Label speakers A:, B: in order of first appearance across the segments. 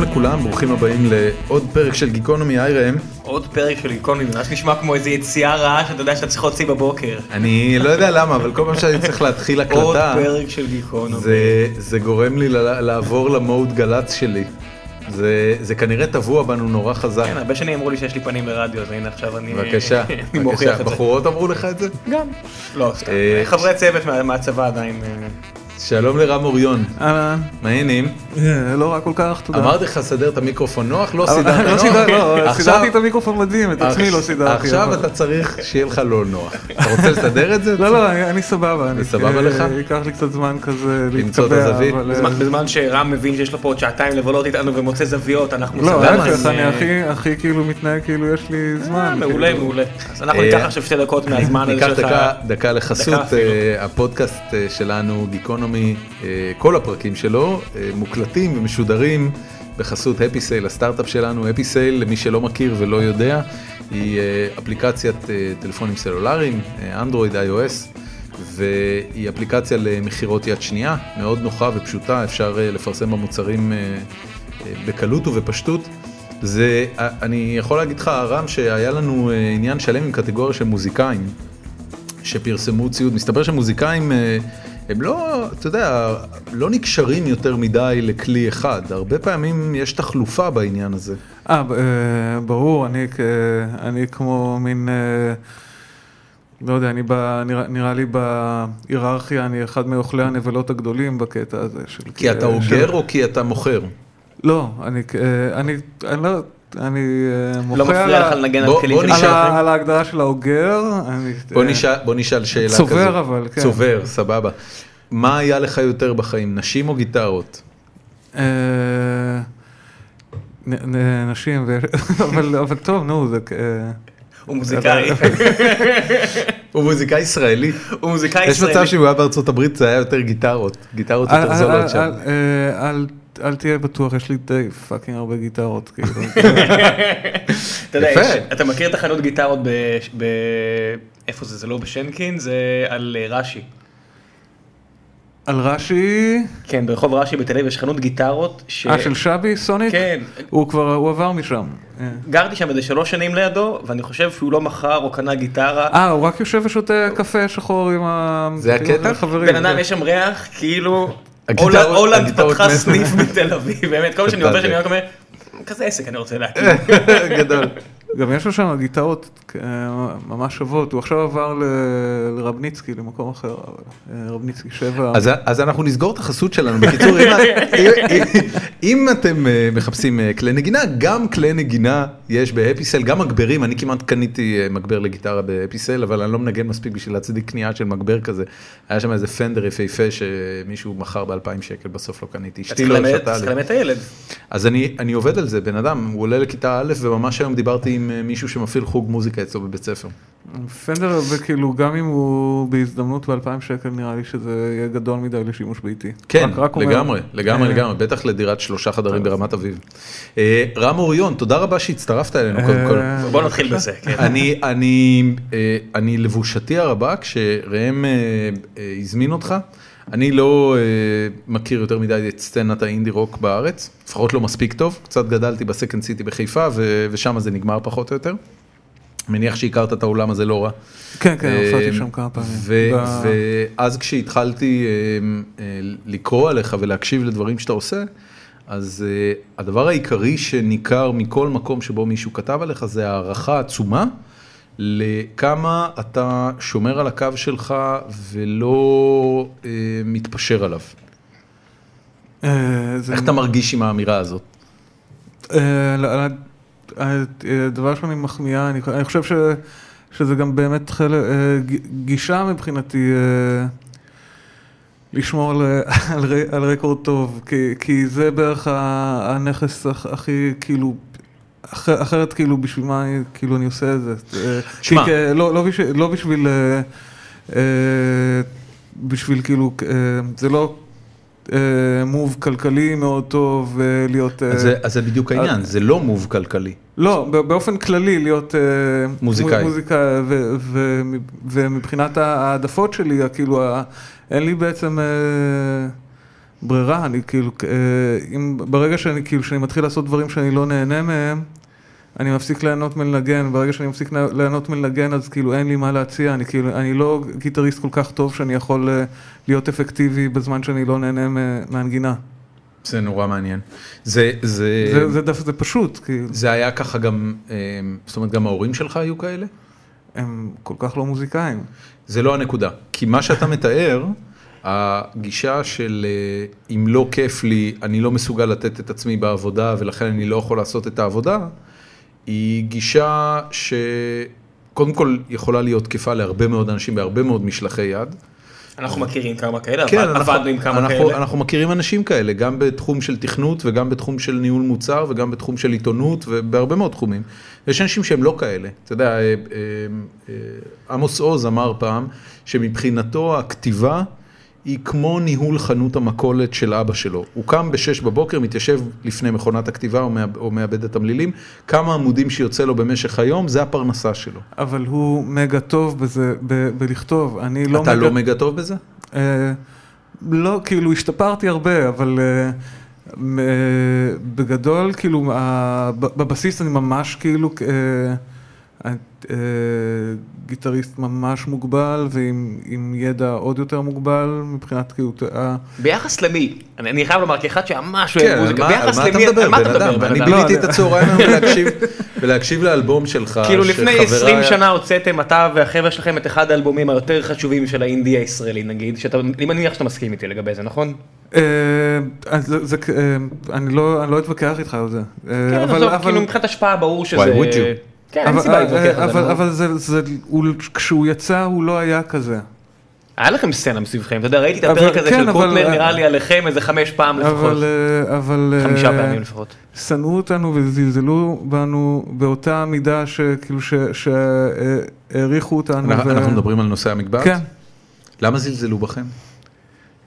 A: לכולם, ברוכים הבאים לעוד פרק של גיקונומי היי ראם.
B: עוד פרק של גיקונומי, ממש נשמע כמו איזה יציאה רעה שאתה יודע שאתה צריך להוציא בבוקר.
A: אני לא יודע למה, אבל כל פעם שאני צריך להתחיל
B: עוד
A: הקלטה,
B: פרק של גיקונומי.
A: זה, זה גורם לי ל- לעבור למוד גל"צ שלי. זה, זה כנראה טבוע בנו נורא חזק.
B: כן, הרבה שנים אמרו לי שיש לי פנים ברדיו, אז הנה עכשיו אני...
A: בבקשה,
B: אני מוכיח
A: בבקשה.
B: את זה.
A: בחורות אמרו לך את זה?
B: גם. לא, סתם.
A: אה,
B: חברי צוות מה- מהצבא עדיין. אה,
A: שלום לרם אוריון,
C: אהלן,
A: מה העניינים?
C: אה, לא רע כל כך, תודה.
A: אמרתי לך לסדר את המיקרופון נוח, לא
C: אבל-
A: סידרת
C: לא סידר- לא,
A: עכשיו- אה,
C: סידרתי את המיקרופון מדהים, את עצמי לא סידרתי.
A: עכשיו
C: אבל-
A: אתה צריך שיהיה לך לא נוח. אתה רוצה לסדר את זה?
C: לא, לא, אני- אני סבבה. אני-
A: סבבה
C: אה,
A: לך?
C: ייקח לי קצת זמן כזה להתקבע.
A: למצוא את הזווית?
C: אבל, אה,
B: בזמן- בזמן שרם מבין שיש לו פה עוד שעתיים לבלות איתנו ומוצא זוויות, אנחנו...
C: לא,
B: סבבה,
C: להפך,
B: אז,
C: אני
B: אה,
C: הכי- הכי כאילו מתנהג כאילו יש לי
B: אה,
C: זמן.
B: מעולה,
C: כאילו.
B: מעולה. אז אנחנו
A: אה,
B: ניקח עכשיו שתי דקות מהזמן הזה
A: ניקח
B: שלך.
A: דקה, דקה לחסות,
B: דקה אפילו.
A: אה, הפודקאסט אה, שלנו, גיקונומי, אה, כל הפרקים שלו אה, מוקלטים ומשודרים בחסות הפי סייל, הסטארט-אפ שלנו, הפי סייל, למי שלא מכיר ולא יודע, היא אה, אפליקציית אה, טלפונים סלולריים, אה, אנדרואיד, iOS, והיא אפליקציה למכירות יד שנייה, מאוד נוחה ופשוטה, אפשר אה, לפרסם במוצרים אה, אה, בקלות ובפשטות. זה, אה, אני יכול להגיד לך, רם, שהיה לנו אה, עניין שלם עם קטגוריה של מוזיקאים, שפרסמו ציוד. מסתבר שמוזיקאים, אה, הם לא, אתה יודע, לא נקשרים יותר מדי לכלי אחד. הרבה פעמים יש תחלופה בעניין הזה.
C: אה, ב- אה, ברור, אני כ- אני כמו מין... אה, לא יודע, אני ב- נראה- נראה לי בהיררכיה, אני אחד מאוכלי הנבלות הגדולים בקטע הזה של...
A: כי אתה
C: של-
A: אוגר או כי אתה מוכר?
C: לא, אני, אה, אני, אני לא, אני אה, מוחה
B: לא
C: על,
B: מפריע לך
C: ה-
B: לנגן על
A: בוא-
B: כלים
A: בוא
B: של
C: על,
A: נשאל.
C: ה- על ההגדרה של האוגר. אני,
A: בוא
C: אה,
A: נשאל, בוא נשאל שאלה כזאת.
C: צובר, אבל, כן.
A: צובר, סבבה. מה היה לך יותר בחיים, נשים או גיטרות?
C: אה, נ, נ, נשים, ו... אבל, אבל טוב, נו, זה... כ- אה,
B: הוא מוזיקאי.
A: הוא מוזיקאי ישראלי.
B: הוא מוזיקאי
A: יש מצב
B: ישראלי.
A: שאם הוא היה בארצות הברית זה היה יותר גיטרות. גיטרות
C: אל-
A: יותר
C: אל-
A: זולות
C: אל-
A: שם.
C: אל- אה, אל- אל תהיה בטוח, יש לי די פאקינג הרבה גיטרות, כאילו.
B: אתה יודע,
A: יפה.
B: יש- אתה מכיר את החנות גיטרות ב... ב- איפה זה? זה לא בשנקין? זה על אה, רש"י.
C: על רש"י,
B: כן, ברחוב רש"י בתל אביב יש חנות גיטרות. ש-
C: אה, של שבי, סוניק?
B: כן.
C: הוא כבר, הוא עבר משם. אה.
B: גרתי שם איזה שלוש שנים לידו, ואני חושב שהוא לא מכר או קנה גיטרה.
C: אה, הוא רק יושב ושותה קפה שחור עם ה... כן.
A: זה הקטע?
C: חברים.
B: בן אדם, יש שם ריח, כאילו...
A: אוקיי, הגיטרות-
B: הולנד- הולנד
A: הגיטרות
B: פתחה
A: מתו.
B: סניף בתל אביב, באמת, כל מה שאני עובר
A: זה.
B: שאני רק אומר, כזה עסק אני רוצה להקים.
A: אה, גדול.
C: גם יש לו שם גיטרות אה, ממש שוות, הוא עכשיו עבר ל- לרבניצקי, למקום אחר, אבל, אה, רבניצקי שבע.
A: אז, אז אנחנו נסגור את החסות שלנו. בקיצור, אם, אם, אם אתם אה, מחפשים אה, כלי נגינה, גם כלי נגינה יש באפיסל, גם מגברים, אני כמעט קניתי אה, מגבר לגיטרה באפיסל, אבל אני לא מנגן מספיק בשביל להצדיק קנייה של מגבר כזה. היה שם איזה פנדר יפהפה שמישהו מכר ב-2,000 שקל, בסוף לא קניתי. אשתי
B: צריך
A: לא
B: ללמד-
A: הרשתה
B: צריך
A: לי.
B: ללמד את הילד.
A: אז אני, אני עובד על זה, בן אדם, הוא עולה לכיתה א', וממש היום דיברתי עם אה, מישהו שמפעיל חוג מוזיקה אצלו בבית ספר.
C: פנדר, וכאילו, גם אם הוא בהזדמנות ב-2,000 שקל, נראה לי שזה יהיה גדול מדי לשימוש ביתי.
A: כן,
C: רק- רק אומר.
A: לגמרי, לגמרי,
C: אה,
A: לגמרי, בטח לדירת שלושה חדרים ברמת אביב. אה, רם אוריון, תודה רבה שהצטרפת אלינו קודם כל.
C: אה,
B: בוא נתחיל בזה, כן.
A: אני, אני, אה, אני לבושתי הרבה, כשראם אה, אה, הזמין אותך, אני לא אה, מכיר יותר מדי את סצנת האינדי רוק בארץ, לפחות לא מספיק טוב, קצת גדלתי בסקנד סיטי בחיפה, ו- ושם זה נגמר פחות או יותר. מניח שהכרת את האולם הזה לא רע.
C: כן, כן, הופעתי
A: אמ,
C: שם כמה פעמים.
A: ו-
C: ב-
A: ואז כשהתחלתי אמ, אה, לקרוא עליך ולהקשיב לדברים שאתה עושה, אז אה, הדבר העיקרי שניכר מכל מקום שבו מישהו כתב עליך זה הערכה עצומה לכמה אתה שומר על הקו שלך ולא אה, מתפשר עליו.
C: אה, זה-
A: איך אתה מרגיש עם האמירה הזאת?
C: אה, לא, לא, אה, הדבר שאני מחמיאה, אני, אני חושב ש, שזה גם באמת חלק, אה, ג- גישה מבחינתי אה, לשמור על, על, ר- על רקורד טוב, כי, כי זה בערך ה- הנכס הכ- הכי כאילו... אח- אחרת כאילו בשביל מה אני- כאילו אני עושה את זה. אה,
A: שמע.
C: כי- כי- לא, לא, בשביל, לא בשביל, אה, אה, בשביל כאילו, אה, זה לא אה, מוב כלכלי מאוד טוב אה, להיות... אה,
A: אז זה- אז זה בדיוק העניין, זה לא מוב כלכלי.
C: לא, ב- באופן כללי להיות אה,
A: מוזיקאי.
C: מ- מוזיקאי ו- ו- ומבחינת העדפות שלי, כאילו, ה- אין לי בעצם, אה, ברירה, אני כאילו, אה, אם, ברגע שאני כאילו, שאני מתחיל לעשות דברים שאני לא נהנה מהם, אני מפסיק ליהנות מלנגן, ברגע שאני מפסיק נה- ליהנות מלנגן אז כאילו אין לי מה להציע, אני כאילו, אני לא גיטריסט כל כך טוב שאני יכול אה, להיות אפקטיבי בזמן שאני לא נהנה מ- מהנגינה.
A: זה נורא מעניין. זה, זה,
C: זה, זה, דף, זה פשוט, כאילו,
A: זה היה ככה גם, אה, זאת אומרת, גם ההורים שלך היו כאלה?
C: הם כל כך לא מוזיקאים.
A: זה לא הנקודה. כי מה שאתה מתאר, הגישה של אה, אם לא כיף לי, אני לא מסוגל לתת את עצמי בעבודה ולכן אני לא יכול לעשות את העבודה, היא גישה שקודם כל יכולה להיות תקפה להרבה מאוד אנשים בהרבה מאוד משלחי יד.
B: אנחנו מכירים כמה כאלה,
A: כן,
B: עבד-
A: אנחנו,
B: עבדנו עם כמה
A: אנחנו,
B: כאלה.
A: אנחנו מכירים אנשים כאלה, גם בתחום של תכנות וגם בתחום של ניהול מוצר וגם בתחום של עיתונות ובהרבה מאוד תחומים. יש אנשים שהם לא כאלה. אתה יודע, אה, אה, אה, עמוס עוז אמר פעם שמבחינתו הכתיבה היא כמו ניהול חנות המכולת של אבא שלו. הוא קם בשש בבוקר, מתיישב לפני מכונת הכתיבה או מה- או מעבד התמלילים, כמה עמודים שיוצא לו במשך היום, זה הפרנסה שלו.
C: אבל הוא מגה טוב בזה, ב, בלכתוב, אני לא
A: אתה לא מגה טוב בזה?
C: אה, לא, כאילו, השתפרתי הרבה, אבל אה, מ- אה, בגדול, כאילו, ה- ב- בבסיס אני ממש כאילו אה, אה, אה, גיטריסט ממש מוגבל, ועם עם ידע עוד יותר מוגבל, מבחינת כאילו, אה,
B: ביחס למי, אני אני חייב לומר, כאחד שממש אוהב
A: כן, על
B: מוזיקה,
A: מה- על
B: ביחס
A: מה אתה
B: למי,
A: מדבר, בן אדם?
B: בן
A: אני
B: אדם?
A: ביליתי
C: לא,
A: את הצהריים היום להקשיב- ולהקשיב לאלבום שלך.
B: כאילו לפני
A: שחברה-
B: 20 שנה הוצאתם אתה והחבר'ה שלכם את אחד האלבומים היותר חשובים של האינדי הישראלי נגיד, שאתה, אני מניח שאתה מסכים איתי לגבי זה, נכון?
C: אה, אז זה, זה, כ- אה, אני לא אני לא אתווכח איתך על זה. אה,
B: כן,
C: אבל-
B: עזוב,
C: אבל-
B: כאילו מבחינת השפעה ברור שזה...
A: would you?
B: כן, אין
C: אבל-
B: סיבה להתווכח
C: אה,
B: על זה.
C: אבל-
B: נכון?
C: אבל זה- זה- הוא- כשהוא יצא הוא לא היה כזה.
B: היה לכם סצנה מסביבכם, אתה יודע, ראיתי את
C: אבל-
B: הפרק הזה
C: כן,
B: של
C: אבל-
B: קוטנר,
C: אה,
B: נראה לי עליכם איזה חמש פעם לפחות,
C: אבל... אה, אבל, אה,
B: חמישה פעמים לפחות.
C: שנאו אותנו וזלזלו בנו באותה מידה שכאילו שהעריכו אותנו.
A: אנחנו-
C: ו-
A: אנחנו מדברים על נושא המקבץ?
C: אה, כן,
A: למה זלזלו בכם?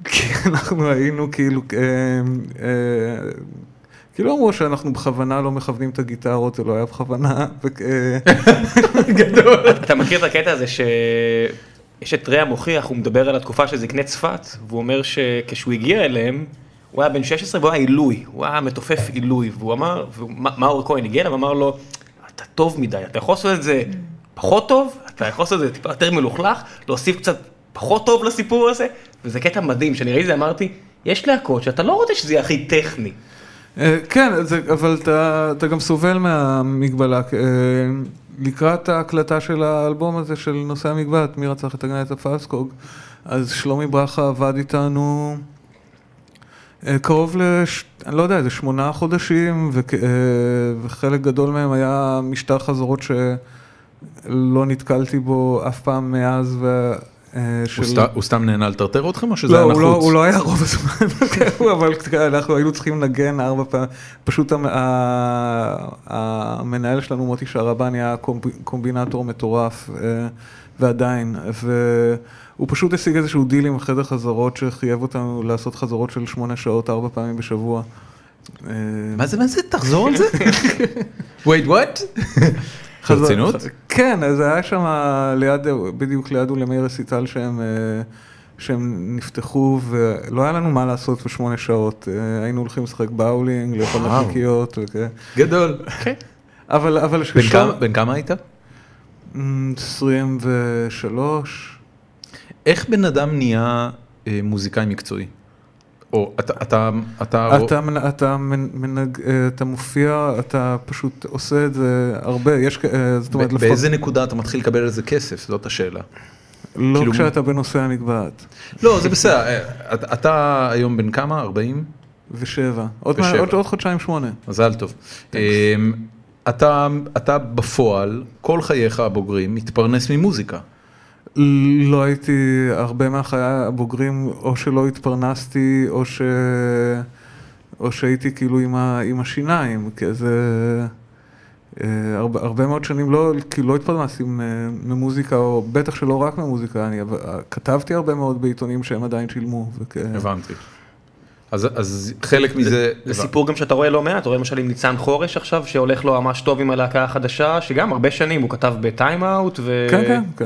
C: כי אנחנו היינו כאילו, אה, אה, כאילו אמרו שאנחנו בכוונה לא מכוונים את הגיטרות, זה לא היה בכוונה. וכ- אה,
B: אתה מכיר את הקטע הזה ש... יש את רע מוכיח, הוא מדבר על התקופה של זקני צפת, והוא אומר שכשהוא הגיע אליהם, הוא היה בן 16 והוא היה עילוי, הוא היה מתופף עילוי, והוא אמר, והוא- מה- מאור כהן הגיע אליו ואמר לו, אתה טוב מדי, אתה יכול לעשות את זה פחות טוב, אתה יכול לעשות את זה טיפה יותר מלוכלך, להוסיף קצת פחות טוב לסיפור הזה, וזה קטע מדהים, כשאני ראיתי את זה אמרתי, יש להקות שאתה לא רוצה שזה יהיה הכי טכני.
C: אה, כן, זה- אבל אתה- אתה גם סובל מהמגבלה. אה, לקראת ההקלטה של האלבום הזה של נושא המגבעת, מי רצח את הגנת הפסקוג, אז שלומי ברכה עבד איתנו אה, קרוב לש... אני לא יודע, איזה שמונה חודשים, וכ- אה, וחלק גדול מהם היה משטר חזרות שלא נתקלתי בו אף פעם מאז. ו... אה, של-
A: הוא סת- הוא סתם נהנה לטרטר אתכם או שזה
C: לא,
A: היה
C: הוא לא, הוא
A: נחוץ?
C: לא היה רוב הזמן, אוקיי, הוא, אבל אנחנו היינו צריכים לנגן ארבע פעמים, פשוט המ- ה- המנהל שלנו מוטי שערבן היה קומב- קומבינטור מטורף, אה, ועדיין, והוא פשוט השיג איזשהו דיל עם חדר חזרות שחייב אותנו לעשות חזרות של שמונה שעות ארבע פעמים בשבוע. אה,
A: מה זה, מה זה? תחזור על זה? wait, what?
C: חזר-
A: ברצינות?
C: כן, אז היה שם ליד, בדיוק ליד אולמי רסיטל שהם, אה, שהם נפתחו, ולא היה לנו מה לעשות בשמונה שעות. אה, היינו הולכים לשחק באולינג, לאכול
A: וואו.
C: נקניקיות וכאלה.
A: גדול.
C: אבל, אבל
A: בן
C: כששם-
A: כמה- בן כמה היית?
C: אמ, 23.
A: איך בן אדם נהיה אה, מוזיקאי מקצועי? או אתה, אתה, אתה,
C: אתה, מנ- אתה, מנ- מנג- אה, אתה מופיע, אתה פשוט עושה את זה הרבה, יש, כ- אה, זאת אומרת,
A: ב-
C: לפחות,
A: באיזה נקודה אתה מתחיל לקבל על זה כסף? זאת השאלה.
C: לא
A: כאילו-
C: כשאתה בנושא המגבעת.
A: לא, זה בסדר. אה, אתה- אתה היום בן כמה? 40?
C: ושבע. עוד, מה-
A: ושבע.
C: עוד, עוד חודשיים שמונה.
A: מזל טוב. אמ, אתה, אתה בפועל, כל חייך הבוגרים, מתפרנס ממוזיקה.
C: לא הייתי, הרבה מהחיי הבוגרים, או שלא התפרנסתי, או, ש... או שהייתי כאילו עם, ה... עם השיניים, כי זה... אה, הרבה, הרבה מאוד שנים לא, כאילו לא התפרנסתי מ- ממוזיקה, או בטח שלא אה, כן. רק ממוזיקה, אני אבל- כתבתי הרבה מאוד בעיתונים שהם עדיין שילמו. וכ...
A: הבנתי. אז, אז חלק מזה...
B: זה סיפור גם שאתה רואה לא מעט, אתה רואה למשל עם ניצן חורש עכשיו, שהולך לו ממש טוב עם הלהקה החדשה, שגם הרבה שנים הוא כתב בטיים אאוט, ו...
C: כן, כן, כן,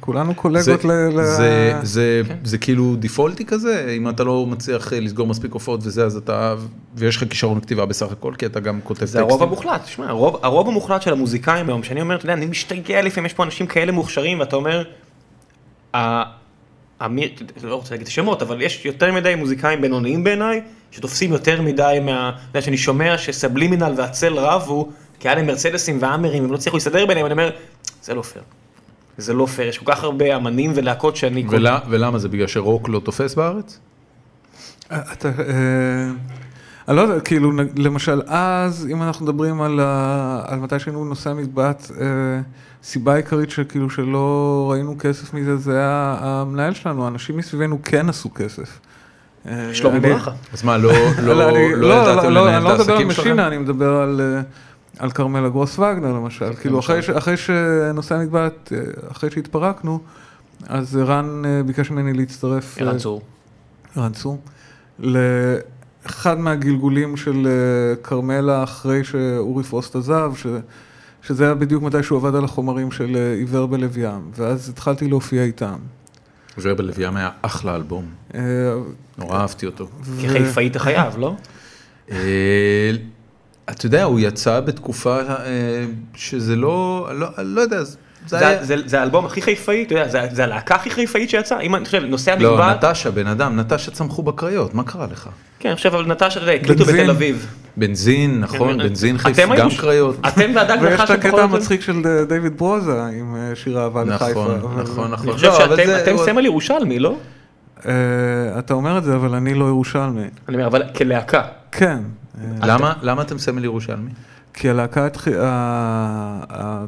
C: כולנו קולגות
A: זה,
C: ל... ל-
A: זה, זה, זה כאילו דפולטי כזה, אם אתה לא מצליח אה, לסגור מספיק הופעות וזה, אז אתה, ויש לך כישרון כתיבה בסך הכל, כי אתה גם כותב טקסטים.
B: זה הרוב המוחלט, תשמע, הרוב, הרוב המוחלט של המוזיקאים היום, שאני אומר, אתה יודע, אני משתגע לפעמים, יש פה אנשים כאלה מוכשרים, ואתה אומר, ה- המי, לא רוצה להגיד שמות, אבל יש יותר מדי מוזיקאים בינוניים בעיניי, שתופסים יותר מדי מה... אתה יודע, שאני שומע שסבלימינל והצל רבו, כי היה להם מרצדסים והאמרים, הם לא הצליחו להסתדר ביניהם, אני אומר, זה לא פייר. זה לא פייר, יש כל כך הרבה אמנים ולהקות שאני... כל-
A: ולה, ולמה זה? בגלל שרוק לא תופס בארץ?
C: אתה, אה, אני לא יודע, כאילו, נ- למשל, אז, אם אנחנו מדברים על, ה, על מתי שהיינו נושא המקבץ, אה, סיבה עיקרית שכאילו שלא ראינו כסף מזה, זה היה המנהל שלנו, האנשים מסביבנו כן עשו כסף. אה,
B: שלומי
C: אני-
B: ברכה.
A: אז מה, לא, לא,
C: אבל אני-
A: לא, ידעתם
C: לא,
A: לנהל
C: אני לא
A: את
C: מדבר על
A: העסקים שלכם?
C: משינה, אני מדבר על, אה, על כרמלה גרוס וגנר
A: כן,
C: למשל. כאילו, אחרי ש- אחרי שנושא המקבץ, אה, אחרי שהתפרקנו, אז רן אה, ביקש ממני להצטרף. אה,
B: ערן צור.
C: ערן צור, לאחד מהגלגולים של אה, כרמלה אחרי שאורי פרוסט עזב, ש... שזה היה בדיוק מתי שהוא עבד על החומרים של אה, עיוור בלב ים, ואז התחלתי להופיע איתם.
A: ובלב ים היה אחלה אלבום,
C: אה,
A: נורא אהבתי אותו.
C: ו-
B: כחיפאי אתה חייב, לא?
A: אה, אתה יודע, הוא יצא בתקופה אה, שזה לא, לא, לא יודע, זה היה...
B: זה- זה- זה האלבום הכי חיפאי, אתה יודע, זה- זה הלהקה הכי חיפאית שיצאה, אם אני חושב, נושא
A: לא,
B: המגבעת,
A: נטשה, בן אדם, נטשה צמחו בקריות, מה קרה לך?
B: כן, אני חושב, אבל נטשה, אתה יודע, הקליטו
C: בנזין.
B: בתל אביב.
A: בנזין, נכון,
B: כן,
A: בנזין
B: אתם
A: חיפה,
B: היו
A: גם
B: ש-
A: קריות.
B: אתם והדג
C: ויש
B: נחש
C: את
B: הם פחות
C: הקטע
B: או יותר-
C: המצחיק של אה, דיוויד ברוזה עם אה, שיר אהבה לחיפה.
A: נכון,
C: אבל-
A: נכון, נכון.
B: אני חושב
A: לא, אבל
B: שאתם
A: זה-
B: אתם
A: הוא-
B: סמל ירושלמי, לא?
C: אה, אתה אומר את זה, אבל אני לא ירושלמי.
B: אני אומר, אבל כלהקה.
C: כן. אה,
A: למה- למה אתם סמל ירושלמי?
C: כי הלהקה, התח- ה- ה-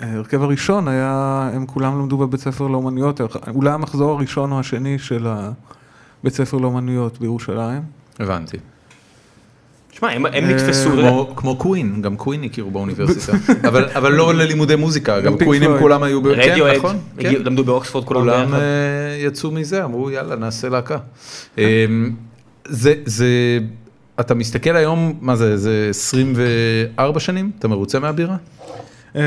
C: ההרכב הראשון היה, הם כולם למדו בבית ספר לאומנויות, אולי המחזור הראשון או השני של הבית ספר לאומנויות בירושלים.
A: הבנתי.
B: שמע, הם הם
C: אה,
B: נתפסו, אתה יודע,
A: כמו- כמו קווין, גם קווין הכירו באוניברסיטה. אבל- אבל לא ללימודי מוזיקה, גם
C: פינק
A: קווינים
C: פלויד.
A: כולם היו... ב- כן,
B: רדיואד,
A: נכון, כן.
B: הגיעו- למדו באוקספורד כולם
A: כולם
B: ביחד.
A: אה, יצאו מזה, אמרו יאללה נעשה להקה.
B: כן.
A: אמ, זה, זה, אתה מסתכל היום, מה זה, זה 24 שנים? אתה מרוצה מהבירה?
C: אה,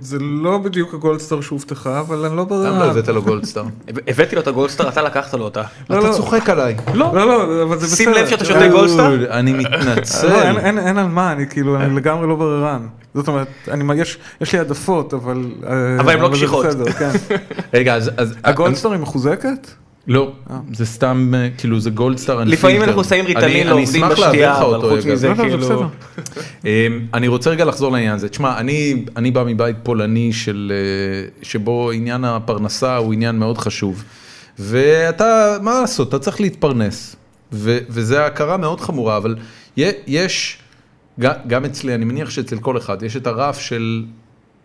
C: זה לא בדיוק הגולדסטאר שהובטחה, אבל אני לא בררה.
A: למה לא הבאת לו גולדסטאר?
B: הבאתי לו את הגולדסטאר, אתה לקחת לו אותה.
C: לא,
A: אתה
C: לא.
A: צוחק עליי.
C: לא, לא, אבל זה בסדר.
B: שים לב שאתה
C: אה,
B: שותה גולד. גולדסטאר?
A: דוד, אני
C: לא, אין-
A: מתנצל.
C: אין- אין על מה, אני כאילו, אני לגמרי לא בררן. זאת אומרת, אני מ- יש יש לי העדפות, אבל... אה,
B: אבל הן לא
C: זה
B: קשיחות.
C: בסדר, כן.
A: רגע, אז... אז-
C: הגולדסטאר היא מחוזקת?
A: לא, זה סתם, אה, כאילו, זה גולדסטאר. אני
B: לפעמים
A: פילטר.
B: אנחנו שמים
A: אני-
B: ריטלין
A: אני
B: לעובדים
A: אשמח להעביר לך
B: בשתייה, אבל
A: אותו,
B: חוץ
A: יגאל.
B: מזה,
C: לא, לא, זה
B: כאילו,
C: בסדר.
A: אמ, אני רוצה רגע לחזור לעניין הזה. תשמע, אני, אני בא מבית פולני של, אה, שבו עניין הפרנסה הוא עניין מאוד חשוב. ואתה, מה לעשות, אתה צריך להתפרנס. ו, וזה הכרה מאוד חמורה, אבל י- יש, ג- גם אצלי, אני מניח שאצל כל אחד, יש את הרף של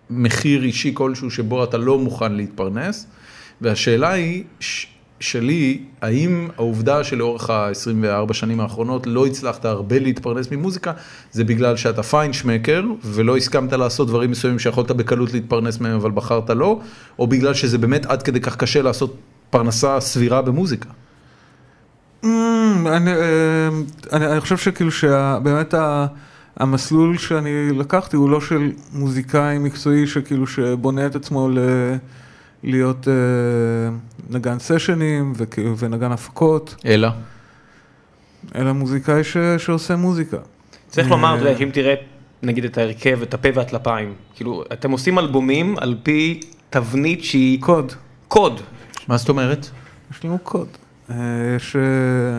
A: מחיר אישי כלשהו שבו אתה לא מוכן להתפרנס. והשאלה היא, ש- שלי, האם העובדה שלאורך ה-24 שנים האחרונות לא הצלחת הרבה להתפרנס ממוזיקה, זה בגלל שאתה פיינשמקר ולא הסכמת לעשות דברים מסוימים שיכולת בקלות להתפרנס מהם אבל בחרת לא, או בגלל שזה באמת עד כדי כך קשה לעשות פרנסה סבירה במוזיקה.
C: אמ, אני, אמ, אני, אני חושב שכאילו שבאמת ה, המסלול שאני לקחתי הוא לא של מוזיקאי מקצועי שכאילו שבונה את עצמו ל, להיות אה, נגן סשנים וכאילו, ונגן הפקות,
A: אלא?
C: אלא מוזיקאי ש, שעושה מוזיקה.
B: צריך לומר, אתה יודע,
C: אה.
B: שאם תראה, נגיד, את ההרכב, את הפה והטלפיים, כאילו, אתם עושים אלבומים על פי תבנית שהיא
C: קוד,
B: קוד.
A: מה זאת אומרת?
C: יש לנו קוד, אה, ש,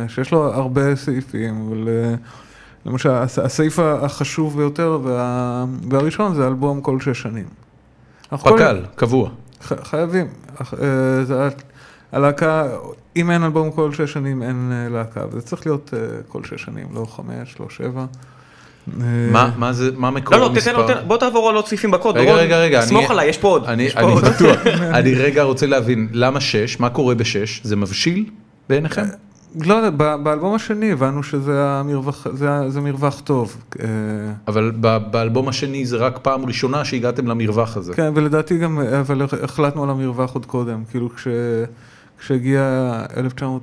C: שיש לו הרבה סעיפים, אבל אה, למשל הס- הסעיף החשוב ביותר וה, והראשון זה אלבום כל שש שנים. אנחנו כל-
A: פק"ל, קבוע.
C: ח- חייבים. אך- אה, זה ה- הלהקה, אם אין אלבום כל שש שנים, אין אה, להקה, וזה צריך להיות אה, כל שש שנים, לא חמש, לא שבע. אה,
A: מה, מה זה, מה מקור
B: לא, לא, תתן
A: המספר?
B: לו, תן- בוא תעבור על עוד סעיפים בקוד.
A: רגע,
B: דורון,
A: רגע, רגע,
B: סמוך עליי, יש פה עוד.
A: אני,
B: יש פה
A: אני
B: עוד.
A: בטוח. אני רגע רוצה להבין, למה שש? מה קורה בשש? זה מבשיל בעיניכם?
C: לא יודע, ב- באלבום השני הבנו שזה המרווח, זה, ה- זה מרווח טוב. אה,
A: אבל ב- באלבום השני זה רק פעם ראשונה
B: כן.
A: שהגעתם למרווח הזה.
C: כן, ולדעתי גם, אבל החלטנו על המרווח עוד קודם, כאילו כש... כשהגיע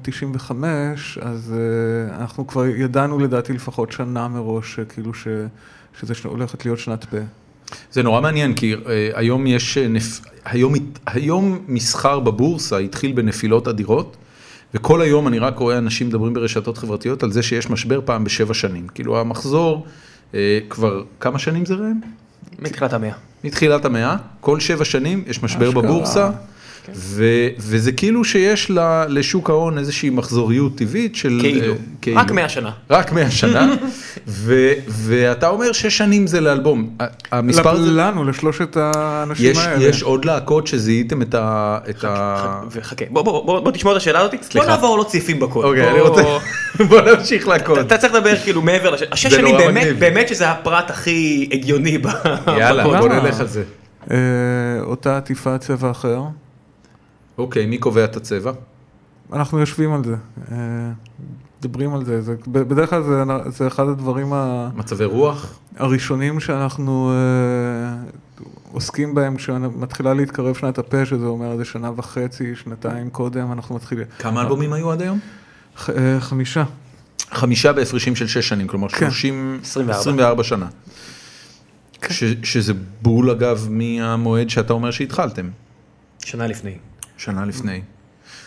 C: 1995, אז אה, אנחנו כבר ידענו לדעתי לפחות שנה מראש, אה, כאילו ש, שזה ש... הולכת להיות שנת פה.
A: זה נורא מעניין, כי אה, היום יש, אה, נפ... היום, הת- היום מסחר בבורסה התחיל בנפילות אדירות, וכל היום אני רק רואה אנשים מדברים ברשתות חברתיות על זה שיש משבר פעם בשבע שנים. כאילו המחזור אה, כבר, כמה שנים זה ראם?
B: מתחילת
A: אה,
B: המאה.
A: מתחילת המאה, כל שבע שנים יש משבר
C: אשכרה. כן.
A: בבורסה, ו, וזה כאילו שיש ל, לשוק ההון איזושהי מחזוריות טבעית של...
B: כאילו.
A: אה, כאילו.
B: רק 100 שנה.
A: רק 100 שנה, ו, ואתה אומר שש שנים זה לאלבום. ה- המספר
C: לפ-
A: זה...
C: לנו, לשלושת האנשים
A: יש,
C: האלה.
A: יש עוד להקות שזיהיתם את ה... את ה...
B: ח- וחכה, בוא, בוא, בוא, בוא תשמור את השאלה הזאת,
A: אה. סליחה.
B: בוא נעבור לסעיפים בקוד.
A: אוקיי,
B: בוא-
A: אני רוצה... בוא נמשיך להקות.
B: אתה צריך לדבר כאילו מעבר לשש, השש
A: זה
B: שנים
A: נורא
B: באמת,
A: מגניב.
B: באמת שזה הפרט הכי הגיוני ב...
A: יאללה,
B: בקוד.
A: בוא
C: למה?
A: נלך על זה.
C: אה, אותה עטיפה צבע אחר.
A: אוקיי, מי קובע את הצבע?
C: אנחנו יושבים על זה, אה, מדברים על זה, זה ב- בדרך כלל זה, זה אחד הדברים ה,
A: מצבי רוח?
C: הראשונים שאנחנו אה, עוסקים בהם כשמתחילה להתקרב שנת הפה, שזה אומר איזה שנה וחצי, שנתיים קודם, אנחנו מתחילים.
A: כמה אלבומים היו עד היום?
C: ח, אה, חמישה.
A: חמישה בהפרשים של שש שנים, כלומר
C: כן.
A: 30,
B: 24.
A: 24 שנה.
C: כן.
A: ש, שזה בול אגב מהמועד שאתה אומר שהתחלתם,
B: שנה לפני.
A: שנה לפני.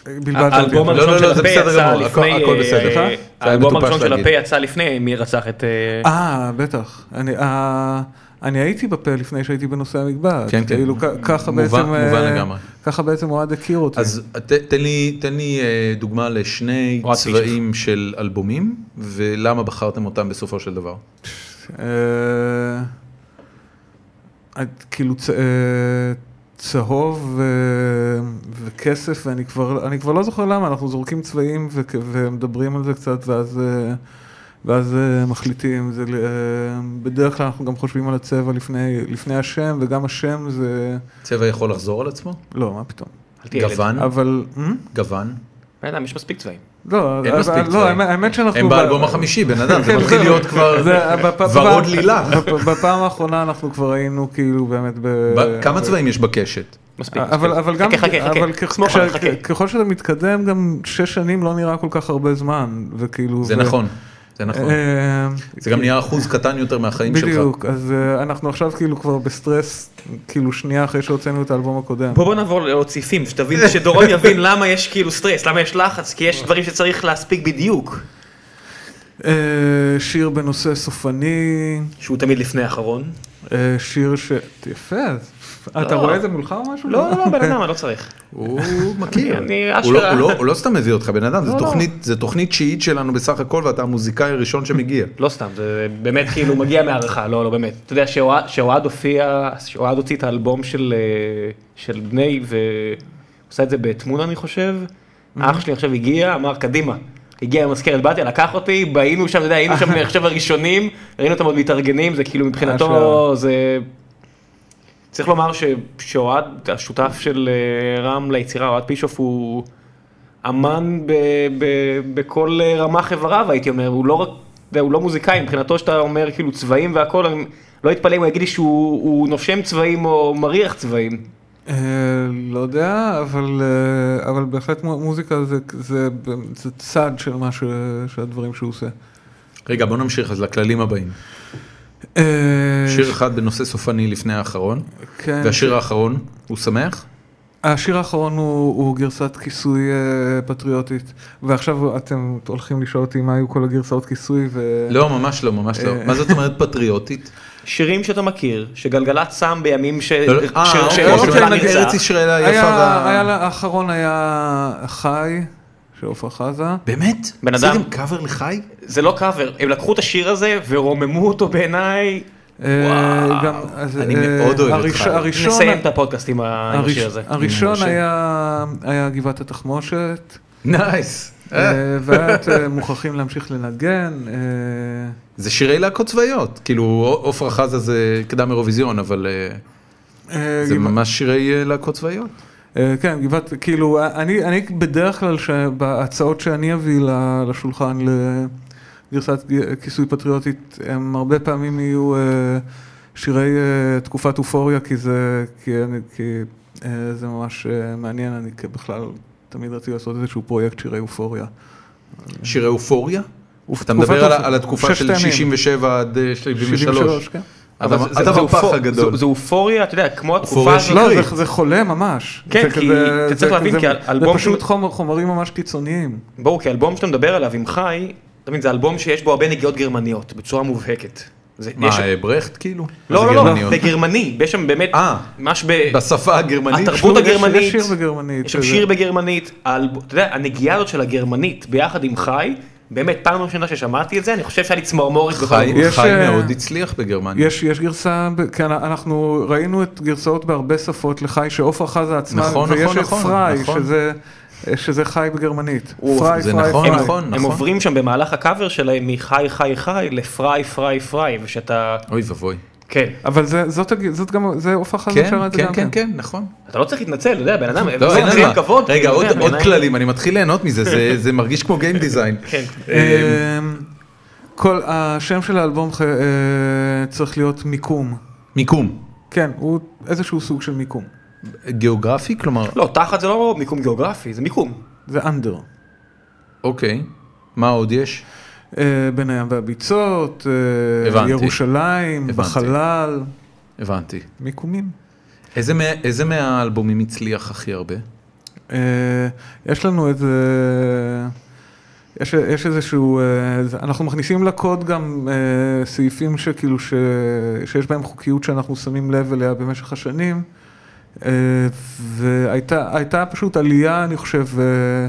C: כן. בלבלת אותי.
B: האלבום
A: לא,
B: הראשון
A: לא, לא,
B: של
A: זה
B: הפה
A: בסדר
B: יצא
A: גמור, הכל-
B: לפני...
A: הכל
B: אה,
A: בסדר.
B: אה,
A: זה היה
B: האלבום
A: מטופש
B: הראשון של
A: להגיד.
B: הפה יצא לפני מי רצח את... אה,
A: כן.
C: אה, בטח. אני, אה, אני הייתי בפה לפני שהייתי בנושא המגבעת.
A: כן, כן.
C: כאילו, כ- ככה
A: מובן-
C: בעצם... אה,
A: מובן לגמרי.
C: ככה בעצם אוהד הכיר אותי.
A: אז ת, תן לי, תן לי אה, דוגמה לשני
B: אוהד פישך.
A: צבעים של אלבומים, ולמה בחרתם אותם בסופו של דבר.
C: אה, את- כאילו צ- אה, צהוב ו- וכסף, ואני כבר, אני כבר לא זוכר למה, אנחנו זורקים צבעים וכ- ומדברים על זה קצת, ואז, אה, ואז אה, מחליטים. זה, ל- אה, בדרך כלל אנחנו גם חושבים על הצבע לפני, לפני השם, וגם השם זה...
A: צבע יכול לחזור על עצמו?
C: לא, מה פתאום.
A: Mm-hmm.
B: אל תהיה ילד.
A: גוון?
C: אבל...
A: Mm-hmm.
C: אה?
A: גוון?
B: בן אדם, יש מספיק צבעים.
C: לא,
A: אין
C: אבל-
A: מספיק
C: לא,
A: צבעים.
C: האמת- האמת שאנחנו...
A: הם
C: ב-
A: באלבום החמישי, בן אדם, זה
C: כן,
A: מתחיל
C: זהו.
A: להיות כבר
C: זה- בפ-
A: ורוד
C: בפ-
A: לילך.
C: בפ- בפעם האחרונה אנחנו כבר היינו כאילו באמת ב...
A: ב- כמה צבעים יש בקשת?
B: מספיק.
C: אבל,
B: מספיק.
C: אבל גם,
B: חכה, חכה,
C: אבל
B: חכה.
C: כ-
B: סמוך
C: כש-
B: עליי, חכה.
C: ככל שזה מתקדם, גם שש שנים לא נראה כל כך הרבה זמן, וכאילו...
A: זה
C: ו-
A: נכון, זה נכון.
C: אה,
A: זה גם נהיה אחוז קטן יותר מהחיים שלך.
C: בדיוק, אז אה, אנחנו עכשיו כאילו כבר בסטרס, כאילו שנייה אחרי שהוצאנו את האלבום הקודם.
B: בוא בוא נעבור לעוד סעיפים, שתבין, שדורון יבין למה יש כאילו סטרס, למה יש לחץ, כי יש דברים שצריך להספיק בדיוק,
C: אה, שיר בנושא סופני,
B: שהוא תמיד לפני האחרון.
C: אה, שיר ש... יפה, אז- אתה
B: לא.
C: רואה את זה מולך או משהו?
B: לא, לא, בן אדם, אני לא צריך.
A: הוא מכיר.
B: אני-
A: הוא לא-
B: אשכרה.
A: הוא לא- הוא לא סתם מביא אותך, בן אדם,
B: לא,
A: זו
B: לא.
A: תוכנית- זו תוכנית תשיעית שלנו בסך הכל, ואתה המוזיקאי הראשון שמגיע.
B: לא סתם, זה באמת כאילו מגיע מהערכה, לא, לא באמת. אתה יודע שאוהד שאוהד הופיע, שאוהד הוציא את האלבום של, אה, של בני, והוא עשה את זה בתמונה אני חושב, אח שלי עכשיו הגיע, אמר קדימה. הגיע למזכרת בתיה, לקח אותי, היינו שם, אתה יודע, היינו שם אני חושב הראשונים, ראינו אותם עוד מתארגנים, זה כאילו מבחינתו,
C: אשכרה.
B: זה... צריך לומר ש- שאוהד, השותף של אה, רם ליצירה, אוהד פישוף, הוא אמן ב- ב- בכל אה, רמ"ח איבריו, הייתי אומר, הוא לא רק, אתה יודע, הוא לא מוזיקאי, מבחינתו שאתה אומר כאילו צבעים והכל, אני לא אתפלא אם הוא יגיד לי שהוא הוא נושם צבעים או מריח צבעים.
C: אה, לא יודע, אבל, אה, אבל בהחלט מו- מוזיקה זה, זה, זה צד של מה ש, של הדברים שהוא עושה.
A: רגע, בוא נמשיך אז לכללים הבאים.
C: אה,
A: שיר אחד בנושא סופני לפני האחרון,
B: אה,
C: כן,
A: והשיר האחרון, הוא שמח?
C: השיר האחרון הוא, הוא גרסת כיסוי אה, פטריוטית, ועכשיו אתם הולכים לשאול אותי מה היו כל הגרסאות כיסוי,
B: אה,
C: ו...
A: לא, ממש לא, ממש לא.
C: אה.
A: מה זאת אומרת פטריוטית?
B: שירים שאתה מכיר, שגלגלצ שם בימים ש...
A: לא, לא, אה,
B: ש- ש-
A: אוקיי,
B: שכולם
A: אוקיי, נגיד
B: נמצא.
A: ארץ ישראל היפה
C: היה, היה,
A: וה...
C: לה- האחרון היה חי, של עפרה חזה. אה,
A: באמת?
B: בן
A: עשיתם
B: אדם.
A: קאבר לחי?
B: זה לא קאבר, הם לקחו את השיר הזה ורוממו אותו בעיניי.
C: אה, גם, אז,
A: אני
C: אה,
A: מאוד אוהב
C: הראש-
A: אותך.
C: הראשון,
B: נסיים את הפודקאסט עם ה- עם
C: הראש-
B: השיר הזה.
C: הראשון
A: משה.
C: היה היה גבעת התחמושת,
A: נייס. אה,
C: אה, ואת אה, מוכרחים להמשיך לנגן. אה,
A: זה שירי להקות צבאיות. כאילו, עפרה חזה זה קדם אירוויזיון, אבל אה,
C: אה,
A: זה
C: גבע-
A: ממש שירי אה, להקות צבאיות.
C: אה, כן, גבעת, כאילו, אה, אני אני בדרך כלל, ש- בהצעות שאני אביא ל- לשולחן לגרסת ג- כיסוי פטריוטית, הם הרבה פעמים יהיו אה, שירי אה, תקופת אופוריה, כי זה כי אני- כי, אה, זה ממש אה, מעניין, אני כ- בכלל... תמיד רציתי לעשות איזשהו פרויקט שירי אופוריה.
A: שירי אופוריה?
C: אוף-
A: אתה
C: תקופת
A: מדבר על
C: אופ-
A: ה- על התקופה
C: ששת
A: של
C: הימים.
A: 67 עד אה, 73.
C: 73, כן.
B: אבל זה-
A: אתה
B: זה- זה
A: בפח
B: אופור-
A: הגדול.
B: זה- זה אופוריה, אתה יודע, כמו התקופה
A: אופוריה
B: הזאת.
A: שקרית.
C: לא, זה- זה חולה ממש.
B: כן,
C: זה
B: כי
C: כזה-
B: אתה
C: זה
B: צריך להבין,
C: כזה-
B: כי האלבום
C: זה פשוט
B: של-
C: חומר- חומרים ממש קיצוניים.
B: ברור, כי האלבום שאתה מדבר עליו עם חי, אתה מבין, זה אלבום שיש בו הרבה נגיעות גרמניות, בצורה מובהקת. זה- יש-
A: מה, אה, ברכט כאילו?
B: לא,
A: זה
B: לא, לא,
A: גרמניות.
B: בגרמני, יש שם באמת,
A: אה.
B: ממש ב...
A: בשפה הגרמנית?
B: התרבות
A: שלו?
C: יש-
B: הגרמנית.
C: יש שיר בגרמנית.
B: יש שם
C: כזה.
B: שיר בגרמנית, על- אתה יודע, הנגיעה הזאת של הגרמנית ביחד עם חי, באמת פעם ראשונה ששמעתי את זה, אני חושב שהיה לי צמרמורת בכל
A: חי
B: הגוף.
C: יש,
A: חי
C: אה,
A: מאוד הצליח בגרמניה.
C: יש, יש גרסה, ב- כן, אנחנו ראינו את גרסאות בהרבה שפות לחי שעופרה חזה עצמה,
A: נכון,
C: ויש
A: נכון,
C: את
A: נכון,
C: פריי,
A: נכון.
C: שזה, שזה חי בגרמנית.
B: הוא-
C: פריי,
A: זה
C: פריי,
A: נכון,
C: פריי.
A: נכון.
B: הם עוברים שם במהלך הקאבר שלהם מחי חי חי לפריי פריי פריי, ושאתה,
A: אוי ואבוי.
B: כן,
C: אבל זה, זאת, הג- זאת גם, זה עופרה חזה
A: כן,
C: שרה את זה
A: כן,
C: גם
A: כן, כן, נכון.
B: אתה לא צריך להתנצל, אתה יודע, בן אדם,
A: לא, אין
B: זה
A: על מה.
B: כבוד. כן,
A: רגע,
B: אתה
A: עוד
B: יודע,
A: עוד
B: בעיניי.
A: כללים, אני מתחיל ליהנות מזה, זה- זה מרגיש כמו גיים דיזיין.
B: כן.
C: אמ, כל השם של האלבום ח- אה, צריך להיות מיקום.
A: מיקום.
C: כן, הוא איזשהו סוג של מיקום.
A: גיאוגרפי? כלומר,
B: לא, תחת זה לא מיקום גיאוגרפי, זה מיקום.
C: זה אנדר.
A: אוקיי. מה עוד יש?
C: אה, בין הים והביצות, אה,
A: הבנתי.
C: ירושלים,
A: הבנתי.
C: בחלל,
A: הבנתי.
C: מיקומים.
A: איזה מה- איזה מהאלבומים הצליח הכי הרבה?
C: אה, יש לנו איזה... יש, יש איזשהו, אה, זה- אנחנו מכניסים לקוד גם אה, סעיפים שכאילו, ש, שיש בהם חוקיות שאנחנו שמים לב אליה במשך השנים, אה, והייתה הייתה פשוט עלייה, אני חושב, אה,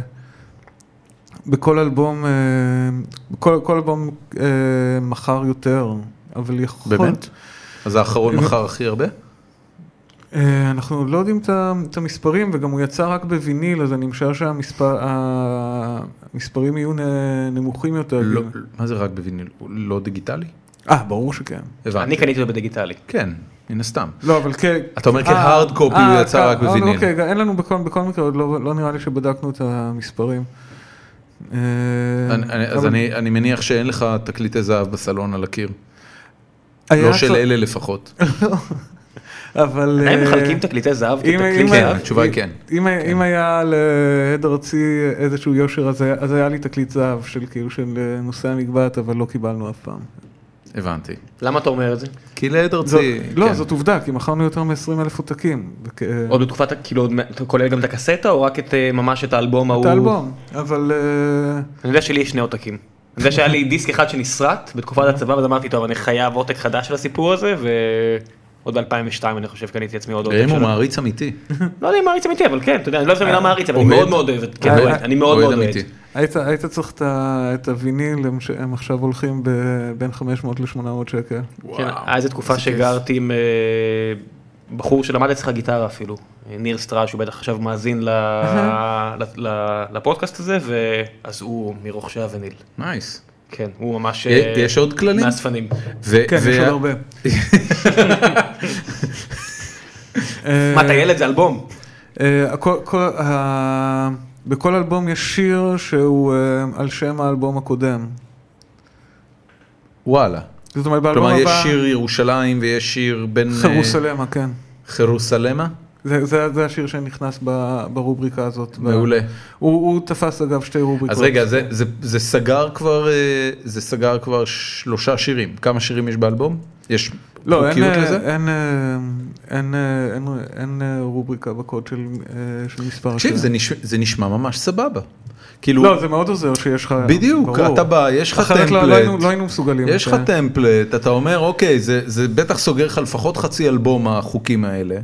C: בכל אלבום, אה, כל, כל אלבום אה, מכר יותר, אבל יכול...
A: באמת? אז האחרון מכר הכי הרבה?
C: אה, אנחנו עוד לא יודעים את ה- את המספרים, וגם הוא יצא רק בוויניל, אז אני משער שהמספרים יהיו נ- נמוכים יותר.
A: לא,
C: כאילו.
A: מה זה רק בוויניל? הוא לא דיגיטלי?
C: אה, ברור שכן.
B: אני
A: הבנתי.
B: קניתי אותו בדיגיטלי.
A: כן, מן הסתם.
C: לא, אבל כ...
A: אתה אומר
C: אה,
A: כ-hard copy הוא
C: אה,
A: יצא
C: כ-
A: רק
C: אבל
A: בוויניל.
C: אוקיי, גם אין לנו בכל בכל מקרה, עוד לא לא נראה לי שבדקנו את המספרים. אה,
A: אני- אני- אז
C: אבל-
A: אני אני מניח שאין לך תקליטי זהב בסלון על הקיר.
C: אה, היה
A: לא של
C: צו-
A: אלה לפחות.
C: אבל...
B: הם
C: אה,
B: מחלקים תקליטי זהב כתקליט
A: אם-
B: זהב?
A: כן, התשובה היא כן.
C: אם, אם היה להד ארצי איזשהו יושר, אז היה, אז היה לי תקליט זהב של כאילו של אה, נושא המגבעת, אבל לא קיבלנו אף פעם.
A: הבנתי.
B: כן. למה אתה אומר את זה?
A: כי לעד
C: זאת,
A: ארצי...
C: לא,
A: כן.
C: זאת עובדה, כי מכרנו יותר מ-20 אלף עותקים. וכ-
B: עוד בתקופת, ה- כאילו, עוד מה- אתה כולל גם את הקסטה, או רק את אה, ממש את האלבום ההוא?
C: את האלבום, אבל אה,
B: אני יודע שלי יש שני עותקים. אני יודע שהיה לי דיסק אחד שנסרט בתקופת הצבא, ואז אמרתי, טוב, אני חייב עותק חדש של הסיפור הזה, ועוד ב-2002 אני חושב קניתי לעצמי עוד עותק
A: ראם הוא
B: לא, שלו.
A: מעריץ אמיתי.
B: לא יודע אם מעריץ אמיתי, אבל כן, אתה יודע, אני לא אוהב את המילה מעריץ, אבל אני
A: אוהד.
B: מאוד מאוד אוהב את, כן,
C: אוהד.
B: אוהד, אני מאוד
A: אוהד
B: מאוד אוהב.
A: אמיתי.
C: היית, היית צריך את, ה- את הוויניל, הם, ש- הם עכשיו הולכים ב, בין 500 ל-800 שקל.
B: כן,
A: וואו,
B: היה איזה תקופה
A: איזה כיף.
B: שגרתי עם אה, בחור שלמד אצלך גיטרה אפילו, ניר סטרש, הוא בטח עכשיו מאזין ל- ל- ל- לפודקאסט הזה, ואז הוא מרוכשי הווניל.
A: נייס.
B: כן, הוא ממש...
A: י-
B: אה,
A: יש עוד כללים?
B: מאספנים.
A: ו-
C: כן, יש
A: וה-
C: עוד הרבה. אה,
B: מה, אתה ילד זה אלבום.
C: אה, הכל- כל ה- בכל אלבום יש שיר שהוא אה, על שם האלבום הקודם.
A: וואלה.
C: זאת אומרת, באלבום
A: כלומר,
C: הבא...
A: יש שיר ירושלים ויש שיר בין... אה,
C: חרוסלמה, כן.
A: חרוסלמה?
C: זה, זה, זה השיר שנכנס ב, ברובריקה הזאת. ב-
A: מעולה.
C: הוא, הוא תפס אגב שתי רובריקות.
A: אז רגע, זה- זה- זה סגר כבר אה, זה סגר כבר שלושה שירים. כמה שירים יש באלבום? יש
C: לא, אין,
A: חוקיות
C: אה,
A: לזה?
C: אין, אה, אין, אה, אין, אין אה, רובריקה בקוד של, אה, של מספר
A: תקשיב,
C: השיר.
A: זה נשמע- זה נשמע ממש סבבה. כאילו,
C: לא, זה מאוד עוזר שיש לך...
A: בדיוק,
C: ברור.
A: אתה בא, יש לך
C: אחרת לא, לא, היינו,
A: טמפלט.
C: לא היינו מסוגלים.
A: יש לך
C: אה,
A: טמפלט, אתה אומר, אוקיי, זה, זה בטח סוגר לך לפחות חצי אלבום החוקים האלה.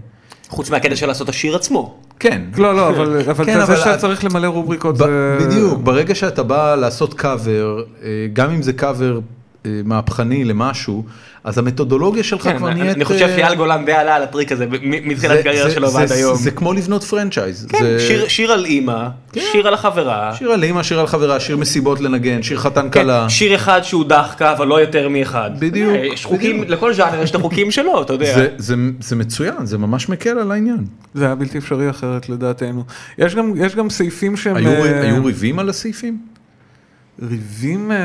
B: חוץ מהקטע של לעשות השיר עצמו.
A: כן.
C: לא, לא, אבל, אבל
A: כן,
C: זה
A: אבל-
C: שאתה צריך למלא רובריקות. זה-
A: ב- בדיוק, ברגע שאתה בא לעשות קאבר, אה, גם אם זה קאבר אה, מהפכני למשהו, אז המתודולוגיה שלך
B: כן,
A: כבר נהיית...
B: אני אני
A: אה,
B: חושב שאייל גולן די עלה על הטריק הזה מ- מ- מתחילת
A: זה-
B: הקריירה
A: זה-
B: שלו
A: זה-
B: ועד
A: זה-
B: היום.
A: זה כמו לבנות פרנצ'ייז.
B: כן,
A: זה- כן.
B: שיר- שיר על אימא, שיר על החברה,
A: שיר על אימא, שיר על חברה, שיר מסיבות לנגן, שיר חתן
B: כן,
A: כלה.
B: שיר אחד שהוא דחקה, אבל לא יותר מאחד.
A: בדיוק,
B: אה, יש חוקים,
A: בדיוק.
B: לכל ז'אנר יש את החוקים שלו, אתה יודע.
A: זה- זה- זה מצוין, זה ממש מקל על העניין.
C: זה היה בלתי אפשרי אחרת לדעתנו. יש גם, יש גם סעיפים שהם...
A: היו ר-
C: אה, כן.
A: היו ריבים על הסעיפים?
C: ריבים... אה,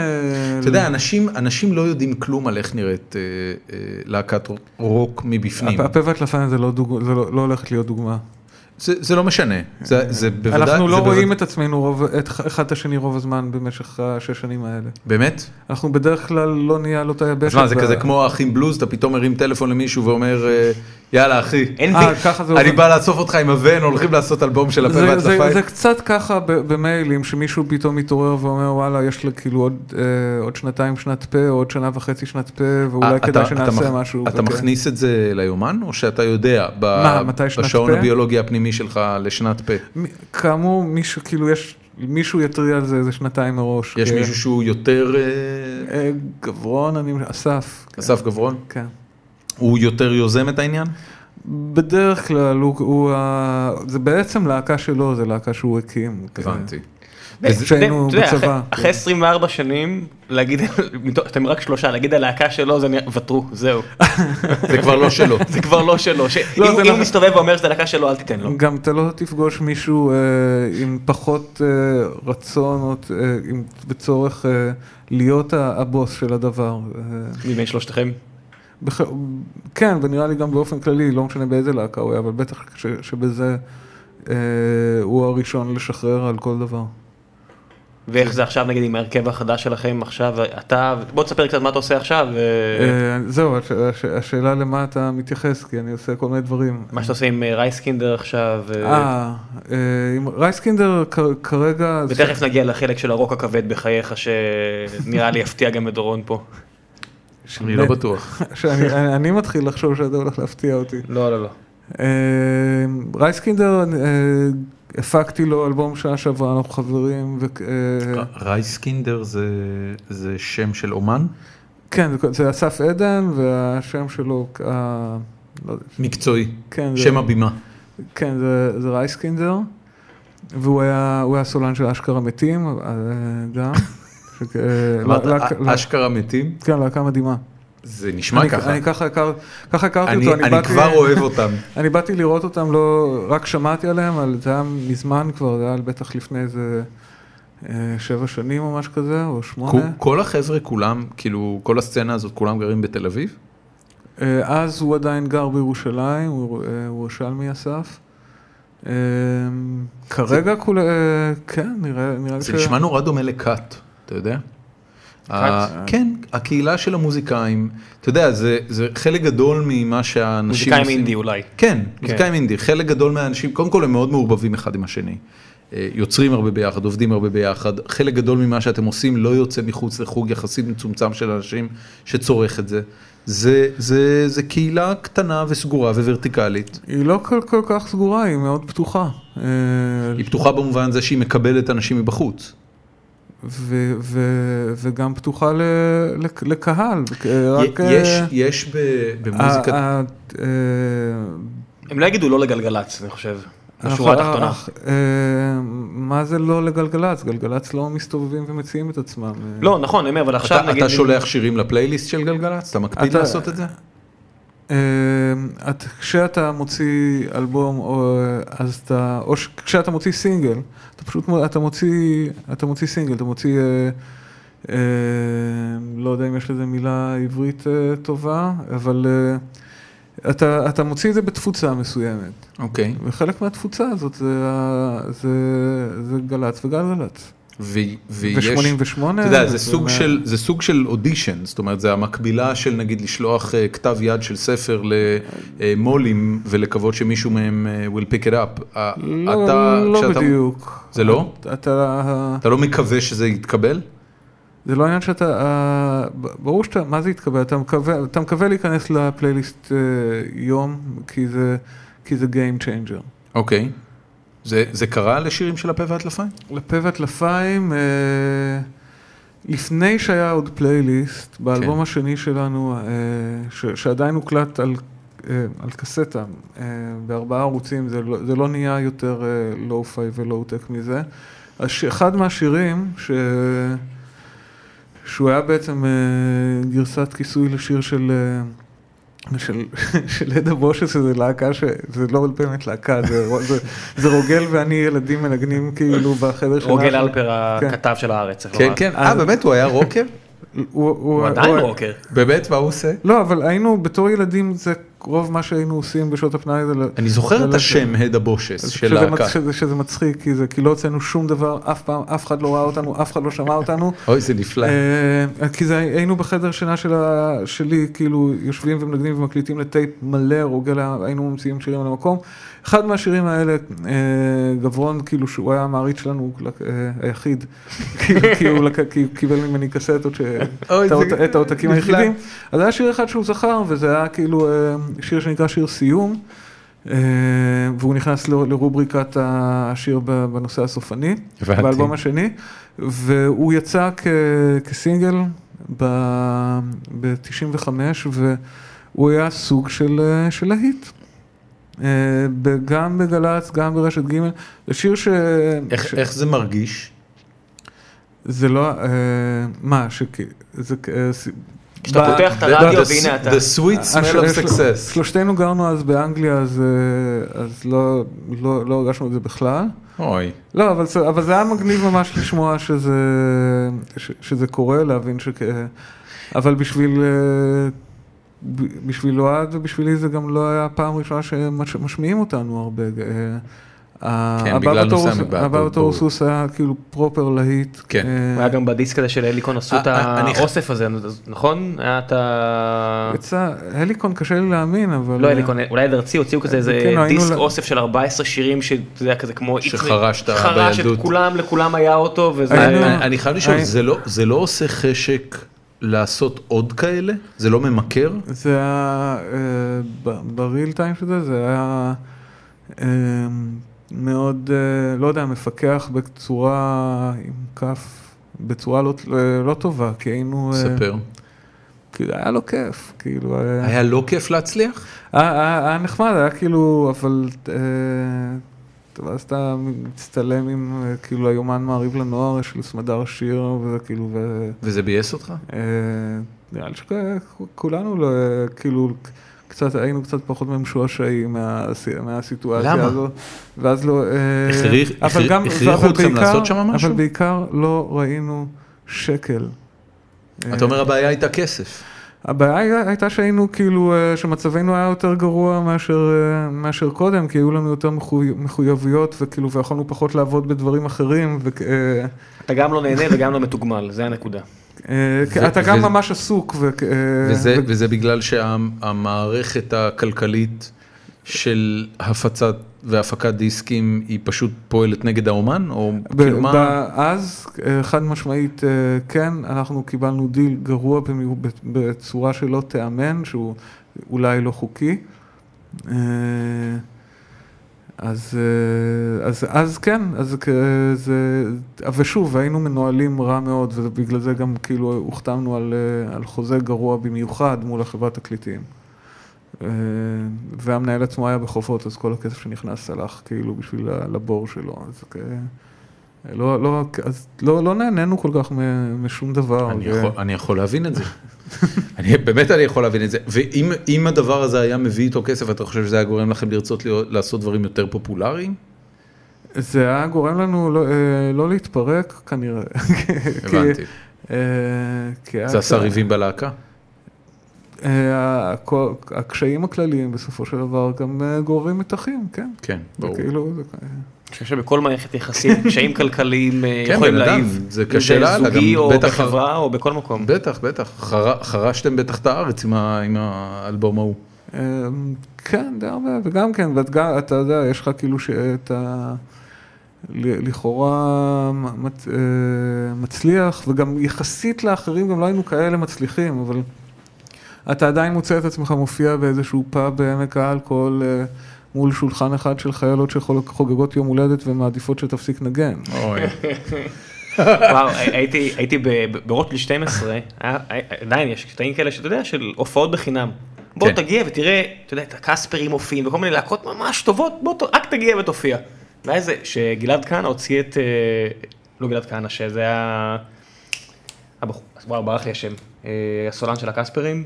A: אתה יודע, אנשים, אנשים לא יודעים כלום על איך נראית אה, אה, להקת רוק מבפנים.
C: הפ- הפה והטלפיים זה לא דוג- זה לא לא הולכת להיות דוגמה.
A: זה, זה לא משנה, זה, זה בוודאי...
C: אנחנו לא
A: זה
C: רואים
A: בוודאי-
C: את עצמנו רוב, את אחד את השני רוב הזמן במשך השש שנים האלה.
A: באמת?
C: אנחנו בדרך כלל לא נהיה על אותה
A: אז
C: יבשת.
A: מה, זה
C: וה-
A: כזה כמו האחים בלוז, אתה פתאום מרים טלפון למישהו ואומר, אה, יאללה אחי,
B: אין
C: אה, ככה זה
A: אני
C: עובד.
A: בא לאסוף אותך עם הוון, הולכים לעשות אלבום של הפה
C: זה, זה, זה
A: והטלפיים.
C: קצת ככה ב- במיילים, שמישהו פתאום מתעורר ואומר, וואלה, יש לי כאילו עוד, אה, עוד שנתיים שנת פה, או עוד שנה וחצי שנת פה, ואולי
A: אה, אתה-
C: כדאי
A: אתה
C: שנעשה
A: מכ-
C: משהו.
A: אתה
C: וכן.
A: מכניס את זה ליומן, או שאתה יודע, ב-
C: מה, מתי שנת
A: בשעון
C: פה?
A: הביולוגי הפנימי שלך לשנת פה?
C: מ- כאמור, מישהו, כאילו, יש, מישהו יתריע על זה איזה שנתיים מראש.
A: יש
C: כן.
A: מישהו שהוא יותר, אה,
C: אה, גברון, אני, אסף. כן,
A: אסף גברון?
C: כן.
A: הוא יותר יוזם את העניין?
C: בדרך כלל הוא, הוא ה... זה בעצם להקה שלו, זה להקה שהוא הקים.
A: הבנתי.
C: וזה- כשהיינו
B: אתה יודע, אחרי-
C: בצבא, כן.
B: אחרי 24 שנים, להגיד, מתוך- אתם רק שלושה, להגיד הלהקה שלו, זה נראה, ותרו, זהו.
A: זה כבר לא שלו.
B: זה כבר לא שלו. ש-
C: לא,
B: אם-
C: זה
B: אם הוא
C: נכון.
B: מסתובב ואומר שזה להקה שלו, אל תיתן לו.
C: גם אתה לא תפגוש מישהו אה, עם פחות אה, רצון או אה, עם- וצורך אה, להיות ה- הבוס של הדבר. אה,
B: מבין שלושתכם.
C: בכ... כן, ונראה לי גם באופן כללי, לא משנה באיזה להקה הוא היה, אבל בטח ש... שבזה אה, הוא הראשון לשחרר על כל דבר.
B: ואיך זה עכשיו נגיד עם ההרכב החדש שלכם עכשיו אתה בוא תספר קצת מה אתה עושה עכשיו ו-
C: אה, זהו, הש... הש... השאלה למה אתה מתייחס, כי אני עושה כל מיני דברים.
B: מה שאתה עושה עם אה, רייסקינדר עכשיו ו-
C: אה, אה, עם רייסקינדר כ- כרגע... זה-
B: ותכף נגיע לחלק של הרוק הכבד בחייך שנראה לי יפתיע גם את דורון פה.
A: אני
C: אה.
A: לא בטוח.
C: שאני אני- אני מתחיל לחשוב שאתה הולך להפתיע אותי.
B: לא לא לא.
C: אה, רייסקינדר, אה, הפקתי לו אלבום שעה שעברה, אנחנו חברים, וכ- אה,
A: רייסקינדר זה- זה שם של אומן?
C: כן, זה- זה אסף עדן, והשם שלו, אה, לא יודע,
A: מקצועי.
C: כן, זה-
A: שם הבימה.
C: כן, זה- זה רייסקינדר, והוא היה הוא היה סולן של אשכרה מתים, אה, גם. שכ- אה,
A: אמרת,
C: להק-
A: "אה,
C: להק-
A: אשכרה מתים?
C: כן, להקה מדהימה.
A: זה נשמע
C: אני-
A: ככה.
C: אני ככה הכר- ככה הכרתי
A: אני
C: אותו,
A: אני
C: באתי-
A: כבר אוהב אותם.
C: אני באתי לראות אותם, לא, רק שמעתי עליהם, אבל זה היה מזמן כבר, זה היה בטח לפני איזה אה, שבע שנים או משהו כזה, או שמונה.
A: כו- כל החבר'ה כולם, כאילו, כל הסצנה הזאת, כולם גרים בתל אביב?
C: אה, אז הוא עדיין גר בירושלים, הוא אה, הוא ירושלמי אסף. אה, כרגע כולה, אה, כן, נראה נראה לי
A: זה נשמע נורא דומה לקאט, אתה יודע? ה- כן, הקהילה של המוזיקאים, אתה יודע, זה זה חלק גדול ממה שהאנשים עושים.
B: מוזיקאים אינדי אולי.
A: כן, מוזיקאים אינדי, חלק גדול מהאנשים, קודם כל הם מאוד מעורבבים אחד עם השני. אה, יוצרים הרבה ביחד, עובדים הרבה ביחד, חלק גדול ממה שאתם עושים לא יוצא מחוץ לחוג יחסית מצומצם של אנשים שצורך את זה. זה, זה, זה קהילה קטנה וסגורה וורטיקלית.
C: היא לא כל כל כך סגורה, היא מאוד פתוחה. אה,
A: היא פתוחה במובן זה שהיא מקבלת אנשים מבחוץ.
C: ו- ו- וגם פתוחה ל- לק- לקהל. אה, רק,
A: י-
C: אה,
A: יש, יש ב, במוזיקה,
C: ה- ה- אה,
B: הם לא יגידו לא לגלגלצ אני חושב. בשורה
C: אנחנו- אה.
B: התחתונה.
C: אך, אה, מה זה לא לגלגלצ? גלגלצ לא מסתובבים ומציעים את עצמם. אה,
B: לא נכון אני אומר אבל עכשיו
A: אתה,
B: נגיד.
A: אתה שולח שירים לפלייליסט של גלגלצ? אתה מקפיד
C: אתה-
A: לעשות את זה?
C: אה, את- כשאתה מוציא אלבום, או, אה, אז אתה, או ש- כשאתה מוציא סינגל, אתה פשוט, מ- אתה מוציא, אתה מוציא סינגל, אתה מוציא, אה, אה, לא יודע אם יש לזה מילה עברית אה, טובה, אבל אה, אתה, אתה מוציא את זה בתפוצה מסוימת,
A: אוקיי.
C: וחלק מהתפוצה הזאת זה, ה- זה, זה גל"צ וגלגלצ.
A: ו, ויש...
C: ו-88.
A: אתה יודע, זה סוג של, זה סוג של אודישן, זאת אומרת, זה המקבילה של נגיד לשלוח אה, כתב יד של ספר למו"לים ולקוות שמישהו מהם אה, will pick it up. אה,
C: לא,
A: אתה-
C: לא
A: כשאתה-
C: בדיוק.
A: זה לא?
C: אתה,
A: אתה לא מקווה שזה יתקבל?
C: זה לא עניין שאתה, אה, ב- ברור שאתה, מה זה התקבל? אתה מקווה, אתה מקווה להיכנס לפלייליסט אה, יום, כי זה, כי זה Game Changer.
A: אוקיי. זה, זה קרה לשירים של הפה והטלפיים?
C: לפה וטלפיים, אה, לפני שהיה עוד פלייליסט, באלבום
A: כן.
C: השני שלנו, אה, ש, שעדיין הוקלט על, אה, על קסטה, אה, בארבעה ערוצים, זה לא, זה לא נהיה יותר אה, לואו-פיי ולואו-טק מזה. הש, אחד מהשירים, ש, שהוא היה בעצם אה, גרסת כיסוי לשיר של... אה, של, של עדה בושס, שזה להקה, ש... זה לא באמת להקה, זה, רו- זה, זה רוגל ואני ילדים מנגנים כאילו בחדר שלנו.
B: רוגל אלפר
C: כן.
B: הכתב של הארץ. צריך
A: כן,
B: לומר.
A: כן. אה, באמת? הוא היה רוקר?
C: הוא, כן. הוא,
B: הוא עדיין רוקר.
A: באמת? מה הוא עושה?
C: לא, אבל היינו בתור ילדים, זה רוב מה שהיינו עושים בשעות הפנאי זה... ל-
A: אני זוכר את
C: ללכת.
A: השם הד הבושס של
C: שזה מצ-
A: להקה.
C: שזה- שזה מצחיק, כי זה, כי לא הוצאנו שום דבר, אף פעם, אף אחד לא ראה אותנו, אף אחד לא שמע אותנו.
A: אוי, זה נפלא.
C: אה, כי זה, היינו בחדר שינה של ה- שלי, כאילו יושבים ומנגנים ומקליטים לטייפ מלא רוגל, היינו ממציאים שירים על המקום. אחד מהשירים האלה, אה, גברון, כאילו שהוא היה המעריץ שלנו, אה, היחיד, כאילו, כי הוא לק- כי הוא קיבל ממני קסטות, ש-
A: אוי,
C: את האות-
A: זה
C: את העותקים
A: נפלא.
C: היחידים. אז היה שיר אחד שהוא זכר, וזה היה כאילו אה, שיר שנקרא שיר סיום, אה, והוא נכנס ל- לרובריקת השיר ב- בנושא הסופני,
A: הבנתי.
C: באלבום השני, והוא יצא כ- כסינגל ב-95, והוא היה סוג של אה, של להיט. אה, ב- גם בגל"צ, גם ברשת ג', זה שיר ש...
A: איך- איך זה מרגיש?
C: זה לא... אה, מה, שכי... זה... כ- אה, ס-
B: כשאתה
C: ב-
B: פותח את
A: The-
B: הרדיו
A: the-
B: והנה אתה.
A: The
C: אה,
A: sweet smell of
C: השל- של-
A: success.
C: שלושתנו גרנו אז באנגליה, אז, אה, אז לא, לא, לא הרגשנו את זה בכלל.
A: אוי.
C: לא, אבל, זה- אבל זה היה מגניב ממש לשמוע שזה, ש, שזה קורה, להבין שכ... אבל בשביל, אה, ב- בשביל אוהד ובשבילי זה גם לא היה פעם ראשונה שמשמיעים אותנו הרבה. אה, ה-
A: כן,
C: הבא
A: בגלל
C: בתור
A: נושא
C: הוא-
A: המדבר,
C: הבא
A: ברור.
C: בתור סוס היה כאילו פרופר להיט.
A: כן.
C: אה,
B: היה גם בדיסק הזה של אליקון עשו
A: אה,
B: את
A: אה, אני ח-
B: האוסף הזה, אז- נכון? היה את ה...
C: יצא, אליקון קשה לי להאמין, אבל...
B: לא אליקון, אולי עד ארצי הוציאו כזה איזה
C: כן, היינו
B: דיסק
C: ל-
B: אוסף של 14 שירים שאתה יודע כזה כמו...
A: שחרשת
B: חרש את
A: בילדות.
B: כולם, לכולם היה אותו, וזה...
C: היינו-
A: אני אני חייב לשאול,
C: אני-
A: זה לא- זה לא עושה חשק לעשות עוד כאלה? זה לא ממכר?
C: זה היה, אה, ב- בריל טיים של זה, זה היה אה, מאוד, אה, לא יודע, מפקח בצורה עם כף, בצורה לא, לא טובה, כי היינו, אה,
A: ספר.
C: כאילו, היה לו כיף, כאילו, אה,
A: היה לא כיף להצליח?
C: היה, היה, היה נחמד, היה כאילו, אבל, אה, טוב, אז אתה מצטלם עם, אה, כאילו, היומן מעריב לנוער, יש לו סמדר שיר, וזה כאילו, ו...
A: וזה ביאס אותך?
C: אה, נראה לי שכולנו לא, כאילו, קצת, היינו קצת פחות ממשועשעים מה- מהסיטואציה
A: למה?
C: הזו. ואז לא... אה,
A: הכריח-
C: אבל
A: הכריח-
C: גם-
A: הכריחו
C: אבל
A: אתכם
C: בעיקר-
A: לעשות שם משהו?
C: אבל בעיקר לא ראינו שקל. אה.
A: אתה אומר הבעיה הייתה כסף.
C: הבעיה היה- הייתה שהיינו כאילו, אה, שמצבנו היה יותר גרוע מאשר, אה, מאשר קודם, כי היו לנו יותר מחוי- מחויבויות, וכאילו, ויכולנו פחות לעבוד בדברים אחרים, וכ- אה,
B: אתה גם לא נהנה וגם לא מתוגמל, זה הנקודה.
C: אה,
A: ו-
C: אתה גם
A: ו-
C: ממש עסוק, וכ- אה,
A: וזה, וזה בגלל שהמערכת הכלכלית של הפצת והפקת דיסקים היא פשוט פועלת נגד האומן? או
C: ב-
A: כאילו מה?
C: ב- אז אה, חד משמעית אה, כן, אנחנו קיבלנו דיל גרוע במי- ב- בצורה שלא תיאמן, שהוא אולי לא חוקי. אה, אז, אה, אז, אז כן, אז כ- זה, ושוב, היינו מנוהלים רע מאוד, ובגלל זה גם כאילו הוחתמנו על, אה, על חוזה גרוע במיוחד מול החברת תקליטים. אה, והמנהל עצמו היה בחובות, אז כל הכסף שנכנס הלך כאילו בשביל ה- לבור שלו. אז כ- לא, לא, אז לא, לא נהנינו כל כך מ- משום דבר.
A: אני,
C: ו-
A: יכול, אני יכול להבין את זה. אני, באמת אני יכול להבין את זה. ואם אם הדבר הזה היה מביא איתו כסף, אתה חושב שזה היה גורם לכם לרצות להיות, לעשות דברים יותר פופולריים?
C: כן. זה היה גורם לנו לא, אה, לא להתפרק כנראה. כי-
A: הבנתי.
C: אה, כי היה
A: זה עשה
C: קצת-
A: ריבים בלהקה?
C: אה, הכו- הקשיים הכלליים בסופו של דבר גם אה, גוררים מתחים, כן.
A: כן,
C: זה
A: ברור.
C: כאילו, זה כ-
B: אני חושב שבכל מערכת יחסים, קשיים כלכליים אה,
A: כן,
B: יכולים
A: בן אדם,
B: להעיב.
A: זה קשה לאללה,
B: אם זה זוגי
A: גם
B: או
A: בטח-
B: בחברה או בכל מקום.
A: בטח, בטח. חר, חרשתם בטח את הארץ עם, ה, עם האלבום ההוא.
C: אה, כן, די הרבה, וגם כן, ואת גם- אתה יודע, יש לך כאילו שאת ה... ל- לכאורה מ- מצ- אה, מצליח, וגם יחסית לאחרים גם לא היינו כאלה מצליחים, אבל אתה עדיין מוצא את עצמך מופיע באיזשהו פאב בעמק האלכוהול אה, מול שולחן אחד של חיילות שחוגגות יום הולדת ומעדיפות שתפסיק לנגן.
A: אוי,
B: וואו, הי- הייתי, הייתי ב- ב- ברוטלי 12, היה- היה- עדיין יש קטעים כאלה שאתה יודע, של הופעות בחינם. בוא
A: כן.
B: תגיע ותראה, אתה יודע, את הקספרים מופיעים וכל מיני להקות ממש טובות, בוא ת- רק תגיע ותופיע. והיה איזה, שגלעד כהנא הוציא את, אה, לא גלעד כהנא, שזה היה, הבחור- וואו, ברח לי השם, אה, הסולן של הקספרים.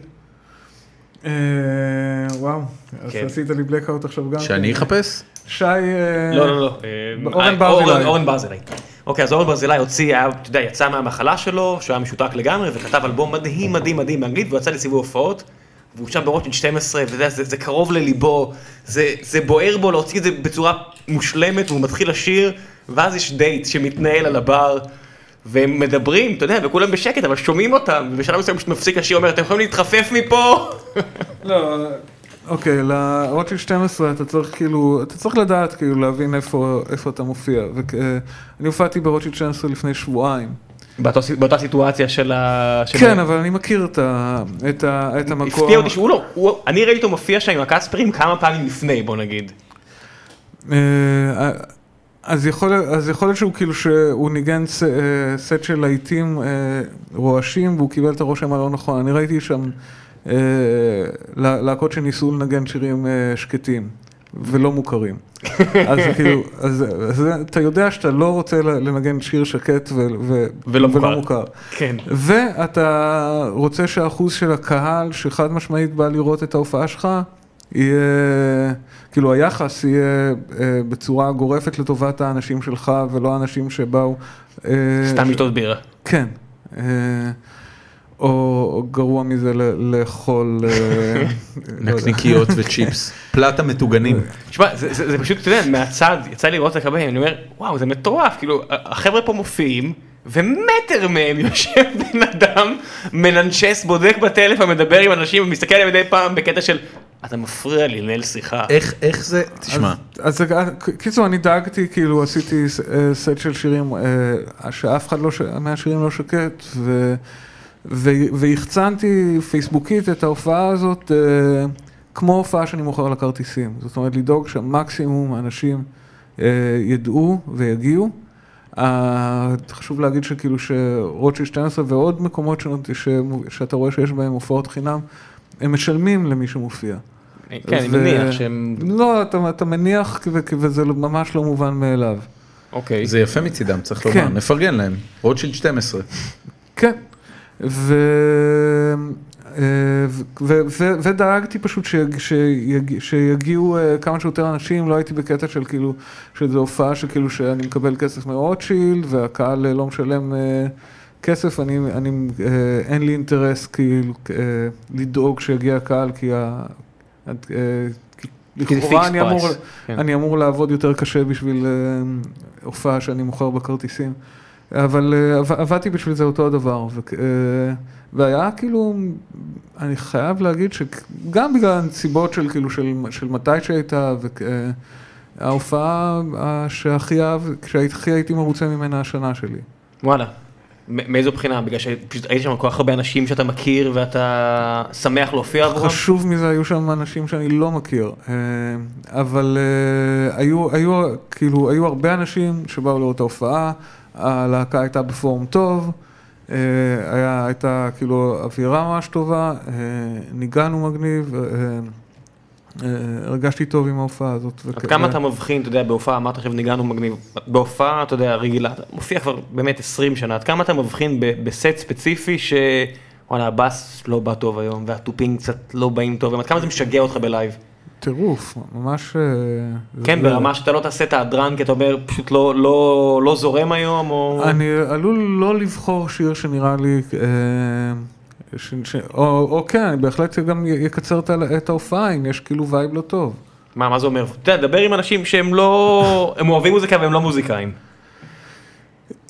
C: אה, וואו, אז
B: כן.
C: עשית לי blackout עכשיו גם.
A: שאני
C: כן.
A: אחפש?
C: שי... אה,
B: לא, לא, לא. אה,
C: אורן
B: אה,
C: ברזילי.
B: אורן- אורן ברזילי. אוקיי, אז אורן ברזילי הוציא, היה, אתה יודע, יצא מהמחלה שלו, שהוא היה משותק לגמרי, וכתב אלבום מדהים, מדהים, מדהים באנגלית, והוא יצא לסיבוב הופעות. והוא שם ברוטשטיין 12, וזה זה, זה קרוב לליבו, זה, זה בוער בו להוציא את זה בצורה מושלמת, והוא מתחיל לשיר, ואז יש דייט שמתנהל על הבר, והם מדברים, אתה יודע, וכולם בשקט, אבל שומעים אותם, ובשלב מסוים פשוט מפסיק השיר, אומר, אתם יכולים להתחפף מפה?
C: לא, אוקיי, לרוטשילד 12 אתה צריך כאילו, אתה צריך לדעת כאילו להבין איפה, איפה אתה מופיע. ואני הופעתי ברוטשילד 12 לפני שבועיים.
B: באותו, באותה סיטואציה של ה... של
C: כן, אבל אני מכיר את, ה, את, ה, את המקום.
B: הפתיע אותי שהוא לא, הוא, אני ראיתי אותו מופיע שם עם הקספרים כמה פעמים לפני, בוא נגיד.
C: אה, אז יכול, אז יכול להיות שהוא כאילו שהוא ניגן ס, אה, סט של להיטים אה, רועשים והוא קיבל את הרושם הלא נכון. אני ראיתי שם אה, לה- להקות שניסו לנגן שירים אה, שקטים ולא מוכרים. אז זה כאילו, אז, אז אתה יודע שאתה לא רוצה לנגן שיר שקט ו, ו,
B: ולא מוכר.
C: ולא מוכר.
B: כן.
C: ואתה רוצה שהאחוז של הקהל שחד משמעית בא לראות את ההופעה שלך, יהיה, כאילו היחס יהיה אה, בצורה גורפת לטובת האנשים שלך ולא האנשים שבאו. אה,
B: סתם לשתות בירה.
C: כן. אה, או, או גרוע מזה ל- לאכול... אה, לא יודע.
A: נקניקיות וצ'יפס, פלטה מטוגנים.
B: תשמע, זה, זה, זה פשוט, אתה יודע, מהצד, יצא לי לראות את הכבאים, אני אומר, וואו, זה מטורף, כאילו, ה- החבר'ה פה מופיעים, ומטר מהם יושב בן אדם, מננשס, בודק בטלפון, מדבר עם אנשים, ומסתכל עליהם מדי פעם בקטע של, אתה מפריע לי לנהל שיחה.
A: איך, איך זה, תשמע,
C: אז זה- קיצור, אני דאגתי, כאילו עשיתי ס- אה, סט של שירים אה, שאף אחד לא ש- מהשירים לא שקט, ו- ו- והחצנתי פייסבוקית את ההופעה הזאת אה, כמו הופעה שאני מוכר לה כרטיסים. זאת אומרת, לדאוג שהמקסימום האנשים אה, ידעו ויגיעו. אה, חשוב להגיד שכאילו שרוטשילד 12 ועוד מקומות ש- ש- שאתה רואה שיש בהם הופעות חינם, הם משלמים למי שמופיע.
B: כן, אני
C: ו-
B: מניח שהם...
C: לא, אתה, אתה מניח, ו- וזה ממש לא מובן מאליו.
B: אוקיי.
A: זה יפה מצידם, צריך
C: כן.
A: לומר, נפרגן להם, רוטשילד 12.
C: כן. ו... אה, ו- ו- ו- ודאגתי פשוט ש- שיג- שיגיעו אה, כמה שיותר אנשים, לא הייתי בקטע של כאילו, שזו הופעה שכאילו שאני מקבל כסף מרוטשילד והקהל אה, לא משלם אה, כסף, אני, אני, אה, אין לי אינטרס כאילו אה, לדאוג שיגיע הקהל כי ה... אה, כי
B: כי זה
C: לכאורה
B: fixed
C: אני אמור,
B: price, כן.
C: אני אמור לעבוד יותר קשה בשביל אה, הופעה שאני מוכר בכרטיסים. אבל אה, עב- עבדתי בשביל זה אותו הדבר, וכ- אה, והיה כאילו, אני חייב להגיד שגם בגלל הנסיבות של כאילו של, של מתי שהייתה, וההופעה שהכי אהב, שהכי הייתי מרוצה ממנה השנה שלי.
B: וואלה. מ- מאיזו בחינה? בגלל שפשוט היית שם כל כך הרבה אנשים שאתה מכיר ואתה שמח להופיע עבורם?
C: חשוב מזה, היו שם אנשים שאני לא מכיר, אה, אבל אה, היו, היו, כאילו, היו הרבה אנשים שבאו לראות את ההופעה, הלהקה הייתה בפורום טוב, אה, היה, הייתה כאילו אווירה ממש טובה, אה, ניגענו מגניב, אה, אה, הרגשתי טוב עם ההופעה הזאת.
B: עד
C: וכ-
B: כמה אתה מבחין, אתה יודע, בהופעה, אמרת עכשיו ניגענו מגניב, בהופעה, אתה יודע, רגילה, אתה מופיע כבר באמת 20 שנה, עד כמה אתה מבחין ב- בסט ספציפי ש... וואלה, הבאס לא בא טוב היום, והתופים קצת לא באים טוב, עד כמה זה משגע אותך בלייב?
C: טירוף, ממש... אה, זה-
B: כן,
C: זה-
B: ברמה שאתה לא תעשה את ההדרן, כי אתה אומר, פשוט לא- לא לא זורם היום, או...
C: אני עלול לא לבחור שיר שנראה לי, אה, ש, ש, או, או כן, אני בהחלט גם י- יקצר את, ה- את ההופעה אם יש כאילו וייב לא טוב.
B: מה, מה זה אומר? אתה יודע, דבר עם אנשים שהם לא... הם אוהבים מוזיקה והם לא מוזיקאים.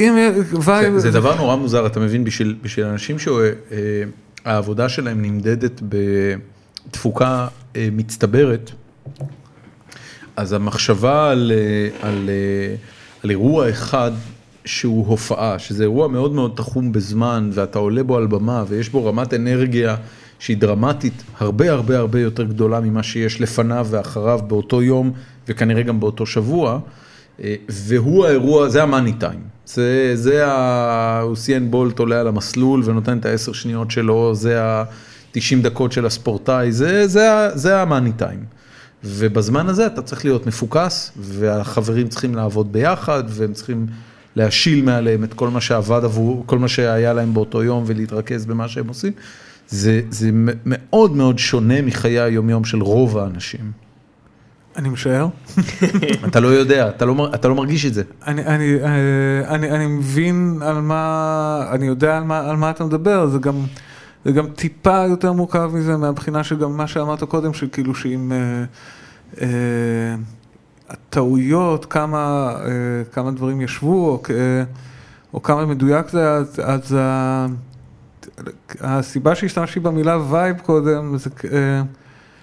C: אם יהיה וייב,
A: זה- זה דבר נורא מוזר, אתה מבין, בשביל, בשביל אנשים שהעבודה שלהם נמדדת בתפוקה אה, מצטברת, אז המחשבה על, אה, על, אה, על אירוע אחד שהוא הופעה, שזה אירוע מאוד מאוד תחום בזמן, ואתה עולה בו על במה, ויש בו רמת אנרגיה שהיא דרמטית הרבה הרבה הרבה יותר גדולה ממה שיש לפניו ואחריו באותו יום, וכנראה גם באותו שבוע, אה, והוא האירוע, זה המאני טיים. זה, זה ה... סיאן בולט עולה על המסלול ונותן את העשר שניות שלו, זה ה-90 דקות של הספורטאי, זה, זה, ה- זה המאני טיים. ובזמן הזה אתה צריך להיות מפוקס, והחברים צריכים לעבוד ביחד, והם צריכים להשיל מעליהם את כל מה שעבד עבור, כל מה שהיה להם באותו יום, ולהתרכז במה שהם עושים. זה, זה מ- מאוד מאוד שונה מחיי היומיום של רוב האנשים.
C: אני משער.
A: אתה לא יודע, אתה לא, מר- אתה לא מרגיש את זה.
C: אני, אני, אה, אני, אני מבין על מה, אני יודע על מה, על מה אתה מדבר, זה גם, זה גם טיפה יותר מורכב מזה מהבחינה שגם מה שאמרת קודם, שכאילו שאם... אה, אה, הטעויות, כמה, אה, כמה דברים ישבו, או, כ- אה, או כמה מדויק זה, היה, אז, אז ה- הסיבה שהשתמשתי במילה וייב קודם, זה כ- אה,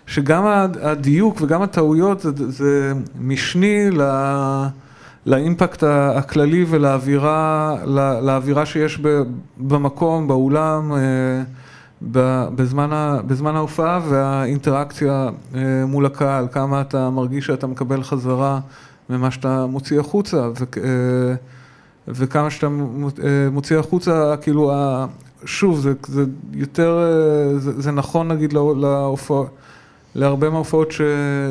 C: שגם הד- הדיוק וגם הטעויות זה, זה משני ל, לאימפקט ה- הכללי ולאווירה לא, לאווירה שיש ב, במקום, באולם. אה, ב- בזמן, ה, בזמן ההופעה והאינטראקציה אה, מול הקהל, כמה אתה מרגיש שאתה מקבל חזרה ממה שאתה מוציא החוצה, ו, אה, וכמה שאתה מו- אה, מוציא החוצה, כאילו, ה- שוב, זה, זה יותר, אה, זה, זה נכון נגיד לא- להופעה, להרבה מההופעות ש,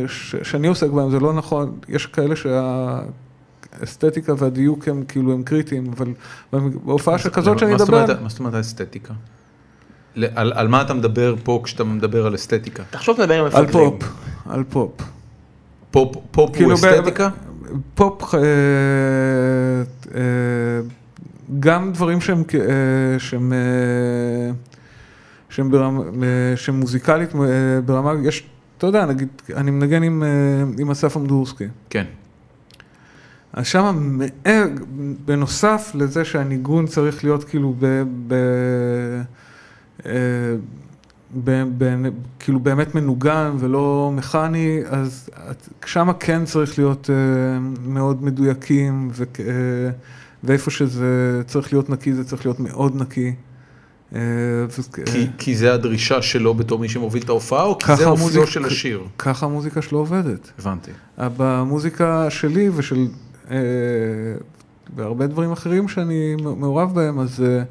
C: ש, שאני עוסק בהן, זה לא נכון, יש כאלה שה... אסתטיקה והדיוק הם כאילו הם קריטיים, אבל בהופעה שכזאת שאני
A: מה זאת
C: אדבר...
A: אומרת- מה זאת אומרת האסתטיקה? ל- על על מה אתה מדבר פה כשאתה מדבר על אסתטיקה?
B: תחשוב נדבר עם
C: על
B: מפקדים.
C: פופ, על פופ.
A: פופ פופ הוא
C: כאילו, ב-
A: אסתטיקה?
C: פופ, אה, אה, גם דברים שהם, כ- אה, שהם, אה, שהם, ברמה, אה, שהם מוזיקלית, אה, ברמה, יש, אתה יודע, נגיד, אני מנגן עם, אה, עם אסף עמדורסקי.
A: כן.
C: אז שמה, מעבר- בנוסף לזה שהניגון צריך להיות כאילו ב... ב אה, ב, ב, כאילו באמת מנוגן ולא מכני, אז את- שמה כן צריך להיות אה, מאוד מדויקים, ו, אה, ואיפה שזה צריך להיות נקי, זה צריך להיות מאוד נקי. אה, ו, אה,
A: כי- כי זה הדרישה שלו בתור מי שמוביל את ההופעה, או כי זה אופיו של השיר?
C: ככה המוזיקה שלו עובדת.
A: הבנתי.
C: אה, במוזיקה שלי ושל אה, בהרבה דברים אחרים שאני מעורב בהם, אז אה,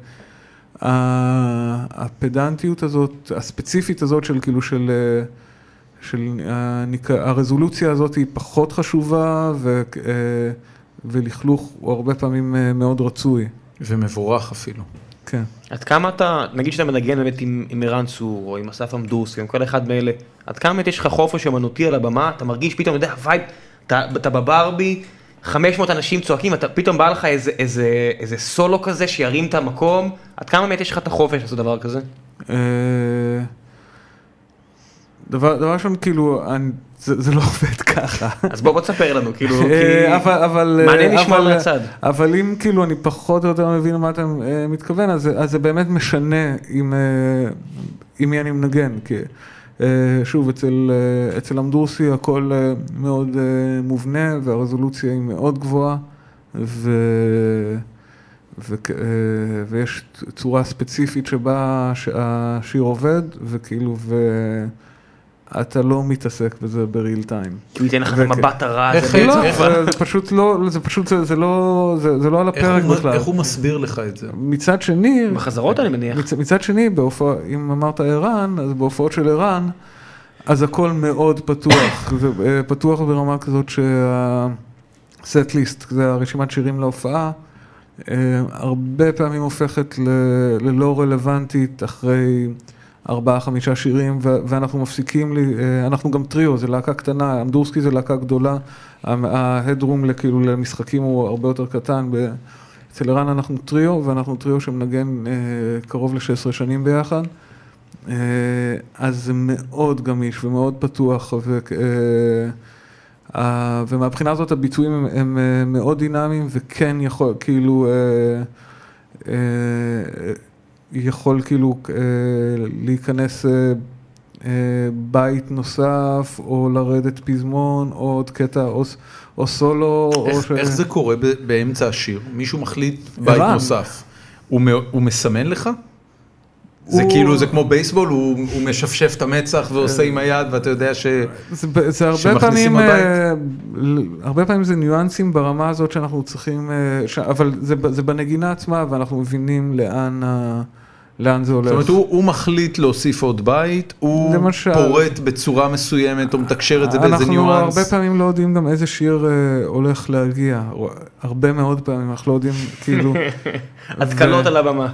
C: ה- הפדנטיות הזאת, הספציפית הזאת של כאילו של, אה, של הניק... הרזולוציה הזאת היא פחות חשובה ו... אה, ולכלוך הוא הרבה פעמים אה, מאוד רצוי.
A: ומבורך אפילו.
C: כן.
B: עד כמה אתה, נגיד שאתה מנגן באמת עם עם ערן צור, או עם אסף עמדורסקי, עם כל אחד מאלה, עד כמה באמת יש לך חופש אמנותי על הבמה, אתה מרגיש פתאום, אתה יודע, וייב, אתה אתה בברבי, 500 אנשים צועקים, אתה פתאום בא לך איזה- איזה איזה סולו כזה שירים את המקום, עד כמה באמת יש לך את החופש לעשות דבר כזה?
C: אה, דבר דבר ראשון, כאילו, אני, זה, זה לא עובד ככה.
B: אז בוא בוא תספר לנו, כאילו,
C: אה,
B: כי...
C: אבל, אבל,
B: מעניין
C: אה,
B: לשמוע
C: אבל-
B: מהצד.
C: אבל אם כאילו אני פחות או יותר מבין למה אתה אה, מתכוון, אז, אז זה באמת משנה עם, אה, עם מי אני מנגן. כי, אה, שוב, אצל, אה, אצל אמדורסי הכל אה, מאוד אה, מובנה והרזולוציה היא מאוד גבוהה, ו, ו, אה, ויש צורה ספציפית שבה הש- השיר עובד, וכאילו, ו... אתה לא מתעסק בזה ב-real time.
B: כי הוא ייתן לך את
C: וכן.
B: המבט הרע
A: איך
B: הזה
A: היית-
C: לא,
B: בעצם.
A: איך-
C: זה- זה פשוט לא, זה פשוט, זה- זה לא, זה זה לא על
A: איך
C: הפרק
A: הוא-
C: בכלל.
A: איך הוא מסביר לך את זה?
C: מצד שני,
B: בחזרות אני מניח.
C: מצ- מצד שני, בהופע- אם אמרת ערן, אז בהופעות של ערן, אז הכל מאוד פתוח, זה אה, פתוח ברמה כזאת שהסט ליסט, זה הרשימת שירים להופעה, אה, הרבה פעמים הופכת ל- ללא רלוונטית אחרי ארבעה, חמישה שירים, ו- ואנחנו מפסיקים, ל- אה, אנחנו גם טריו, זה להקה קטנה, אמדורסקי זה להקה גדולה, ההדרום לכאילו למשחקים הוא הרבה יותר קטן. ב- אצל ערן אנחנו טריו, ואנחנו טריו שמנגן אה, קרוב ל-16 שנים ביחד. אה, אז זה מאוד גמיש ומאוד פתוח, ו, אה, ה- ומהבחינה הזאת הביצועים הם, הם אה, מאוד דינמיים, וכן יכול, כאילו, אה, אה, יכול כאילו אה, להיכנס אה, אה, בית נוסף, או לרדת פזמון, או עוד קטע, או, ס- או סולו, או...
A: איך- איך זה קורה ב- באמצע השיר? מישהו מחליט בית
C: ערן.
A: נוסף. הוא מ- הוא מסמן לך? זה
C: הוא- כן.
A: כאילו, זה כמו בייסבול, הוא הוא משפשף את המצח ועושה עם היד, ואתה יודע ש...
C: זה, ב- זה הרבה
A: שמכניסים
C: פעמים, אה, ל- הרבה פעמים זה ניואנסים ברמה הזאת שאנחנו צריכים, אה, ש... אבל זה, ב- זה בנגינה עצמה ואנחנו מבינים לאן, ה- לאן זה הולך.
A: זאת אומרת, הוא הוא מחליט להוסיף עוד בית, הוא
C: למשל.
A: פורט בצורה מסוימת, או מתקשר את זה באיזה
C: אנחנו הרבה
A: ניואנס.
C: פעמים לא יודעים גם איזה שיר אה, הולך להגיע, הרבה מאוד פעמים אנחנו לא יודעים, כאילו,
B: התקלות על הבמה.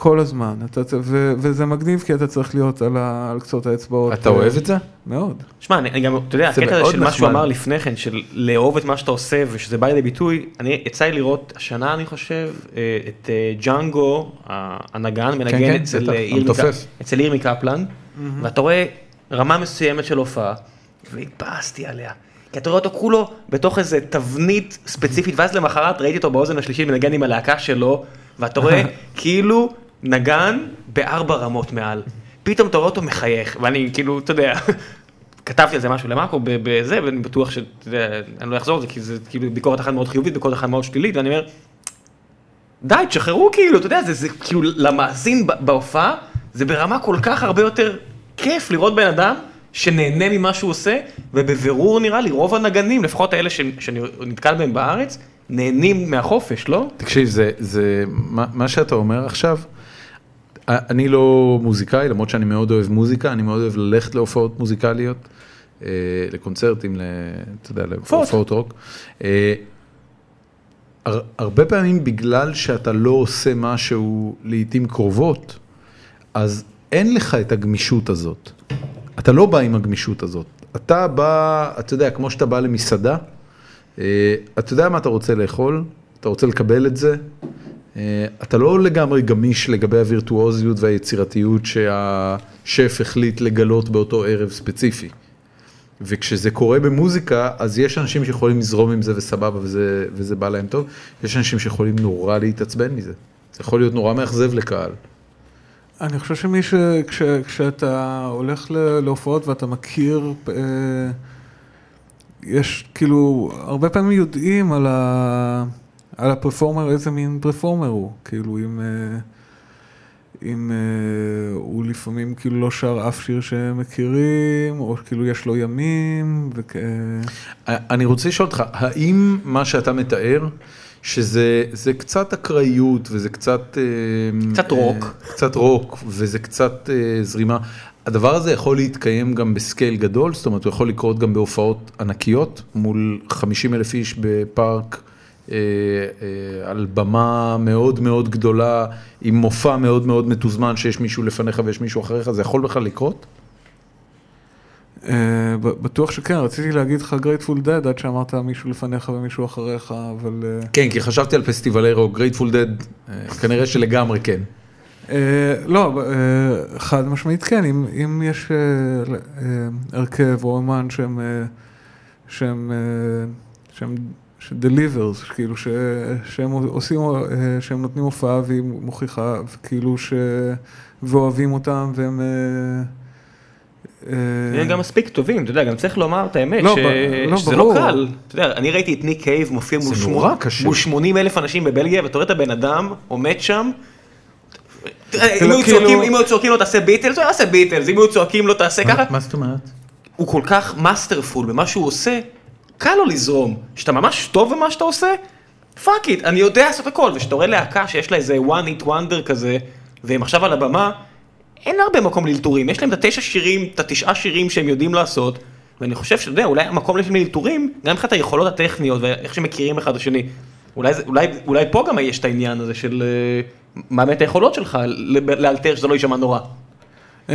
C: כל הזמן, אתה, צ- ו, וזה מגניב כי אתה צריך להיות על, ה, על קצות האצבעות. אה,
A: אתה אוהב את זה?
C: מאוד.
B: שמע, אני, אני גם, אתה יודע,
A: זה
B: הקטע הזה
A: מאוד
B: של מה שהוא
A: נחמד.
B: אמר לפני כן, של לאהוב את מה שאתה עושה ושזה בא לידי ביטוי, אני, יצא לי לראות השנה, אני חושב, אה, את אה, ג'אנגו, הנגן, מנגן
A: כן,
B: אצל,
A: בטח,
B: אה, עיר
A: המתופף.
B: מק- אצל עיר מקפלן, ואתה רואה רמה מסוימת של הופעה, והתבאסתי עליה. כי אתה רואה אותו כולו בתוך איזה תבנית ספציפית, ואז למחרת ראיתי אותו באוזן השלישית מנגן עם הלהקה שלו, ואתה רואה כאילו נגן בארבע רמות מעל. פתאום אתה רואה אותו מחייך, ואני כאילו, אתה יודע, כתבתי על זה משהו למאקו ב- בזה, ואני בטוח שאתה יודע, אני לא אחזור על זה, כי זה כאילו ביקורת אחת מאוד חיובית, ביקורת אחת מאוד שלילית, ואני אומר, די, תשחררו כאילו, אתה יודע, זה, זה כאילו למאזין ב- בהופעה, זה ברמה כל כך הרבה יותר כיף לראות בן אדם שנהנה ממה שהוא עושה, ובבירור נראה לי רוב הנגנים, לפחות האלה ש- שאני נתקל בהם בארץ, נהנים מהחופש, לא?
A: תקשיב, זה, זה מה, מה שאתה אומר עכשיו, א- אני לא מוזיקאי, למרות שאני מאוד אוהב מוזיקה, אני מאוד אוהב ללכת להופעות מוזיקליות, אה, לקונצרטים, ל, אתה יודע, להופעות רוק. אה, הר, הרבה פעמים בגלל שאתה לא עושה משהו לעיתים קרובות, אז אין לך את הגמישות הזאת. אתה לא בא עם הגמישות הזאת. אתה בא, אתה יודע, כמו שאתה בא למסעדה, אה, אתה יודע מה אתה רוצה לאכול, אתה רוצה לקבל את זה. אה, אתה לא לגמרי גמיש לגבי הווירטואוזיות והיצירתיות שהשף החליט לגלות באותו ערב ספציפי. וכשזה קורה במוזיקה, אז יש אנשים שיכולים לזרום עם זה וסבבה וזה, וזה בא להם טוב, יש אנשים שיכולים נורא להתעצבן מזה. זה יכול להיות נורא מאכזב לקהל.
C: אני חושב שמי ש... כש, כשאתה הולך ל- להופעות ואתה מכיר, אה, יש כאילו, הרבה פעמים יודעים על, ה, על הפרפורמר, איזה מין פרפורמר הוא, כאילו אם, אה, אם אה, הוא לפעמים כאילו לא שר אף שיר שמכירים, או כאילו יש לו ימים, וכ... אה,
A: אני רוצה לשאול אותך, האם מה שאתה מתאר, שזה זה קצת אקראיות וזה קצת... אה,
B: קצת רוק.
A: אה, קצת רוק וזה קצת אה, זרימה, הדבר הזה יכול להתקיים גם בסקייל גדול, זאת אומרת הוא יכול לקרות גם בהופעות ענקיות מול 50 אלף איש בפארק. אה, אה, על במה מאוד מאוד גדולה, עם מופע מאוד מאוד מתוזמן שיש מישהו לפניך ויש מישהו אחריך, זה יכול בכלל לקרות?
C: אה, ב- בטוח שכן, רציתי להגיד לך גרייטפול דד עד שאמרת מישהו לפניך ומישהו אחריך, אבל... אה,
A: כן, כי חשבתי על פסטיבלי רוק, גרייטפול דד, כנראה שלגמרי כן.
C: אה, לא, אה, חד משמעית כן, אם, אם יש אה, אה, הרכב או אומן שהם, אה, שהם, אה, שהם דליברס, כאילו ש, שהם עושים, אה, שהם נותנים הופעה והיא מוכיחה, כאילו ש... ואוהבים אותם והם... אה, אה,
B: הם גם מספיק טובים, אתה יודע, גם צריך לומר את האמת,
C: לא,
B: ש-
C: ב- לא,
B: שזה לא
C: ברור.
B: קל. אתה יודע, אני ראיתי את ניק קייב מופיע מול
A: זה
B: שמונה-
A: נורא קשה.
B: מול 80 אלף אנשים בבלגיה, ואתה רואה את הבן אדם עומד שם. אה, אם
C: לא,
B: היו
C: כאילו-
B: צועקים- אם היו צועקים לו תעשה ביטלס, הוא יעשה ביטלס, אם היו צועקים לו תעשה ככה,
A: מה זאת אומרת?
B: הוא כל כך מאסטרפול במה שהוא עושה, קל לו לזרום. כשאתה ממש טוב במה שאתה עושה, פאק איט, אני יודע לעשות הכל. וכשאתה רואה להקה שיש לה איזה one hit wonder כזה, והם עכשיו על הבמה, אין לה הרבה מקום לאלתורים. יש להם את התשע שירים, את התשעה שירים שהם יודעים לעשות, ואני חושב שאתה יודע, אולי המקום לאלתורים, גם מבחינת היכולות הטכניות ואיך שמכירים אחד את השני. אולי, זה- אולי, אולי פה גם יש את העניין הזה של אה, מה באמת היכולות שלך, לב- לאלתר שזה לא יישמע נורא.
C: אה,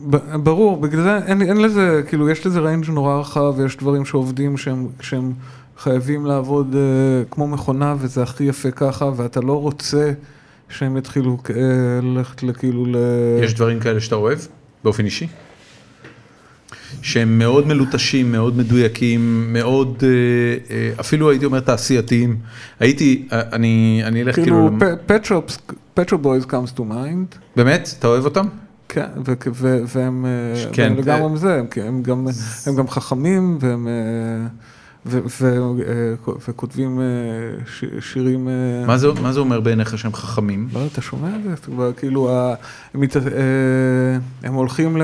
C: ב- ברור, בגלל זה אין, אין לזה, כאילו, יש לזה ריינג' נורא רחב, ויש דברים שעובדים שהם, שהם חייבים לעבוד אה, כמו מכונה, וזה הכי יפה ככה, ואתה לא רוצה שהם יתחילו אה, ללכת לכאילו ל...
A: יש דברים כאלה שאתה אוהב, באופן אישי? שהם מאוד מלוטשים, מאוד מדויקים, מאוד, אה, אה, אפילו הייתי אומר תעשייתיים. הייתי, אה, אני אני אלך
C: כאילו,
A: כאילו,
C: פטרו בויז comes to mind.
A: באמת? אתה אוהב אותם?
C: כן, ו- ו- והם, אה,
A: כן,
C: והם
A: אה.
C: לגמרי מזה, הם, כי הם, גם, הם גם חכמים והם אה, ו- ו- אה, וכותבים אה, ש- שירים... אה,
A: מה זה- מה זה אומר בעיניך שהם חכמים?
C: לא, אתה שומע את זה? אתה כבר כאילו, ה- הם, מת... אה, הם הולכים ל...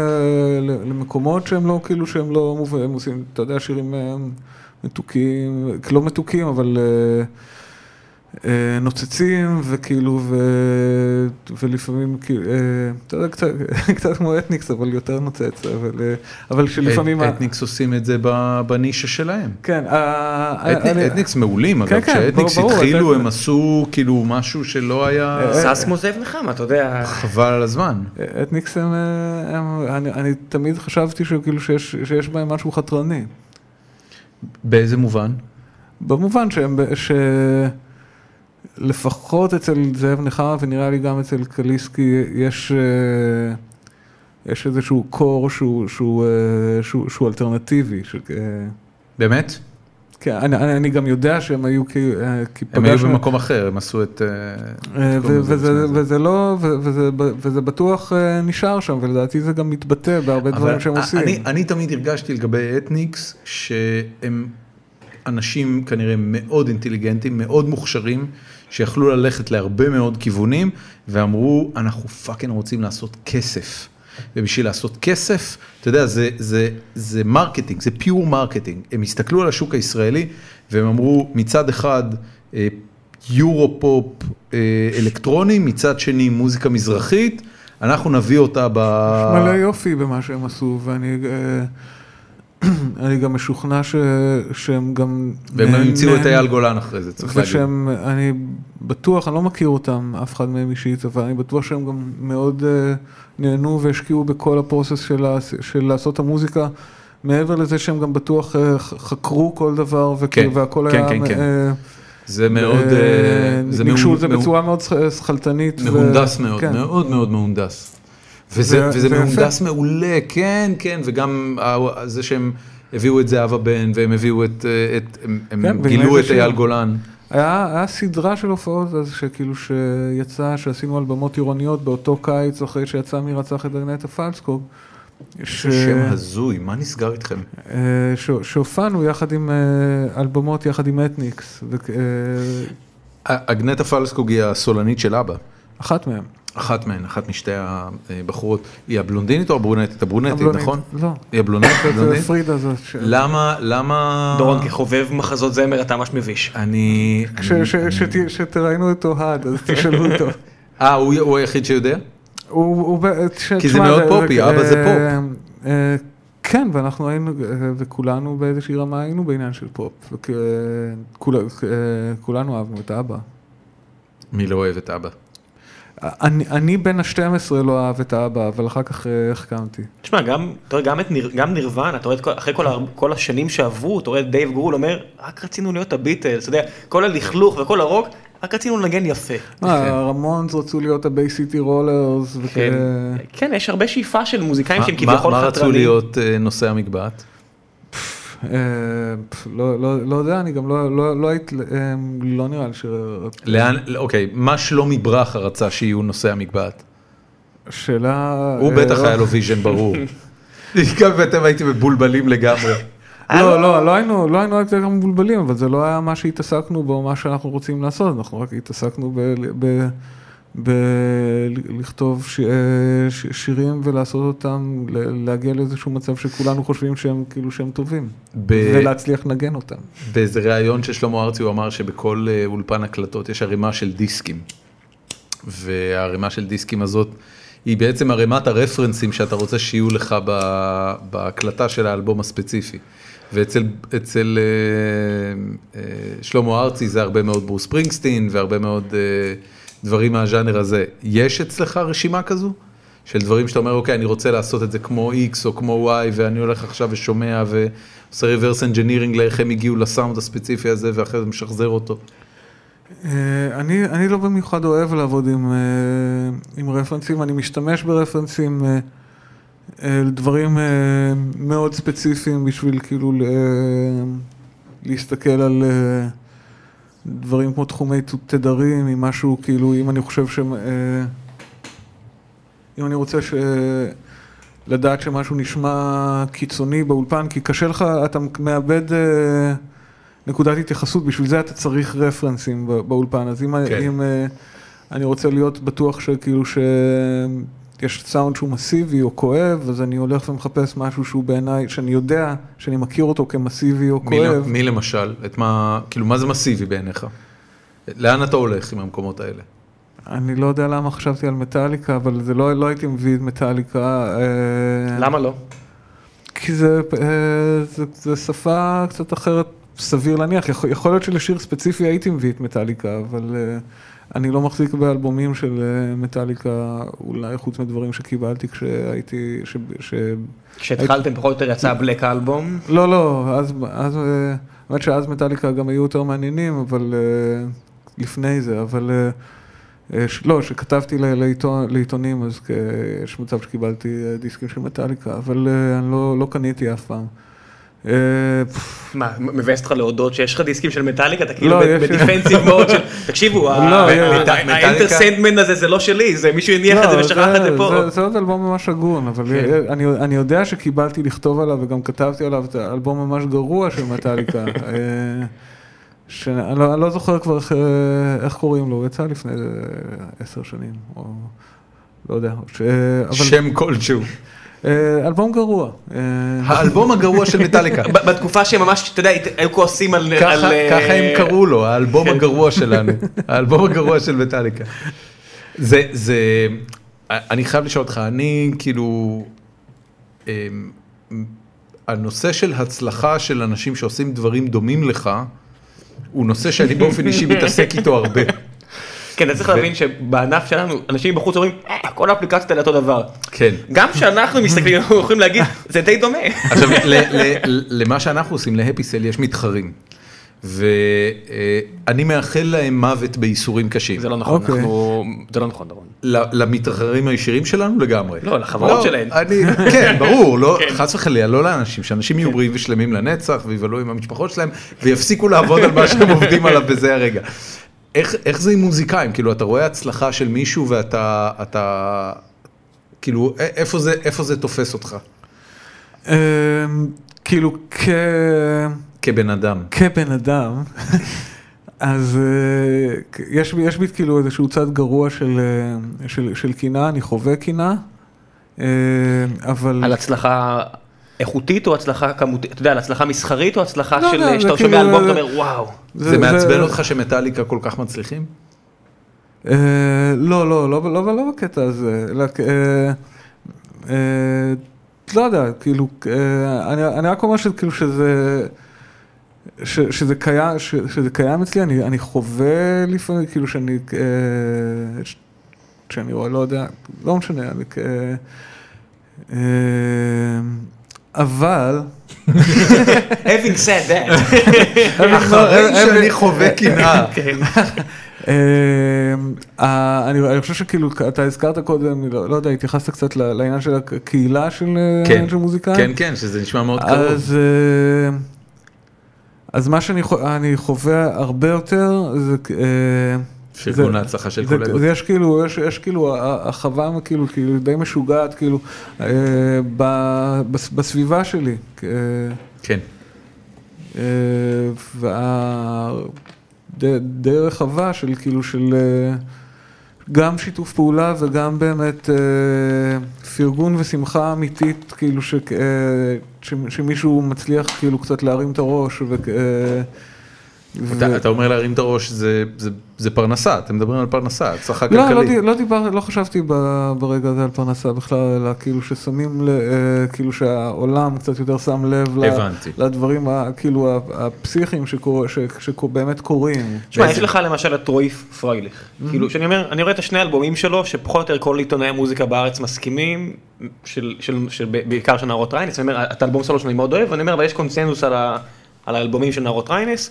C: ל- למקומות שהם לא, כאילו שהם לא מובנים, הם עושים, אתה יודע, שירים אה, מתוקים, לא מתוקים, אבל אה, אה, נוצצים, וכאילו, ו... ולפעמים, כאילו, אה, אתה יודע, קצת, קצת כמו אתניקס, אבל יותר נוצץ, אבל, אה, אבל שלפעמים... ה-
A: אתניקס עושים את זה ב- בנישה שלהם.
C: כן, ה-
A: אתני-
C: אני-
A: אתניקס מעולים,
C: כן,
A: אגב,
C: כן,
A: כשאתניקס
C: ברור, אה, ברור,
A: התחילו
C: אתה-
A: הם עשו כאילו משהו שלא היה
B: ססמוס זאב נחמה, אתה יודע.
A: חבל על הזמן.
C: את ניקס הם, אה, הם אני, אני תמיד חשבתי שכאילו שיש, שיש בהם משהו חתרני,
A: באיזה מובן?
C: במובן שהם, ב- ש- לפחות אצל זאב נחמה ונראה לי גם אצל קליסקי יש, אה, יש איזשהו קור שהוא, שהוא, אה, שהוא, שהוא אלטרנטיבי. ש, אה,
A: באמת?
C: כן, אני, אני, אני גם יודע שהם היו כי, אה, כי
A: הם היו
C: פגשנו-
A: במקום אחר, הם עשו את... אה,
C: אה,
A: את כל
C: ו-
A: מיני
C: וזה
A: דברים.
C: וזה לא, ו- וזה ב- וזה בטוח אה, נשאר שם, ולדעתי זה גם מתבטא בהרבה דברים
A: אבל
C: שהם עושים.
A: אני, אני תמיד הרגשתי לגבי אתניקס, שהם אנשים כנראה מאוד אינטליגנטים, מאוד מוכשרים, שיכלו ללכת להרבה מאוד כיוונים, ואמרו, אנחנו פאקינג רוצים לעשות כסף. ובשביל לעשות כסף, אתה יודע, זה, זה, זה מרקטינג, זה פיור מרקטינג. הם הסתכלו על השוק הישראלי, והם אמרו, מצד אחד, אה, יורו-פופ אה, אלקטרוני, מצד שני, מוזיקה מזרחית, אנחנו נביא אותה ב...
C: יש מלא יופי במה שהם עשו, ואני אה, אני גם משוכנע ש- שהם גם...
A: והם גם
C: נהנים-
A: המציאו את אייל גולן אחרי זה, צריך להגיד.
C: ושהם, אני בטוח, אני לא מכיר אותם, אף אחד מהם אישית, אבל אני בטוח שהם גם מאוד אה, נהנו והשקיעו בכל הפרוסס של, לעש- של לעשות את המוזיקה. מעבר לזה שהם גם בטוח אה, ח- חקרו כל דבר, וכאילו,
A: כן,
C: והכל
A: כן,
C: היה...
A: כן, כן.
C: אה,
A: זה מאוד,
C: אה,
A: אה, זה
C: ניגשו
A: מאו-
C: לזה
A: מאו-
C: בצורה מאוד ש- שכלתנית. ו-
A: מהונדס מאוד,
C: כן.
A: מאוד מאוד מהונדס. וזה
C: ו-
A: וזה
C: ויפה.
A: מהונדס מעולה, כן, כן, וגם ה- זה שהם הביאו את זהבה בן, והם הביאו את, אה, את- הם-
C: כן,
A: הם
C: ועם
A: גילו את
C: איזשהו-
A: אייל גולן.
C: היה, היה סדרה של הופעות אז שכאילו שיצא, שעשינו על במות עירוניות באותו קיץ אחרי שיצא מי רצח את אגנטה פלסקוב. ש...
A: זה שם הזוי, מה נסגר איתכם?
C: אה, ש... שהופענו יחד עם, אה, על במות יחד עם אתניקס, ו... אה,
A: אגנטה פלסקוג היא הסולנית של אבא.
C: אחת מהם.
A: אחת מהן, אחת משתי הבחורות. היא הבלונדינית או הברונטית? הברונטית,
C: הבלונית.
A: נכון? לא.
C: לא.
A: היא הבלונדינית?
C: זה
A: הבלונדינית?
C: פרידה זאת. ש...
A: למה, למה...
B: דורון כחובב מחזות זמר אתה ממש מביש.
A: אני...
C: ש... ש... שת... שתראינו את אוהד, אז תשאלו אותו.
A: אה, הוא הוא היחיד שיודע?
C: הוא, הוא, ב- ש-
A: כי זה
C: תשמע,
A: מאוד פופי, אבא זה פופ.
C: אה, כן, ואנחנו היינו, אה, וכולנו באיזושהי רמה היינו בעניין של פופ. וכ- אה, כול- אה, כולנו אהבנו את אבא.
A: מי לא אוהב את אבא?
C: אני, אני בן ה-12 לא אהב את האבא, אבל אחר כך אה, החכמתי.
A: כן.
B: תשמע, גם, אתה רואה, גם, את ניר, גם נירוונה, אתה רואה, את כל, אחרי כל, הר- כל השנים שעברו, אתה רואה את דייב גרול אומר, רק רצינו להיות הביטלס, אתה יודע, כל הלכלוך וכל הרוק, רק רצינו לנגן יפה.
C: מה, הרמונס אה, רצו להיות הבי סיטי רולרס,
B: כן,
C: וכאלה.
B: כן, יש הרבה שאיפה של מוזיקאים שהם
A: מה-
B: כן כביכול
A: מה
B: חתרנים.
A: רצו להיות אה, נושאי המגבעת?
C: אה, פף, לא, לא, לא יודע, אני גם לא, לא, לא היית, אה, לא נראה לי ש...
A: לאן, אוקיי, מה שלומי ברכה רצה שיהיו נושאי המגבעת?
C: שאלה...
A: הוא
C: אה,
A: בטח
C: לא-
A: היה לו ויז'ן ברור. גם אתם הייתם מבולבלים לגמרי.
C: לא, לא, לא היינו, לא היינו עד כדי כך מבולבלים, אבל זה לא היה מה שהתעסקנו בו, מה שאנחנו רוצים לעשות, אנחנו רק התעסקנו ב... ב- ב- לכתוב ש- ש- שירים ולעשות אותם, ל- להגיע לאיזשהו מצב שכולנו חושבים שהם כאילו שהם טובים,
A: ב-
C: ולהצליח לנגן אותם.
A: באיזה ראיון של שלמה ארצי הוא אמר שבכל אה, אולפן הקלטות יש ערימה של דיסקים. והערימה של דיסקים הזאת היא בעצם ערימת הרפרנסים שאתה רוצה שיהיו לך ב- בהקלטה של האלבום הספציפי. ואצל אצל, אה, אה, שלמה ארצי זה הרבה מאוד ברוס פרינגסטין והרבה מאוד אה, דברים מהז'אנר הזה. יש אצלך רשימה כזו? של דברים שאתה אומר, אוקיי, אני רוצה לעשות את זה כמו X או כמו Y, ואני הולך עכשיו ושומע ועושה reverse engineering לאיך הם הגיעו לסאונד הספציפי הזה, ואחרי זה משחזר אותו.
C: אה, אני, אני לא במיוחד אוהב לעבוד עם, אה, עם רפרנסים, אני משתמש ברפרנסים אה, אה, לדברים אה, מאוד ספציפיים בשביל כאילו ל- אה, להסתכל על אה, דברים כמו תחומי ת- תדרים, אם משהו כאילו, אם אני חושב ש... אה, אם אני רוצה ש... אה, לדעת שמשהו נשמע קיצוני באולפן, כי קשה לך, אתה מאבד אה, נקודת התייחסות, בשביל זה אתה צריך רפרנסים בא- באולפן, אז אם,
A: כן.
C: כן. אם אה, אני רוצה להיות בטוח שכאילו שיש סאונד שהוא מסיבי או כואב, אז אני הולך ומחפש משהו שהוא בעיניי, שאני יודע, שאני מכיר אותו כמסיבי או
A: מי,
C: כואב.
A: מי למשל? את מה, כאילו, מה זה מסיבי בעיניך? לאן אתה הולך עם המקומות האלה?
C: אני לא יודע למה חשבתי על מטאליקה, אבל זה לא, לא הייתי מביא את מטאליקה. אה,
B: למה לא?
C: כי זה, אה, זה, זה שפה קצת אחרת, סביר להניח. יכול, יכול להיות שלשיר ספציפי הייתי מביא את מטאליקה, אבל אה, אני לא מחזיק באלבומים של אה, מטאליקה, אולי חוץ מדברים שקיבלתי כשהייתי... ש, ש...
B: כשהתחלתם פחות או יותר יצא בלק אלבום,
C: לא, לא, אז, אז, אה, האמת שאז מטאליקה גם היו יותר מעניינים, אבל אה, לפני זה, אבל... אה, אה, ש- לא, שכתבתי ל- לעיתון, לעיתונים, אז כ- יש מצב שקיבלתי אה, דיסקים של מטאליקה, אבל אה, אני לא, לא קניתי אף פעם. אה, פפ,
B: מה, מבאס אותך להודות שיש לך דיסקים של מטאליקה, אתה כאילו
C: לא,
B: ב-
C: יש-
B: בדיפנסיב מאוד של, תקשיבו,
C: לא, יש-
B: האינטרסנדמן הזה זה לא שלי, זה מישהו הניח את זה
C: לא,
B: ושכח את זה פה.
C: זה, זה עוד אלבום ממש הגון, אבל אה,
B: כן.
C: אני, אני יודע שקיבלתי לכתוב עליו וגם כתבתי עליו את האלבום ממש גרוע של מטאליקה. אה, שאני לא, אני לא זוכר כבר איך, אה, איך קוראים לו, הוא יצא לפני איזה עשר שנים, או לא יודע. ש, אה, אבל,
A: שם כלשהו.
C: אה, אלבום גרוע. אה,
A: האלבום הגרוע של מטאליקה.
B: ב- בתקופה שממש, אתה יודע, הת- היו כועסים על...
A: ככה
B: על, אה,
A: ככה הם קראו לו, האלבום
C: כן.
A: הגרוע שלנו, האלבום הגרוע של מטאליקה. זה, זה, אני חייב לשאול אותך, אני כאילו, אמ, הנושא של הצלחה של אנשים שעושים דברים דומים לך, הוא נושא שאני באופן אישי מתעסק איתו הרבה.
B: כן, אתה צריך להבין שבענף שלנו, אנשים בחוץ אומרים, "אה, כל האפליקציות האלה אותו דבר.
A: כן.
B: גם כשאנחנו מסתכלים, אנחנו יכולים להגיד, זה די דומה.
A: עכשיו, ל- ל- למה שאנחנו עושים, להפי סל, יש מתחרים. ואני מאחל להם מוות בייסורים קשים.
B: זה לא נכון,
C: אוקיי.
B: אנחנו... זה לא נכון, דורון.
A: ל- למתחרים הישירים שלנו לגמרי.
B: לא, לחברות שלהם.
A: אני, כן, ברור, לא,
B: כן.
A: חס וחלילה, לא לאנשים, שאנשים יהיו בריאים ושלמים לנצח ויבלו עם המשפחות שלהם ויפסיקו לעבוד על מה שהם עובדים עליו בזה הרגע. איך, איך זה עם מוזיקאים? כאילו, אתה רואה הצלחה של מישהו ואתה, אתה, כאילו, א- איפה זה, איפה זה תופס אותך
C: אה, כאילו כ...
A: כבן אדם?
C: כבן אדם, אז אה, יש, בי- יש בי כאילו איזשהו צד גרוע של, אה, של, של קנאה, אני חווה קנאה, אה, אבל...
B: על הצלחה איכותית או הצלחה כמותית, אתה יודע, על הצלחה מסחרית או הצלחה
C: לא, לא,
B: של, אה,
C: זה
B: שאתה
C: כאילו-
B: שומע אלבום, אתה אומר, וואו.
A: זה, זה מעצבן אותך שמטאליקה כל כך מצליחים?
C: אה, לא, לא, לא, לא, לא בקטע הזה, אלא כ- אה, אה, לא יודע, כאילו, אה, אני, אני רק אומר שכאילו שזה, ש, שזה, קיים, ש, שזה קיים אצלי, אני, אני חווה לפעמים, כאילו שאני, אה, ש, שאני רואה, לא יודע, לא משנה, אני, כ- אה, אה, אבל,
B: Having said that.
C: אה,
A: אחרי שאני חווה
B: כן.
A: קנאה.
C: אמ, אה, אני אני חושב שכאילו אתה הזכרת קודם, לא לא יודע, התייחסת קצת ל- לעניין של הקהילה של אה,
A: כן,
C: של מוזיקאים.
A: כן, כן, שזה נשמע מאוד קרוב.
C: אז, אה, אז מה שאני חו- אני חווה הרבה יותר זה... אה,
A: פרגון
C: זה-
A: להצלחה של
C: זה-
A: קולגות.
C: זה יש כאילו, יש, יש כאילו, ה- החווה כאילו, כאילו די משוגעת כאילו אה, ב, בס- בסביבה שלי. אה,
A: כן.
C: אה, וה... די, די רחבה של כאילו של אה, גם שיתוף פעולה וגם באמת אה, פרגון ושמחה אמיתית כאילו ש, אה, ש, שמישהו מצליח כאילו קצת להרים את הראש ו... אה, ו-
A: אתה, אתה אומר להרים את הראש, זה, זה, זה פרנסה, אתם מדברים על פרנסה, הצלחה
C: לא, לא,
A: כלכלית.
C: די- לא דיבר, לא חשבתי ב- ברגע הזה על פרנסה בכלל, אלא כאילו ששמים, ל- אה, כאילו שהעולם קצת יותר שם לב ל-
A: הבנתי.
C: לדברים, ה- כאילו ה- הפסיכיים שקור- ש- שבאמת קורים.
B: תשמע, יש
A: באיזה-
B: לך למשל את רועי פרייליך. כאילו, שאני אומר, אני רואה את השני האלבומים שלו, שפחות או יותר כל עיתונאי המוזיקה בארץ מסכימים, של- של- של- בעיקר של נערות ריינס, אני אומר, את האלבום סולו שאני מאוד אוהב, אני אומר, אבל יש קונצנזוס על ה- על האלבומים של נערות ריינס,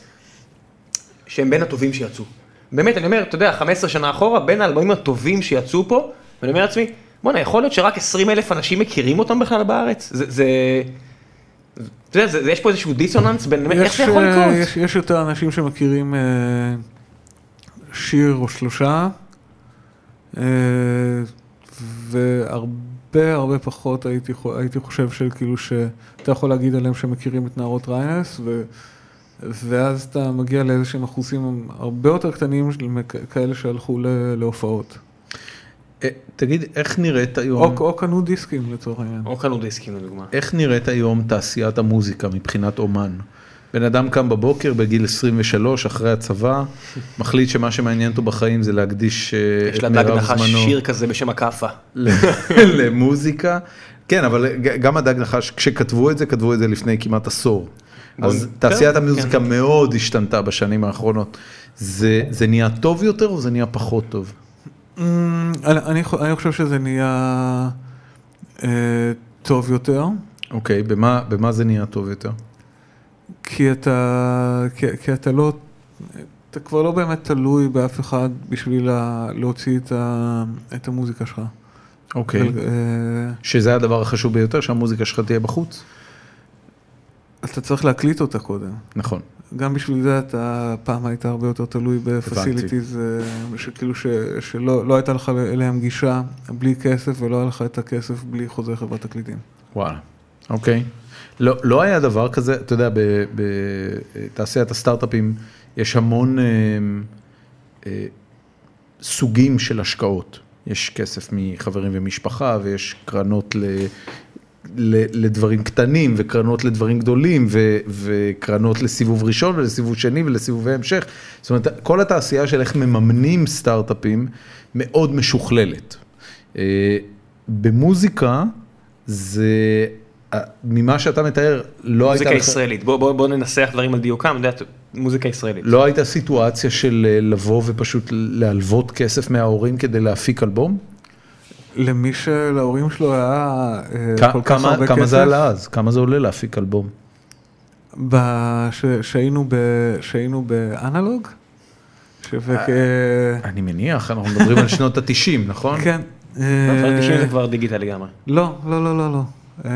B: שהם בין הטובים שיצאו. באמת, אני אומר, אתה יודע, 15 שנה אחורה, בין האלבומים הטובים שיצאו פה, ואני אומר לעצמי, בואנה, יכול להיות שרק 20 אלף אנשים מכירים אותם בכלל בארץ? זה... זה- אתה יודע, זה- זה- יש פה איזשהו דיסוננס בין, באמת, איך זה יכול
C: אה,
B: לקרות?
C: יש, יש יותר אנשים שמכירים אה, שיר או שלושה, אה, והרבה הרבה פחות הייתי, חו- הייתי חושב של כאילו שאתה יכול להגיד עליהם שהם מכירים את נערות ריינס, ו, ואז אתה מגיע לאיזה שהם אחוזים הרבה יותר קטנים של מכ- כאלה שהלכו ל- להופעות.
A: אה, תגיד, איך נראית היום,
C: או, או קנו דיסקים לצורך העניין.
B: או קנו דיסקים לדוגמה.
A: איך נראית היום תעשיית המוזיקה מבחינת אומן? בן אדם קם בבוקר בגיל 23 אחרי הצבא, מחליט שמה שמעניין אותו בחיים זה להקדיש אה,
B: יש
A: את
B: לדג
A: מירב
B: נחש
A: זמנו לא
B: שיר כזה בשם הכאפה.
A: למוזיקה. כן, אבל ג- גם הדג נחש, כשכתבו את זה, כתבו את זה לפני כמעט עשור. אז
B: כן,
A: תעשיית
B: כן.
A: המוזיקה מאוד השתנתה בשנים האחרונות. זה זה נהיה טוב יותר או זה נהיה פחות טוב?
C: אמ, אני- אני חו- אני חושב שזה נהיה אה, טוב יותר,
A: אוקיי, במה במה זה נהיה טוב יותר?
C: כי אתה, כי, כי אתה לא, אתה כבר לא באמת תלוי באף אחד בשביל ה, להוציא את, ה, את המוזיקה שלך.
A: אוקיי.
C: אה,
A: שזה הדבר החשוב ביותר, שהמוזיקה שלך תהיה בחוץ?
C: אתה צריך להקליט אותה קודם.
A: נכון.
C: גם בשביל זה אתה פעם היית הרבה יותר תלוי בפסיליטיז, אה, שכאילו ש, שלא לא הייתה לך אליהם גישה בלי כסף ולא היה לך את הכסף בלי חוזה חברת תקליטים.
A: וואלה, אוקיי. לא, לא היה דבר כזה, אתה יודע, ב- בתעשיית הסטארט-אפים יש המון אה, אה, סוגים של השקעות. יש כסף מחברים ומשפחה ויש קרנות ל, ל, לדברים קטנים וקרנות לדברים גדולים ו, וקרנות לסיבוב ראשון ולסיבוב שני ולסיבובי המשך. זאת אומרת, כל התעשייה של איך מממנים סטארט-אפים מאוד משוכללת. אה, במוזיקה זה, אה, ממה שאתה מתאר, לא הייתה
B: מוזיקה
A: לך...
B: ישראלית, בוא- בוא בוא ננסח דברים על דיוקם, אתה יודע, מוזיקה ישראלית.
A: לא הייתה סיטואציה של אה, לבוא ופשוט להלוות כסף מההורים כדי להפיק אלבום?
C: למי שלהורים שלו היה אה,
A: כ-
C: כל כך
A: כמה-
C: הרבה כסף.
A: כמה זה עלה אז? כמה זה עולה להפיק אלבום?
C: בש- שהיינו ב- שהיינו באנלוג? ש-
A: אה,
C: וכ-
A: אני מניח, אנחנו מדברים על שנות ה-90, נכון?
C: כן. אה,
B: אבל 90 זה כבר דיגיטל לגמרי.
C: לא, לא, לא, לא, לא. אה,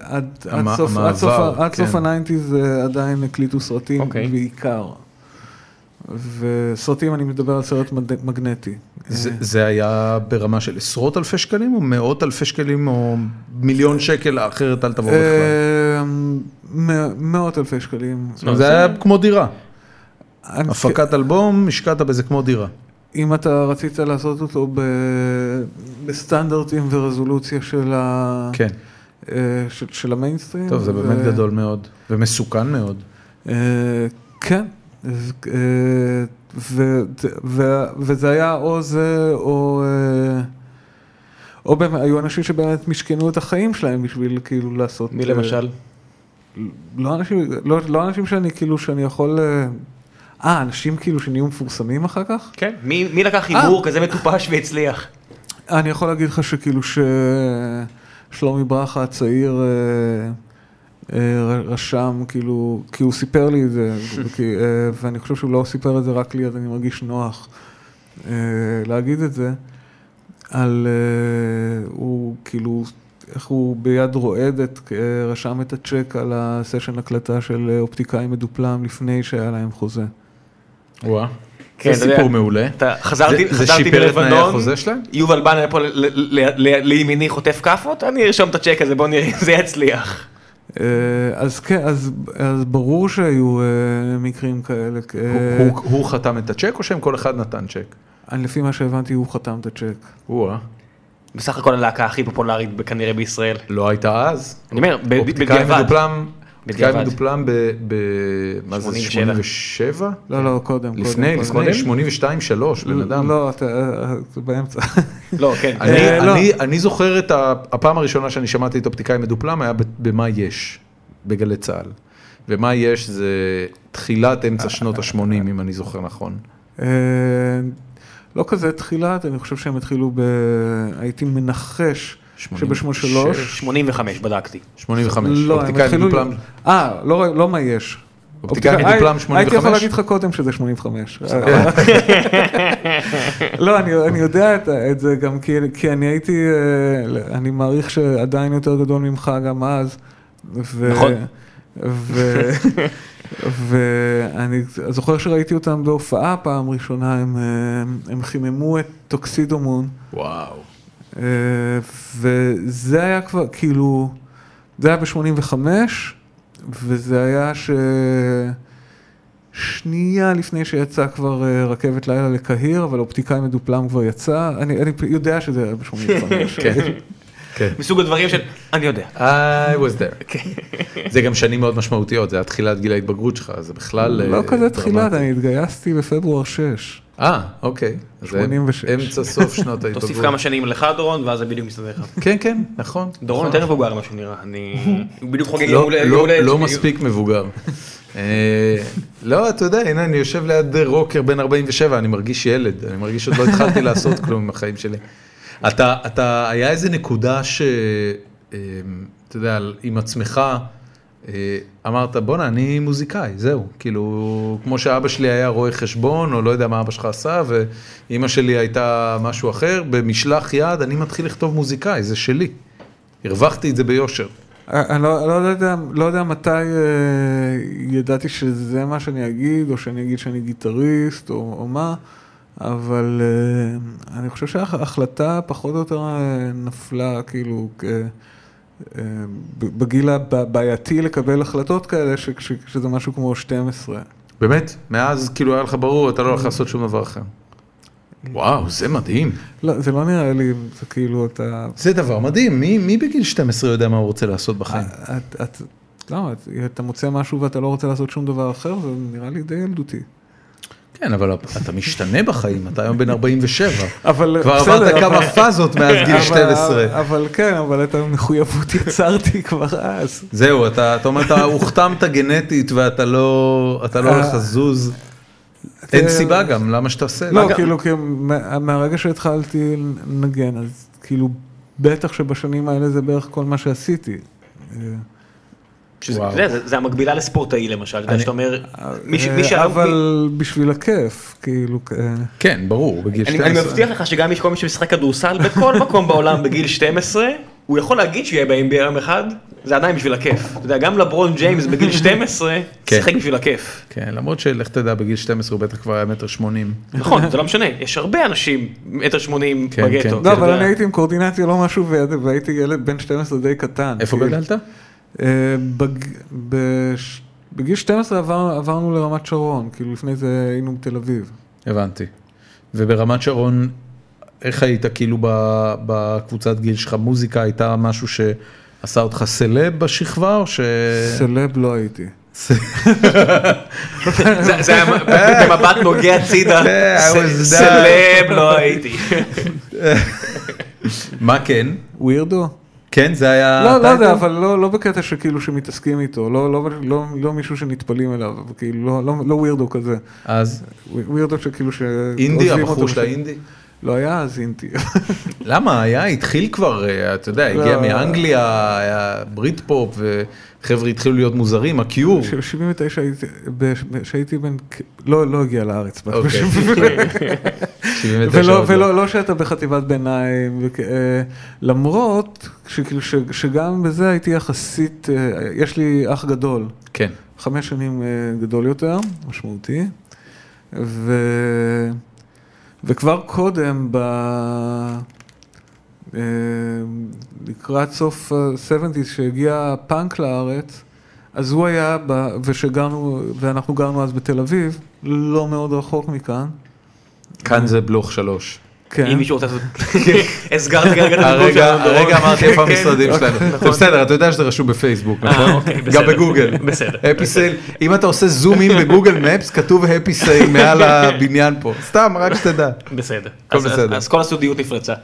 C: עד עד
A: המ-
C: סוף- עד סוף ה-
A: המעבר,
C: עד סוף
A: כן.
C: הניינטיז אה, עדיין הקליטו סרטים
B: אוקיי.
C: בעיקר. וסרטים, אני מדבר על סרט מד- מגנטי.
A: זה- זה היה ברמה של עשרות אלפי שקלים, או מאות אלפי שקלים, או מיליון שקל, אחרת אל תבוא בכלל.
C: אה, מא- מאות אלפי שקלים. אה,
A: זאת אומרת, לא, זה כן. היה כמו דירה.
C: אני-
A: הפקת אלבום, השקעת בזה כמו דירה.
C: אם אתה רצית לעשות אותו ב... בסטנדרטים ורזולוציה של, ה...
A: כן.
C: אה, של, של המיינסטרים.
A: טוב, זה באמת
C: ו-
A: גדול מאוד, ומסוכן מאוד.
C: אה, כן, אז, אה, ו... ו... ו... וזה היה או זה או... אה, או באמת, היו אנשים שבאמת משכנו את החיים שלהם בשביל כאילו לעשות...
B: מי
C: אה,
B: למשל?
C: לא אנשים, לא, לא אנשים שאני כאילו, שאני יכול... אה, אה, אנשים כאילו שנהיו מפורסמים אחר כך?
B: כן. מי מי לקח
A: אה.
B: הימור כזה מטופש והצליח?
C: אני יכול להגיד לך שכאילו ששלומי ברכה הצעיר אה, אה, ר- רשם, כאילו, כי הוא סיפר לי את זה, וכי, אה, ואני חושב שהוא לא סיפר את זה רק לי, אז אני מרגיש נוח אה, להגיד את זה, על אה, הוא כאילו, איך הוא ביד רועדת אה, רשם את הצ'ק על הסשן הקלטה של אופטיקאי מדופלם לפני שהיה להם חוזה.
A: וואה.
B: כן,
A: זה
B: אתה יודע.
A: סיפור מעולה.
B: אתה- חזרתי
A: זה- זה
B: חזרתי
A: שיפר את תנאי
B: מלבנון,
A: החוזה שלהם?
B: יובל בן היה פה ל- ל- ל- ל- לימיני חוטף כאפות, אני ארשום את הצ'ק הזה, בוא נראה אם זה יצליח.
C: אה, אז כן, אז, אז ברור שהיו אה, מקרים כאלה. אה,
A: הוא- הוא- הוא חתם את הצ'ק, או שהם כל אחד נתן צ'ק?
C: אני לפי מה שהבנתי הוא חתם את הצ'ק.
A: וואה.
B: בסך הכל הלהקה הכי פופולרית ב- כנראה בישראל.
A: לא הייתה אז.
B: אני אומר, ב-
A: אופטיקאי
B: בדיעבד.
A: מדופלם, אופטיקאי
B: בדיעבד.
A: מדופלם ב... ב- מה זה,
B: 87?
A: 87?
C: לא, לא, קודם.
A: אוקיי. לפני,
C: קודם,
A: לפני, 82-3, בן
C: קודם.
A: אדם.
C: לא, אתה אה, זה באמצע.
B: לא, כן.
A: אני,
C: אה, לא.
A: אני, אני זוכר את ה- הפעם הראשונה שאני שמעתי את אופטיקאי מדופלם היה ב- במה יש, בגלי צה"ל. ומה יש זה תחילת אמצע שנות ה-80, אם אני זוכר נכון.
C: אה, לא כזה תחילת, אני חושב שהם התחילו ב... הייתי מנחש שב-83.
B: 85 אה, בדקתי.
A: 85,
C: לא, הם
A: אופטיקאי
C: התחילו...
A: מדופלם.
C: אה, לא לא מה יש.
A: אופטיקאי
C: אופטיקאי-
A: מדופלם
C: הי- הייתי יכול
A: 85?
C: להגיד לך קודם שזה 85. לא, אני, אני יודע את, ה- את זה גם כי, כי אני הייתי, אה, אני מעריך שעדיין יותר גדול ממך גם אז. ו,
B: נכון.
C: ו, ואני זוכר שראיתי אותם בהופעה פעם ראשונה, הם, אה, הם חיממו את טוקסידו מון.
A: וואו.
C: אה, וזה היה כבר, כאילו, זה היה ב-85, וזה היה ש... שנייה לפני שיצא כבר אה, רכבת לילה לקהיר, אבל אופטיקאי מדופלם כבר יצא, אני, אני יודע שזה היה ב-85.
A: כן. כן.
B: מסוג הדברים של, אני יודע.
A: I was there.
C: כן.
A: זה גם שנים מאוד משמעותיות, זה היה תחילת גיל ההתבגרות שלך, זה בכלל...
C: לא
A: אה,
C: כזה
A: דרמטי.
C: תחילת, אני התגייסתי בפברואר 6.
A: אה, אוקיי. אז זה
C: 86.
A: אמצע סוף שנות ההתבגרות.
B: תוסיף כמה שנים לך דורון, ואז זה בדיוק מסתדר לך.
A: כן, כן, נכון.
B: דורון יותר מבוגר ממה שהוא נראה, אני... הוא בדיוק חוגג
A: לא-
B: אוקיי, יום הולדת-
A: לא-
B: יום הולדת
A: לא
B: שלי.
A: מספיק מבוגר. אה, לא, אתה יודע, הנה, אני יושב ליד אה, רוקר בן 47, אני מרגיש ילד, אני מרגיש שעוד לא התחלתי לעשות כלום עם החיים שלי. אתה, אתה, היה איזה נקודה ש... אה, אתה יודע, על- עם עצמך, אה, אמרת, בואנה, אני מוזיקאי, זהו. כאילו, כמו שאבא שלי היה רואה חשבון, או לא יודע מה אבא שלך עשה, ואימא שלי הייתה משהו אחר, במשלח יד, אני מתחיל לכתוב מוזיקאי, זה שלי. הרווחתי את זה ביושר.
C: אני לא, לא, יודע, לא יודע מתי אה, ידעתי שזה מה שאני אגיד, או שאני אגיד שאני גיטריסט, או, או מה, אבל אה, אני חושב שההחלטה פחות או יותר אה, נפלה, כאילו, כ- אה, ב- בגיל הבעייתי לקבל החלטות כאלה, ש- ש- שזה משהו כמו 12.
A: באמת? מאז כאילו היה לך ברור, אתה לא הולך לעשות שום דבר אחר. וואו, זה מדהים.
C: לא, זה לא נראה לי, זה כאילו, אתה...
A: זה דבר מדהים, מי, מי בגיל 12 יודע מה הוא רוצה לעשות בחיים?
C: אה, את, את, למה? את- אתה מוצא משהו ואתה לא רוצה לעשות שום דבר אחר, זה נראה לי די ילדותי.
A: כן, אבל אתה משתנה בחיים, אתה היום בן 47.
C: אבל
A: כבר
C: בסדר,
A: עברת
C: אבל-
A: כמה פאזות מאז גיל
C: אבל-
A: 12.
C: אבל כן, אבל את המחויבות יצרתי כבר אז.
A: זהו, אתה, אתה אומר, אתה הוכתמת גנטית ואתה לא, אתה
C: אה,
A: לא הולך לזוז. אין סיבה גם, למה שתעשה? את זה?
C: לא, כאילו, כי מה- מהרגע שהתחלתי לנגן, אז כאילו, בטח שבשנים האלה זה בערך כל מה שעשיתי. אה,
B: שזה-
A: וואו.
B: אתה יודע, זה- זה המקבילה לספורטאי למשל, אתה יודע, שאתה אומר, מי ש-
C: אה,
B: מי אוקיי, שלא...
C: אבל בשביל הכיף, כאילו, אה,
A: כן, ברור, בגיל
B: אני אני
A: 12.
B: מבטיח לך שגם יש כל מי שמשחק כדורסל בכל מקום בעולם בגיל 12, הוא יכול להגיד שהוא יהיה ב-NBA יום אחד, זה עדיין בשביל הכיף. אתה יודע, גם לברון ג'יימס בגיל 12,
A: כן.
B: שיחק בשביל הכיף.
A: כן, למרות שלך תדע, בגיל 12 הוא בטח כבר היה מטר 80.
B: נכון, זה לא משנה, יש הרבה אנשים מטר שמונים
A: כן, כן.
B: בגטו.
A: אתה
C: לא, אבל
B: יודע.
C: אני הייתי עם קורדינציה לא משהו, וה- והייתי ילד בן 12 די קטן.
A: איפה
C: כאילו.
A: גדלת?
C: אה, בג- בש- בגיל 12 עבר- עברנו לרמת שרון, כאילו לפני זה היינו בתל אביב.
A: הבנתי. וברמת שרון, איך היית כאילו ב- בקבוצת גיל שלך? מוזיקה הייתה משהו שעשה אותך סלב בשכבה או ש...
B: אה.
C: סלב לא הייתי.
B: זה זה היה במבט נוגע הצידה,
A: אה, I was
B: ס-
A: done.
B: סלב לא הייתי.
A: מה כן?
C: ווירדו?
A: כן, זה היה...
C: לא, לא
A: הטייטל?
C: יודע, אבל לא לא בקטע שכאילו שמתעסקים איתו, לא- לא- לא לא מישהו שנטפלים אליו, אבל כאילו לא- לא- לא ווירדו כזה.
A: אז
C: ווירדו שכאילו ש...
A: אינדי,
C: עוזבים
A: הבחור
C: אותו
A: של
C: בשביל-
A: האינדי?
C: לא היה אז אינדי.
A: למה? היה, התחיל כבר, אה, אתה יודע, הגיע
C: לא.
A: מאנגליה, היה ברית פופ, וחבר'ה התחילו להיות מוזרים, הקיור.
C: ש- 79 הייתי, ב- כשהייתי בן... כ- לא, לא הגיע לארץ.
A: אוקיי. 79
C: ולא,
A: עוד לא.
C: ולא לא שאתה בחטיבת ביניים, וכ- אה, למרות שכאילו ש- שגם בזה הייתי יחסית, אה, יש לי אח גדול,
A: כן.
C: חמש שנים אה, גדול יותר, משמעותי, ו- וכבר קודם, ב... אה, לקראת סוף ה-70's, שהגיע הפאנק לארץ, אז הוא היה, ב... ושגרנו, ואנחנו גרנו אז בתל אביב, לא מאוד רחוק מכאן.
A: כאן זה בלוך שלוש.
C: כן.
B: אם מישהו רוצה לעשות... הסגרתי כרגע את הדברים
A: כן. הרגע,
B: שלנו, דורון.
A: הרגע אמרתי איפה
B: כן,
A: המשרדים שלנו. אוקיי. זה בסדר, אתה יודע שזה רשום בפייסבוק, נכון?
B: אוקיי,
A: גם
B: בסדר.
A: בגוגל.
B: בסדר.
A: הפי סייל, אם אתה עושה זום אין בגוגל מפס, כתוב הפי סייל מעל הבניין פה. סתם, רק שתדע.
B: בסדר.
A: הכל
B: אז- אז-
A: בסדר.
B: אז כל הסודיות נפרצה.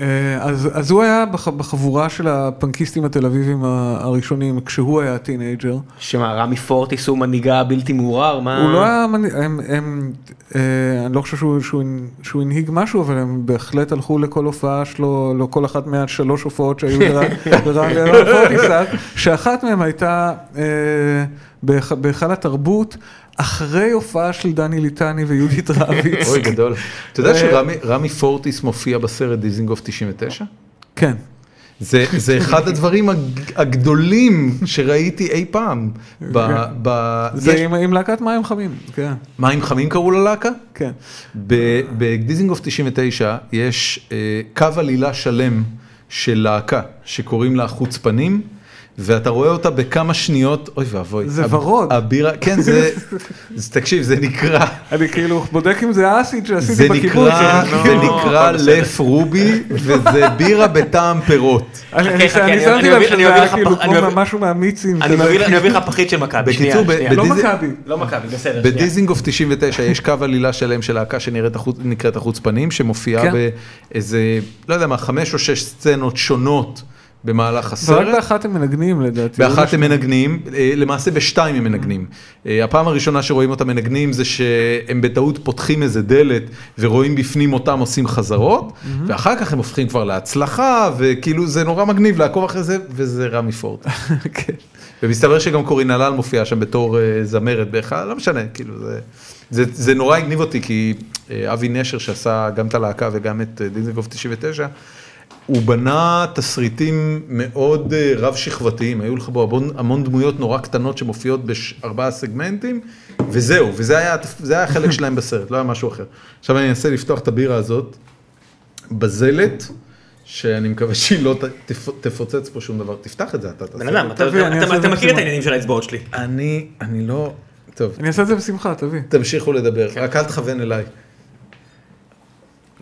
C: אה, אז, אז הוא היה בח, בחבורה של הפנקיסטים התל אביבים ה- הראשונים, כשהוא היה טינג'ר.
B: שמה, רמי פורטיס הוא מנהיגה בלתי מעורער? מה...
C: הוא לא היה, מנ- הם, הם, אה, אני לא חושב שהוא, שהוא, שהוא הנהיג משהו, אבל הם בהחלט הלכו לכל הופעה שלו, לא כל אחת מהשלוש הופעות שהיו לרן- לרן פורטיסאק, שאחת מהן הייתה אה, בהיכ- בהיכל התרבות, אחרי הופעה של דני ליטני ויהודית רביץ.
A: אוי, גדול. אה. אתה יודע שרמי פורטיס מופיע בסרט דיזינגוף 99?
C: כן.
A: זה, זה אחד הדברים הג- הגדולים שראיתי אי פעם. ב, ב,
C: זה
A: יש,
C: עם, עם להקת מים חמים, כן,
A: מים חמים קראו ללהקה?
C: כן.
A: ב- בדיזינגוף 99 יש אה, קו עלילה שלם של להקה שקוראים לה חוצפנים, ואתה רואה אותה בכמה שניות, אוי ואבוי.
C: זה
A: הב-
C: ורוד.
A: הבירה, כן, זה, זה- תקשיב, זה נקרא,
C: אני כאילו בודק אם זה אסיד
A: זה
C: שעשיתי בקיבוץ.
A: נקרא,
C: אני לא-
A: זה
B: לא,
A: נקרא
B: הכל בסדר.
A: לף רובי, וזה בירה בטעם פירות.
C: אני-
B: חכה,
C: אני
B: חכה,
C: אני
B: אני-
C: שמתי
B: אני מביא-
C: לב
B: אני
C: שזה
B: מביא
C: היה
B: לך
C: כאילו
B: פח- אני
C: כמו
B: מביא-
C: משהו מהמיצים.
B: אני
C: כזה.
B: מביא- אני מביא לך פחית של מכבי,
A: בקיצור, ב-
B: שנייה, שנייה.
A: ב-
C: לא
A: בדיז-
C: מכבי.
B: לא מכבי, בסדר, שנייה.
A: בדיזינגוף 99 יש קו עלילה שלם של להקה שנקראת החוץ, נקראת החוץ פנים, שמופיעה
C: כן.
A: באיזה, לא יודע מה, חמש או שש סצנות שונות במהלך
C: ורק
A: הסרט.
C: באחת הם מנגנים לדעתי. לא
A: באחת הם מנגנים, אה, למעשה בשתיים הם מנגנים. אה, הפעם הראשונה שרואים אותם מנגנים זה שהם בטעות פותחים איזה דלת ורואים בפנים אותם עושים חזרות, ואחר כך הם הופכים כבר להצלחה, וכאילו זה נורא מגניב לעקוב אחרי זה, וזה רמי פורט.
C: כן.
A: ומסתבר שגם קורין אלאל מופיעה שם בתור אה, זמרת באחד, לא משנה, כאילו זה, זה, זה נורא הגניב אותי, כי אה, אבי נשר שעשה גם את הלהקה וגם את אה, דיזנגוף 99, הוא בנה תסריטים מאוד אה, רב שכבתיים, היו לך בו המון, המון דמויות נורא קטנות שמופיעות בארבעה סגמנטים, וזהו, וזה היה, התפ- זה היה החלק שלהם בסרט, לא היה משהו אחר. עכשיו אני אנסה לפתוח את הבירה הזאת, בזלת. שאני מקווה שהיא לא ת- תפ- תפוצץ פה שום דבר, תפתח את זה אתה. תעשה
B: בן
A: את זה.
B: אדם, אתה
C: תביא,
B: יודע-
C: אני
B: אתה-
C: אעשה את
B: אתה
C: זה
B: מכיר את
C: בשמחה.
B: העניינים של האצבעות שלי.
A: אני, אני לא, טוב,
C: אני אעשה את זה בשמחה, תביא.
A: תמשיכו לדבר,
B: כן.
A: רק אל תכוון אליי.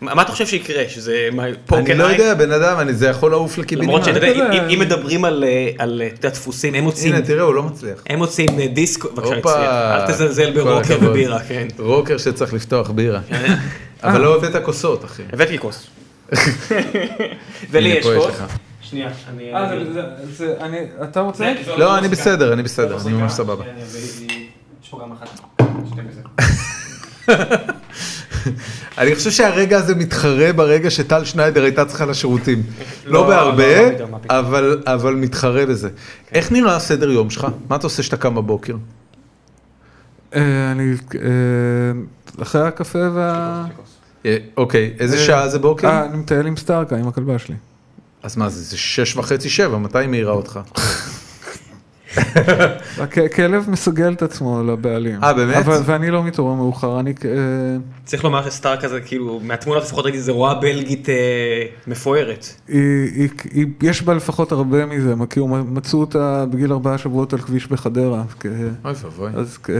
B: מה מה אתה חושב שיקרה? שזה מה, פוקר
A: אני לא
B: עין?
A: יודע, בן אדם, אני- זה יכול לעוף לקיבינימט.
B: למרות שאתה יודע,
C: אתה
B: אם-
C: יודע.
B: אם- אם מדברים על, אה, על אה, אתה יודע, דפוסים, הם מוצאים,
A: הנה, תראה, הוא לא מצליח.
B: הם מוצאים אה, דיסק, בבקשה,
A: הופה.
B: הצליח. אל תזלזל
A: כל
B: ברוקר
A: הכבוד.
B: ובירה, כן.
A: רוקר שצריך לפתוח בירה. אבל לא הבאת כוסות, אחי.
B: הבאתי כוס. ולי
A: הנה,
B: יש
A: פה יש
B: כוס.
A: לך.
B: שנייה, אני...
C: אה, אתה רוצה?
A: לא, אני בסדר, אני בסדר, אני ממש סבבה.
B: כן, יש פה גם אחת.
A: אני חושב שהרגע הזה מתחרה ברגע שטל שניידר הייתה צריכה לשירותים.
B: לא,
A: לא
B: לא,
A: בהרבה,
B: לא, כן. לא, מה פתאום.
A: אבל- אבל מתחרה בזה. איך נראה הסדר יום שלך? מה אתה עושה כשאתה קם בבוקר?
C: אה, אני... אה, אחרי הקפה וה...
A: אה, אוקיי, איזה
C: אה,
A: שעה זה בוקר?
C: אה, אני מטייל עם סטארקה, עם הכלבה שלי.
A: אז מה זה, זה שש וחצי, שבע, מתי היא מעירה אותך?
C: הכלב אה, מסגל את עצמו לבעלים.
A: אה, באמת?
C: אבל- ואני לא מתעורר מאוחר, אני... כ- אה,
B: צריך לומר שסטאר כזה, כאילו, מהתמונות לפחות ראיתי איזה רואה בלגית אה, מפוארת.
C: היא- היא- היא- יש בה לפחות הרבה מזה, מה- כאילו מצאו אותה בגיל ארבעה שבועות על כביש בחדרה. כ-
A: אוי ואבוי.
C: אז אה,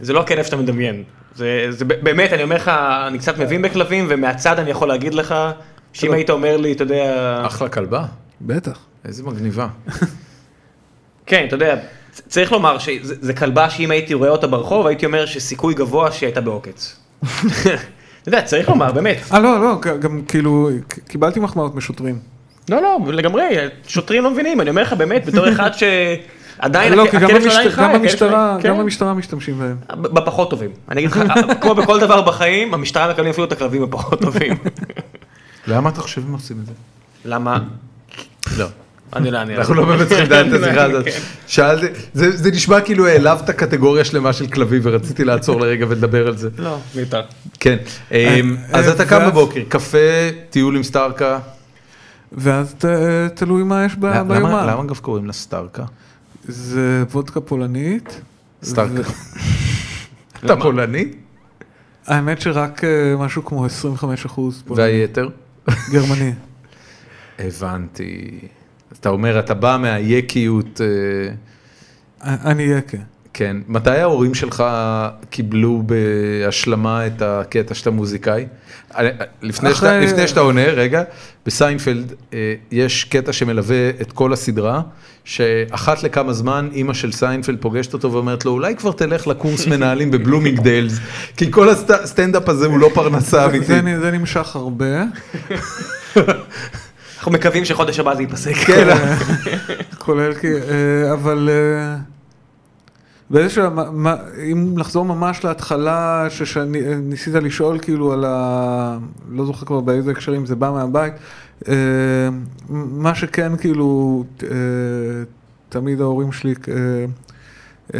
B: זה לא הכלב שאתה מדמיין. זה, זה ב- באמת, אני אומר לך, אני קצת מבין בכלבים, ומהצד אני יכול להגיד לך, שאם היית אומר לי, אתה יודע...
A: אחלה כלבה,
C: בטח.
A: איזה מגניבה.
B: כן, אתה יודע, צ- צריך לומר שזה כלבה שאם הייתי רואה אותה ברחוב, הייתי אומר שסיכוי גבוה שהיא הייתה בעוקץ. אתה יודע, צריך לומר, באמת.
C: אה, לא, לא, כ- גם כאילו, ק- קיבלתי מחמאות משוטרים.
B: לא, לא, לגמרי, שוטרים לא מבינים, אני אומר לך באמת, בתור אחד שעדיין,
C: לא,
B: אה, הכ-
C: כי גם
B: הכלב שלו
C: המשט-
B: עדיין חי,
C: גם
B: הכלב שלו
C: המשטרה,
B: עדיין-
C: גם
B: כן.
C: המשטרה משתמשים בהם.
B: ב- בפחות טובים. אני אגיד לך, כמו בכל דבר בחיים, המשטרה מקבלים אפילו את הכלבים הפחות טובים.
A: למה אתה חושב הם עושים את זה?
B: למה?
A: לא.
B: אני לא אענה.
A: אנחנו לא באמת צריכים לדעת את השיחה הזאת. שאלתי, זה זה נשמע כאילו העלבת קטגוריה שלמה של כלבים ורציתי לעצור לרגע ולדבר על זה.
B: לא, מיותר.
A: כן, אמ,
C: אה,
A: אז אתה
C: אה,
A: קם
C: ואז-
A: בבוקר, קפה, טיול עם סטארקה.
C: ואז ת- אה, תלוי מה יש ב-
A: למה-
C: ביומן.
A: למה אגב קוראים לה סטארקה?
C: זה וודקה פולנית.
A: סטארקה. אתה פולני?
C: האמת שרק אה, משהו כמו 25 אחוז
A: והיתר?
C: גרמני.
A: הבנתי. אז אתה אומר, אתה בא מהיקיות. אה,
C: א- אה, אני יקה.
A: כן, מתי ההורים שלך קיבלו בהשלמה את הקטע שאתה מוזיקאי? אני- לפני,
C: אחרי-
A: שאתה, לפני שאתה עונה, רגע, בסיינפלד אה, יש קטע שמלווה את כל הסדרה, שאחת לכמה זמן אימא של סיינפלד פוגשת אותו ואומרת לו, אולי כבר תלך לקורס מנהלים בבלומינגדלס, כי כל הסטנדאפ הזה הוא לא פרנסה אמיתית.
C: זה נ- זה נמשך הרבה.
B: אנחנו מקווים שחודש הבא זה ייפסק.
A: כן,
C: אה. כולל כי... אה, אבל... אה, באיזשהו... מה- מה- אם לחזור ממש להתחלה, שניסית לשאול כאילו על ה... לא זוכר כבר באיזה הקשרים זה בא מהבית. אה, מה שכן כאילו, אה, תמיד ההורים שלי אה, אה,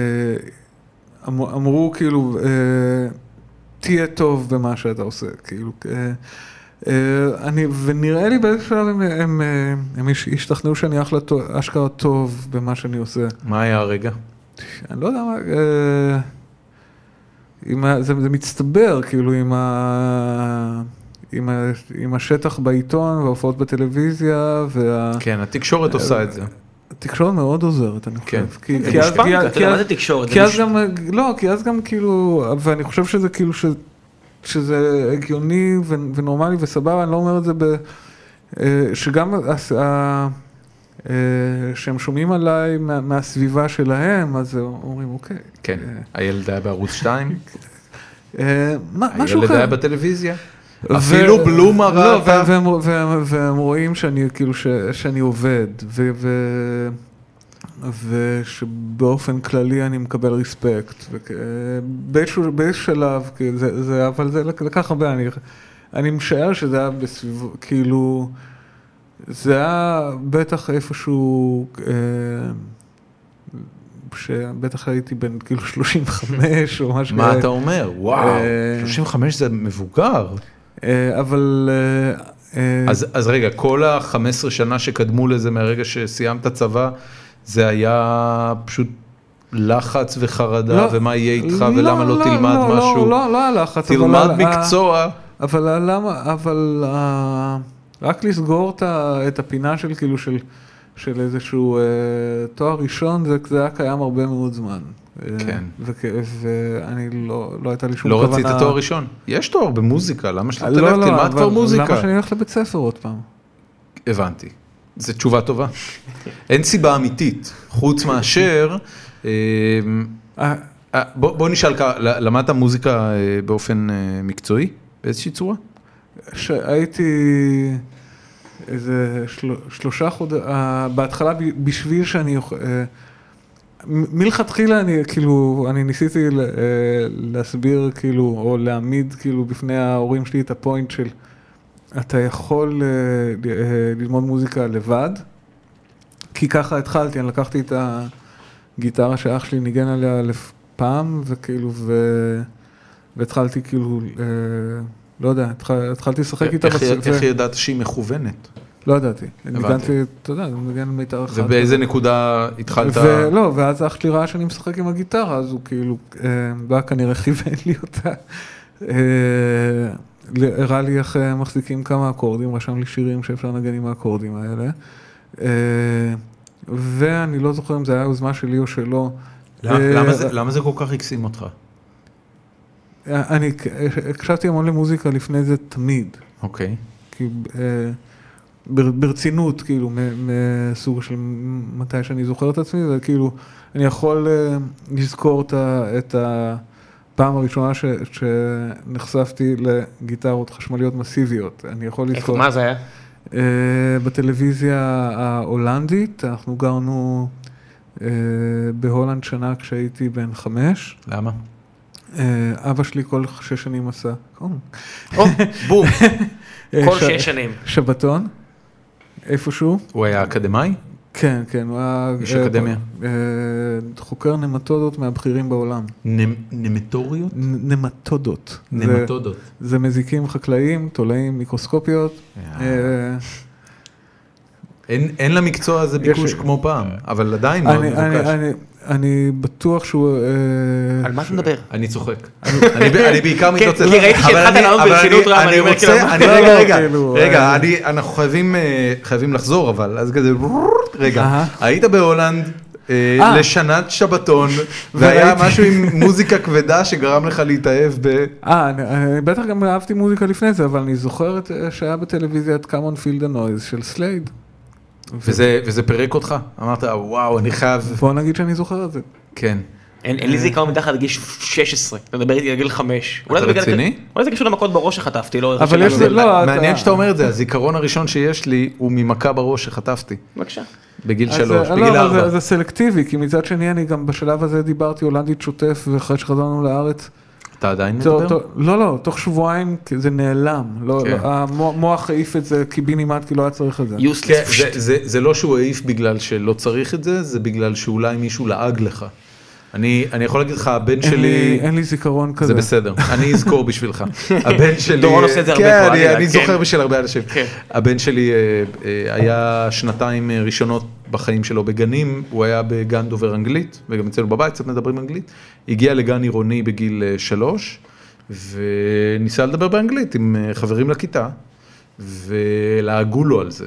C: אמר- אמרו כאילו, אה, תהיה טוב במה שאתה עושה, כאילו. אה, אה, אני, ונראה לי באיזה שלב הם, הם, אה, הם הש- השתכנעו שאני אחלה, טוב- אשכרה טוב במה שאני עושה.
A: מה היה הרגע?
C: אני לא יודע מה, אה, עם ה, זה, זה מצטבר כאילו עם, ה, עם, ה, עם השטח בעיתון וההופעות בטלוויזיה, וה, אה.
A: כן, התקשורת עושה את זה.
C: תקשורת מאוד עוזרת, אני חושב.
A: כן.
C: כי-
B: זה
C: כי אז-
B: מושפע
C: כי-
B: מכך, אתה
C: כי
B: יודע, מה
C: אז-
B: זה תקשורת?
C: כי
B: זה
C: אז
B: מוש-
C: גם, לא, כי אז גם כאילו, ואני חושב שזה כאילו, ש, שזה הגיוני ו, ונורמלי וסבבה, אני לא אומר את זה ב... אה, שגם הס- ה- אה, שהם שומעים עליי מה, מהסביבה שלהם, אז אומרים, אוקיי.
A: כן, הילד היה בערוץ 2,
C: אה, מה- משהו
A: הילד
C: כזה.
A: היה בטלוויזיה.
C: ו-
A: אפילו בלומה
C: לא, ו-
A: ראתה.
C: והם, והם, והם רואים שאני כאילו ש, שאני עובד, ו, ו, ושבאופן כללי אני מקבל ריספקט. וכ- באיזשהו באיזשהו שלב, כאילו, זה, זה, אבל זה לק- לקח הרבה, אני, אני משער שזה היה בסביבו, כאילו, זה היה בטח איפשהו, אה, שבטח הייתי בן כאילו 35 או משהו
A: מה אתה אומר? וואו,
C: אה,
A: 35 זה מבוגר.
C: אה, אבל... אה, אה,
A: אז אז רגע, כל ה-15 שנה שקדמו לזה מהרגע שסיימת צבא, זה היה פשוט לחץ וחרדה,
C: לא,
A: ומה יהיה איתך,
C: לא,
A: ולמה לא תלמד
C: לא,
A: משהו.
C: לא, לא, לא הלחץ. אבל אה,
A: תלמד
C: ה-
A: מקצוע.
C: ה- אבל ה- למה, אבל ה- רק לסגור את ה- את הפינה של כאילו של... של איזשהו אה, תואר ראשון, זה, זה היה קיים הרבה מאוד זמן. אה,
A: כן.
C: וכ- ואני לא, לא הייתה לי שום
A: לא
C: כוונה...
A: רצית תואר ראשון? יש תואר במוזיקה, למה
C: אה,
A: שאתה תלך? תלמד
C: אבל
A: כבר מוזיקה.
C: למה שאני הולך לבית ספר עוד פעם?
A: הבנתי. זו תשובה טובה. אין סיבה אמיתית, חוץ מאשר... אמ,
C: אה,
A: אה, בוא בוא נשאל ככה, ל- למדת מוזיקה אה, באופן אה, מקצועי באיזושהי צורה?
C: שהייתי איזה של... שלושה חודשים, בהתחלה ב... בשביל שאני יכול... אה, מ- מלכתחילה אני כאילו, אני ניסיתי ל- אה, להסביר כאילו, או להעמיד כאילו בפני ההורים שלי את הפוינט של אתה יכול אה, ל- אה, ללמוד מוזיקה לבד, כי ככה התחלתי, אני לקחתי את הגיטרה שאח שלי ניגן עליה לפ- פעם, וכאילו, ו... והתחלתי כאילו, אה, לא יודע, התחל- התחלתי לשחק איתה,
A: איך-
C: בס-
A: איך
C: ו-
A: ידעת שהיא מכוונת?
C: לא ידעתי, ניגנתי, אתה יודע, ניגן מיתר אחד.
A: ובאיזה נקודה התחלת?
C: ולא, ואז אח שלי ראה שאני משחק עם הגיטרה, אז הוא כאילו, אה, בא כנראה כיוון לי אותה. אה, ל- הראה לי איך אה, מחזיקים כמה אקורדים, רשם לי שירים שאפשר לנגן עם האקורדים האלה. אה, ואני לא זוכר אם זה היה יוזמה שלי או שלו. אה,
A: למה זה- למה זה כל כך הקסים אותך?
C: אה, אני ק- אה, הקשבתי המון למוזיקה לפני זה תמיד.
A: אוקיי.
C: כי, אה, בר- ברצינות, כאילו, מ- מסוג של מתי שאני זוכר את עצמי, וכאילו, אני יכול אה, לזכור את ה- את הפעם הראשונה ש- שנחשפתי לגיטרות חשמליות מסיביות. אני יכול
B: איפה,
C: לזכור.
B: מה זה היה?
C: אה, בטלוויזיה ההולנדית, אנחנו גרנו אה, בהולנד שנה כשהייתי בן חמש.
A: למה?
C: אה, אבא שלי כל שש שנים עשה, או,
B: או, בום,
C: אה,
B: כל
C: ש-
B: שש שנים.
C: שבתון, איפשהו.
A: הוא היה אקדמאי?
C: כן, כן, הוא היה...
A: איש אקדמיה.
C: אה, אה, חוקר נמטודות מהבכירים בעולם.
A: נמ- נמטוריות?
C: נ- נמטודות. זה-
A: נמטודות.
C: זה מזיקים חקלאיים, תולעים מיקרוסקופיות.
A: יאה.
C: אה,
A: אין אין למקצוע הזה ביקוש
C: יש-
A: כמו פעם, אבל עדיין מאוד
C: אני- אני-
A: מבוקש.
C: אני- אני בטוח שהוא... אה,
B: על מה
C: ש-
B: אתה מדבר?
A: אני צוחק. אני ב- אני בעיקר
B: כן,
A: מתלוצץ.
B: כי ראיתי
A: אבל
B: שהתחלת
A: אני-
B: לענות
A: אבל
B: ברצינות
A: אני-
B: רבה,
A: אני
B: אני אומר,
A: רוצה-
B: כאילו,
A: אני-
C: מה-
A: רגע,
C: לא,
A: רגע,
C: כאילו,
A: רגע,
C: אה,
A: אני- אנחנו חייבים אה, חייבים לחזור, אבל אז כזה... רגע,
C: אהה.
A: היית בהולנד. אה,
C: אה.
A: לשנת שבתון, והיה
C: וראיתי-
A: משהו עם מוזיקה כבדה שגרם לך להתאהב ב...
C: אה, אני- אני בטח גם אהבתי מוזיקה לפני זה, אבל אני זוכר את- אה, שהיה בטלוויזיה את Come on Feel the Noise של סלייד.
A: וזה וזה פירק אותך? אמרת, וואו, אני חייב...
C: בוא נגיד שאני זוכר את זה.
A: כן.
B: אין אין לי זיכרון מתחת לגיל 16, אתה מדבר איתי על גיל 5.
A: אתה רציני?
B: אולי זה קשור למכות בראש שחטפתי, לא...
C: אבל יש
B: זה...
C: זה- לא, אתה-
A: מעניין שאתה אומר את זה, הזיכרון הראשון שיש לי הוא ממכה בראש שחטפתי.
B: בבקשה.
A: בגיל
C: אז,
A: שלוש,
C: אה,
A: בגיל
C: לא, אבל זה-
A: ארבע.
C: זה סלקטיבי, כי מצד שני אני גם בשלב הזה דיברתי הולנדית שוטף, ואחרי שחזרנו לארץ,
A: אתה עדיין
C: תו-
A: מדבר?
C: תו- לא, לא, תוך שבועיים כי זה נעלם. לא,
A: כן.
C: לא, המו- המוח העיף את זה קיבינימט, כי לא היה צריך את זה.
A: כן,
B: יוסטלס.
A: זה- זה- זה לא שהוא העיף בגלל שלא צריך את זה, זה בגלל שאולי מישהו לעג לך. אני אני יכול להגיד לך, הבן
C: אין לי-
A: שלי...
C: אין לי זיכרון כזה.
A: זה בסדר, אני אזכור בשבילך. הבן שלי...
B: דורון עושה את זה הרבה
A: כן,
B: פה, אל
A: אני-
B: תדאג,
A: אני
B: כן.
A: זוכר בשביל הרבה אנשים.
B: כן.
A: הבן שלי אה, אה, היה שנתיים אה, ראשונות בחיים שלו בגנים, הוא היה בגן דובר אנגלית, וגם אצלנו בבית קצת מדברים אנגלית. הגיע לגן עירוני בגיל אה, שלוש, וניסה לדבר באנגלית עם אה, חברים לכיתה, ולעגו לו על זה.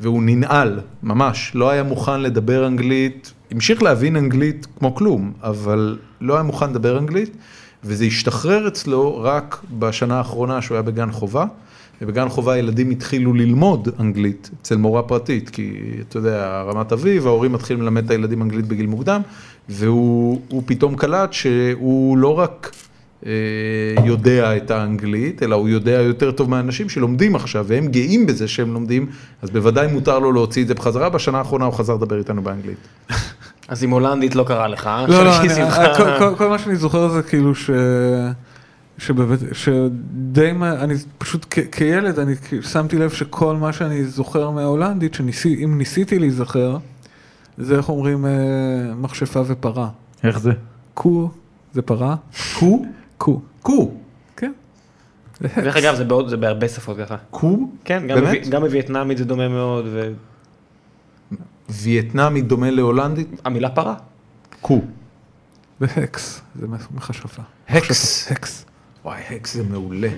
A: והוא ננעל, ממש, לא היה מוכן לדבר אנגלית, המשיך להבין אנגלית כמו כלום, אבל לא היה מוכן לדבר אנגלית, וזה השתחרר אצלו רק בשנה האחרונה שהוא היה בגן חובה, ובגן חובה ילדים התחילו ללמוד אנגלית אצל מורה פרטית, כי אתה יודע, רמת אביב, ההורים מתחילים ללמד את הילדים אנגלית בגיל מוקדם, והוא פתאום קלט שהוא לא רק... אה, יודע את האנגלית, אלא הוא יודע יותר טוב מהאנשים שלומדים עכשיו, והם גאים בזה שהם לומדים, אז בוודאי מותר לו להוציא את זה בחזרה, בשנה האחרונה הוא חזר לדבר איתנו באנגלית.
B: אז עם הולנדית לא קרה לך, אה?
C: לא, לא,
B: חשבתי
C: אני-
B: שמחה.
C: כל- כל- כל מה שאני זוכר זה כאילו ש... שבבית, שדי, מה- אני פשוט כ, כילד, אני כ- שמתי לב שכל מה שאני זוכר מההולנדית, שאם ניסיתי להיזכר, זה איך אומרים אה, מכשפה ופרה.
A: איך זה?
C: קו זה פרה,
A: קו?
C: קו,
A: קו.
C: כן.
B: דרך אגב, זה בעוד- זה בהרבה שפות ככה.
A: קו?
B: כן, גם
A: באמת?
B: בווי- גם בווייטנאמית זה דומה מאוד,
A: וייטנאמית דומה להולנדית?
B: והמילה פרה.
A: קו.
C: והקס זה מכשפה.
A: הקס.
C: הקס.
A: וואי, הקס זה מעולה.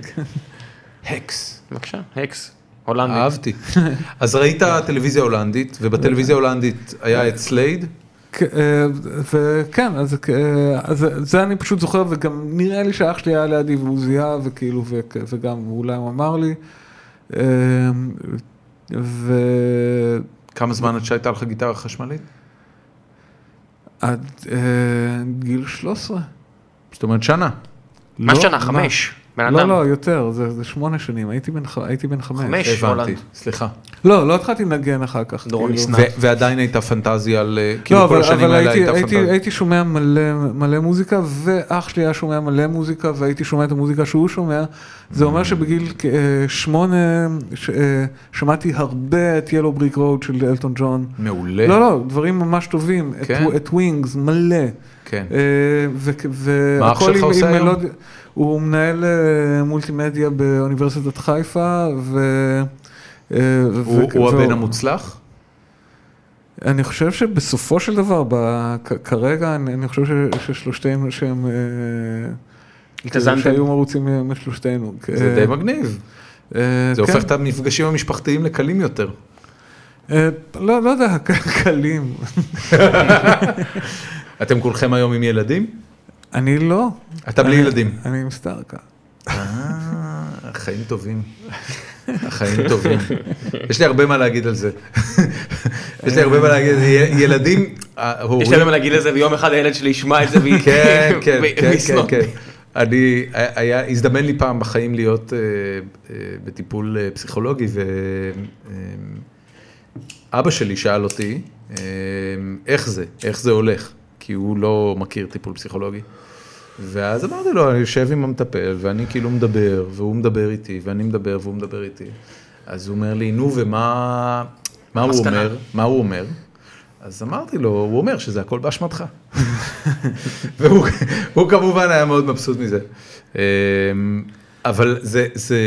A: הקס.
B: בבקשה, הקס, הולנדית.
A: אהבתי. אז ראית טלוויזיה הולנדית, ובטלוויזיה ההולנדית היה את סלייד?
C: כ- אה, וכן, אז, אה, אז זה אני פשוט זוכר, וגם נראה לי שאח שלי היה לידי והוא זיהה, וכאילו, ו- וגם אולי הוא אמר לי. אה, ו...
A: כמה זמן עד שהייתה לך גיטרה חשמלית?
C: עד אה, גיל 13.
A: זאת אומרת שנה.
B: מה
C: לא,
B: שנה? חמש. בן
C: לא,
B: אדם.
C: לא, יותר, זה, זה שמונה שנים, הייתי בן, ח- הייתי בן חמש.
B: חמש? יש
A: הבנתי,
B: הולנד.
A: סליחה.
C: לא, לא התחלתי לנגן אחר כך.
B: דורון
C: כאילו.
B: ניסנר.
A: ו- ועדיין הייתה פנטזיה על...
C: לא,
A: כאילו כל
C: אבל,
A: השנים
C: אבל
A: האלה
C: הייתי,
A: הייתה
C: הייתי,
A: פנטזיה.
C: הייתי שומע מלא, מלא מוזיקה, ואח שלי היה שומע מלא מוזיקה, והייתי שומע את המוזיקה שהוא שומע. זה
A: Mm.
C: אומר שבגיל אה, שמונה ש, אה, שמעתי הרבה את ילו בריק רוד של אלטון ג'ון.
A: מעולה.
C: לא, לא, דברים ממש טובים. את-
A: כן?
C: את ווינגס, מלא.
A: כן.
C: אה, ו- ו-
A: מה אח
C: הכל
A: שלך
C: עם-
A: עושה
C: עם
A: היום?
C: מלוד- הוא מנהל אה, מולטימדיה באוניברסיטת חיפה, ו... אה,
A: הוא
C: ו-
A: הוא
C: והוא-
A: הבן המוצלח?
C: אני חושב שבסופו של דבר, ב- כ- כרגע, אני אני חושב ש- ששלושתנו שהם... אה,
B: התאזנתם.
C: שהיו מרוצים משלושתנו. אה,
A: זה די מגניב. זה
C: כן.
A: הופך את המפגשים המשפחתיים לקלים יותר.
C: לא, לא יודע, קלים.
A: אתם כולכם היום עם ילדים?
C: אני לא.
A: אתה בלי
C: אני-
A: ילדים.
C: אני עם סטארקה.
A: אה, החיים טובים. החיים טובים. יש לי הרבה מה להגיד על זה. יש לי הרבה מה להגיד. י- ילדים,
B: יש
A: ההורים...
B: להם מה להגיד לזה, ויום אחד הילד שלי ישמע את זה, והיא...
A: כן, כן,
B: והיא-
A: כן,
B: והיא
A: כן,
B: ישנא.
A: כן. אני, אה, היה, הזדמן לי פעם בחיים להיות אה, אה, בטיפול אה, פסיכולוגי, ואבא שלי שאל אותי, אה, איך זה, איך זה הולך, כי הוא לא מכיר טיפול פסיכולוגי. ואז אמרתי לו, אני יושב עם המטפל, ואני כאילו מדבר, והוא מדבר איתי, ואני מדבר, והוא מדבר איתי. אז הוא אומר לי, נו, ומה מה הוא
B: המסקנה?"
A: אומר? מה הוא אומר? אז אמרתי לו, הוא אומר שזה הכל באשמתך. והוא הוא כמובן היה מאוד מבסוט מזה. אמ, אבל זה, זה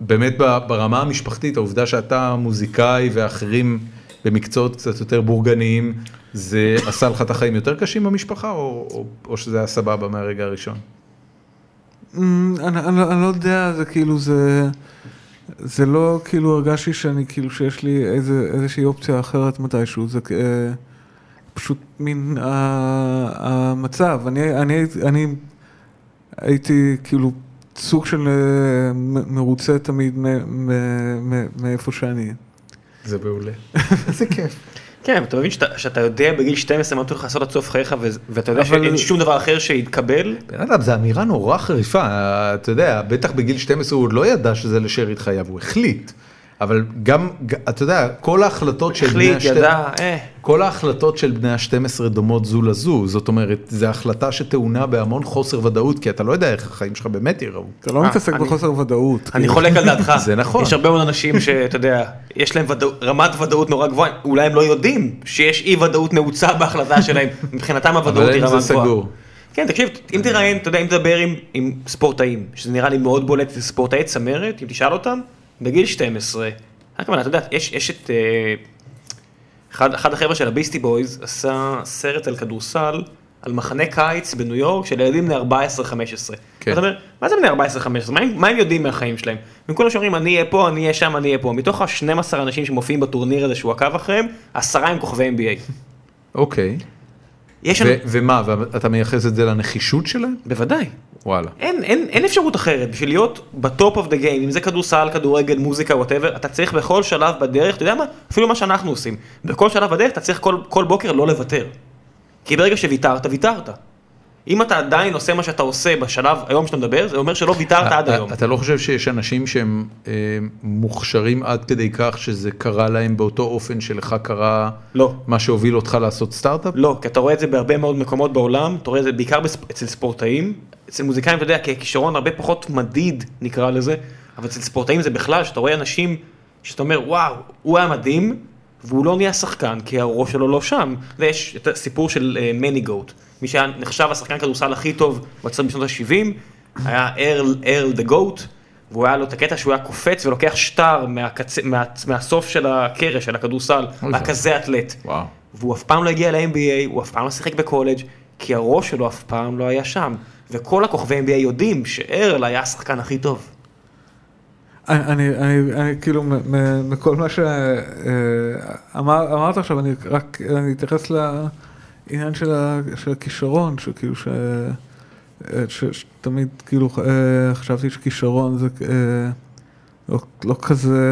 A: באמת ב- ברמה המשפחתית, העובדה שאתה מוזיקאי ואחרים במקצועות קצת יותר בורגניים, זה עשה לך את החיים יותר קשים במשפחה, או, או, או שזה היה סבבה מהרגע הראשון?
C: אמ, אני, אני, לא- אני לא יודע, זה כאילו, זה, זה לא כאילו הרגשתי שאני כאילו שיש לי איזה, איזושהי אופציה אחרת מתישהו, זה כ- אה, פשוט מין ה- המצב. אני, אני, הייתי- אני הייתי כאילו סוג של אה, מ- מרוצה תמיד מ- מ- מ- מאיפה שאני.
A: זה מעולה. איזה כיף.
B: כן, אתה מבין שאתה- שאתה יודע בגיל 12 מה אתה הולך לעשות עד סוף חייך, וזה- ואתה יודע
C: אבל-
B: שאין שום דבר אחר שיתקבל.
A: בן אדם, זו אמירה נורא חריפה, אתה יודע, בטח בגיל 12 הוא עוד לא ידע שזה לשארית חייו, הוא החליט. אבל גם, ג- אתה יודע, כל ההחלטות של בני
B: החליט,
A: ה-12
B: ידע, אה.
A: כל ההחלטות של בני ה-12 דומות זו לזו, זאת אומרת, זו החלטה שטעונה בהמון חוסר ודאות, כי אתה לא יודע איך החיים שלך באמת יראו.
C: אתה לא
B: אה,
C: מתעסק
B: אני-
C: בחוסר ודאות. כאילו.
B: אני חולק על דעתך.
A: זה נכון.
B: יש הרבה מאוד אנשים שאתה יודע, יש להם ודאו- רמת ודאות נורא גבוהה, אולי הם לא יודעים שיש אי ודאות נעוצה בהחלטה שלהם, מבחינתם הוודאות
A: אבל
B: היא
A: אם
B: רמה
A: זה
B: גבוהה.
A: סגור.
B: כן, תקשיב, אם תראיין, אתה יודע, אם תדבר עם, עם ספורטאים, שזה נראה לי מאוד בולט, זה ספורטאי צמרת, אם תשאל אותם, בגיל 12, הכוונה, אתה יודע, יש, יש את... אה, אחד, אחד החבר'ה של הביסטי בויז עשה סרט על כדורסל על מחנה קיץ בניו יורק של ילדים בני 14-15.
A: כן.
B: כן. אתה אומר, מה זה בני 14-15? מה, הם- מה הם יודעים מהחיים שלהם? וכולם שאומרים, אני אהיה פה, אני אהיה שם, אני אהיה פה. מתוך ה-12 אנשים שמופיעים בטורניר הזה שהוא עקב אחריהם, עשרה הם כוכבי NBA.
A: אוקיי.
B: יש לנו...
A: ו- ומה, ואתה מייחס את זה לנחישות שלהם?
B: בוודאי.
A: וואלה.
B: אין, אין, אין אפשרות אחרת, בשביל להיות בטופ אוף דה גיים, אם זה כדורסל, כדורגל, מוזיקה, וואטאבר, אתה צריך בכל שלב בדרך, אתה יודע מה? אפילו מה שאנחנו עושים, בכל שלב בדרך אתה צריך כל, כל בוקר לא לוותר. כי ברגע שוויתרת, ויתרת. אם אתה עדיין עושה מה שאתה עושה בשלב היום שאתה מדבר, זה אומר שלא ויתרת עד היום.
A: אתה לא חושב שיש אנשים שהם אה, מוכשרים עד כדי כך שזה קרה להם באותו אופן שלך קרה
B: לא.
A: מה שהוביל אותך לעשות סטארט-אפ?
B: לא, כי אתה רואה את זה בהרבה מאוד מקומות בעולם, אתה רואה את זה בעיקר בספ... אצל ספורטאים, אצל מוזיקאים אתה יודע, ככישרון הרבה פחות מדיד נקרא לזה, אבל אצל ספורטאים זה בכלל, שאתה רואה אנשים שאתה אומר וואו, הוא היה מדהים, והוא לא נהיה שחקן כי הראש שלו לא שם. ויש את הסיפור של אה, מני גוט, מי שהיה נחשב השחקן כדורסל הכי טוב בצד בשנות ה-70, היה ארל, ארל דה גוט. והוא היה לו את הקטע שהוא היה קופץ ולוקח שטר מהקצה, מה, מהסוף של הקרש, של הכדורסל,
A: אוי
B: היה
A: ואבוי.
B: כזה אתלט.
A: וואו.
B: והוא אף פעם לא הגיע ל-NBA, הוא אף פעם לא שיחק בקולג', כי הראש שלו אף פעם לא היה שם. וכל הכוכבי NBA יודעים שארל היה השחקן הכי טוב.
C: אני, אני, אני, אני כאילו, מ, מ, מכל מה שאמרת עכשיו, אני רק, אני אתייחס לעניין של, ה, של הכישרון, שכאילו, ש, אה, ש, שתמיד כאילו אה, חשבתי שכישרון זה אה, לא, לא כזה,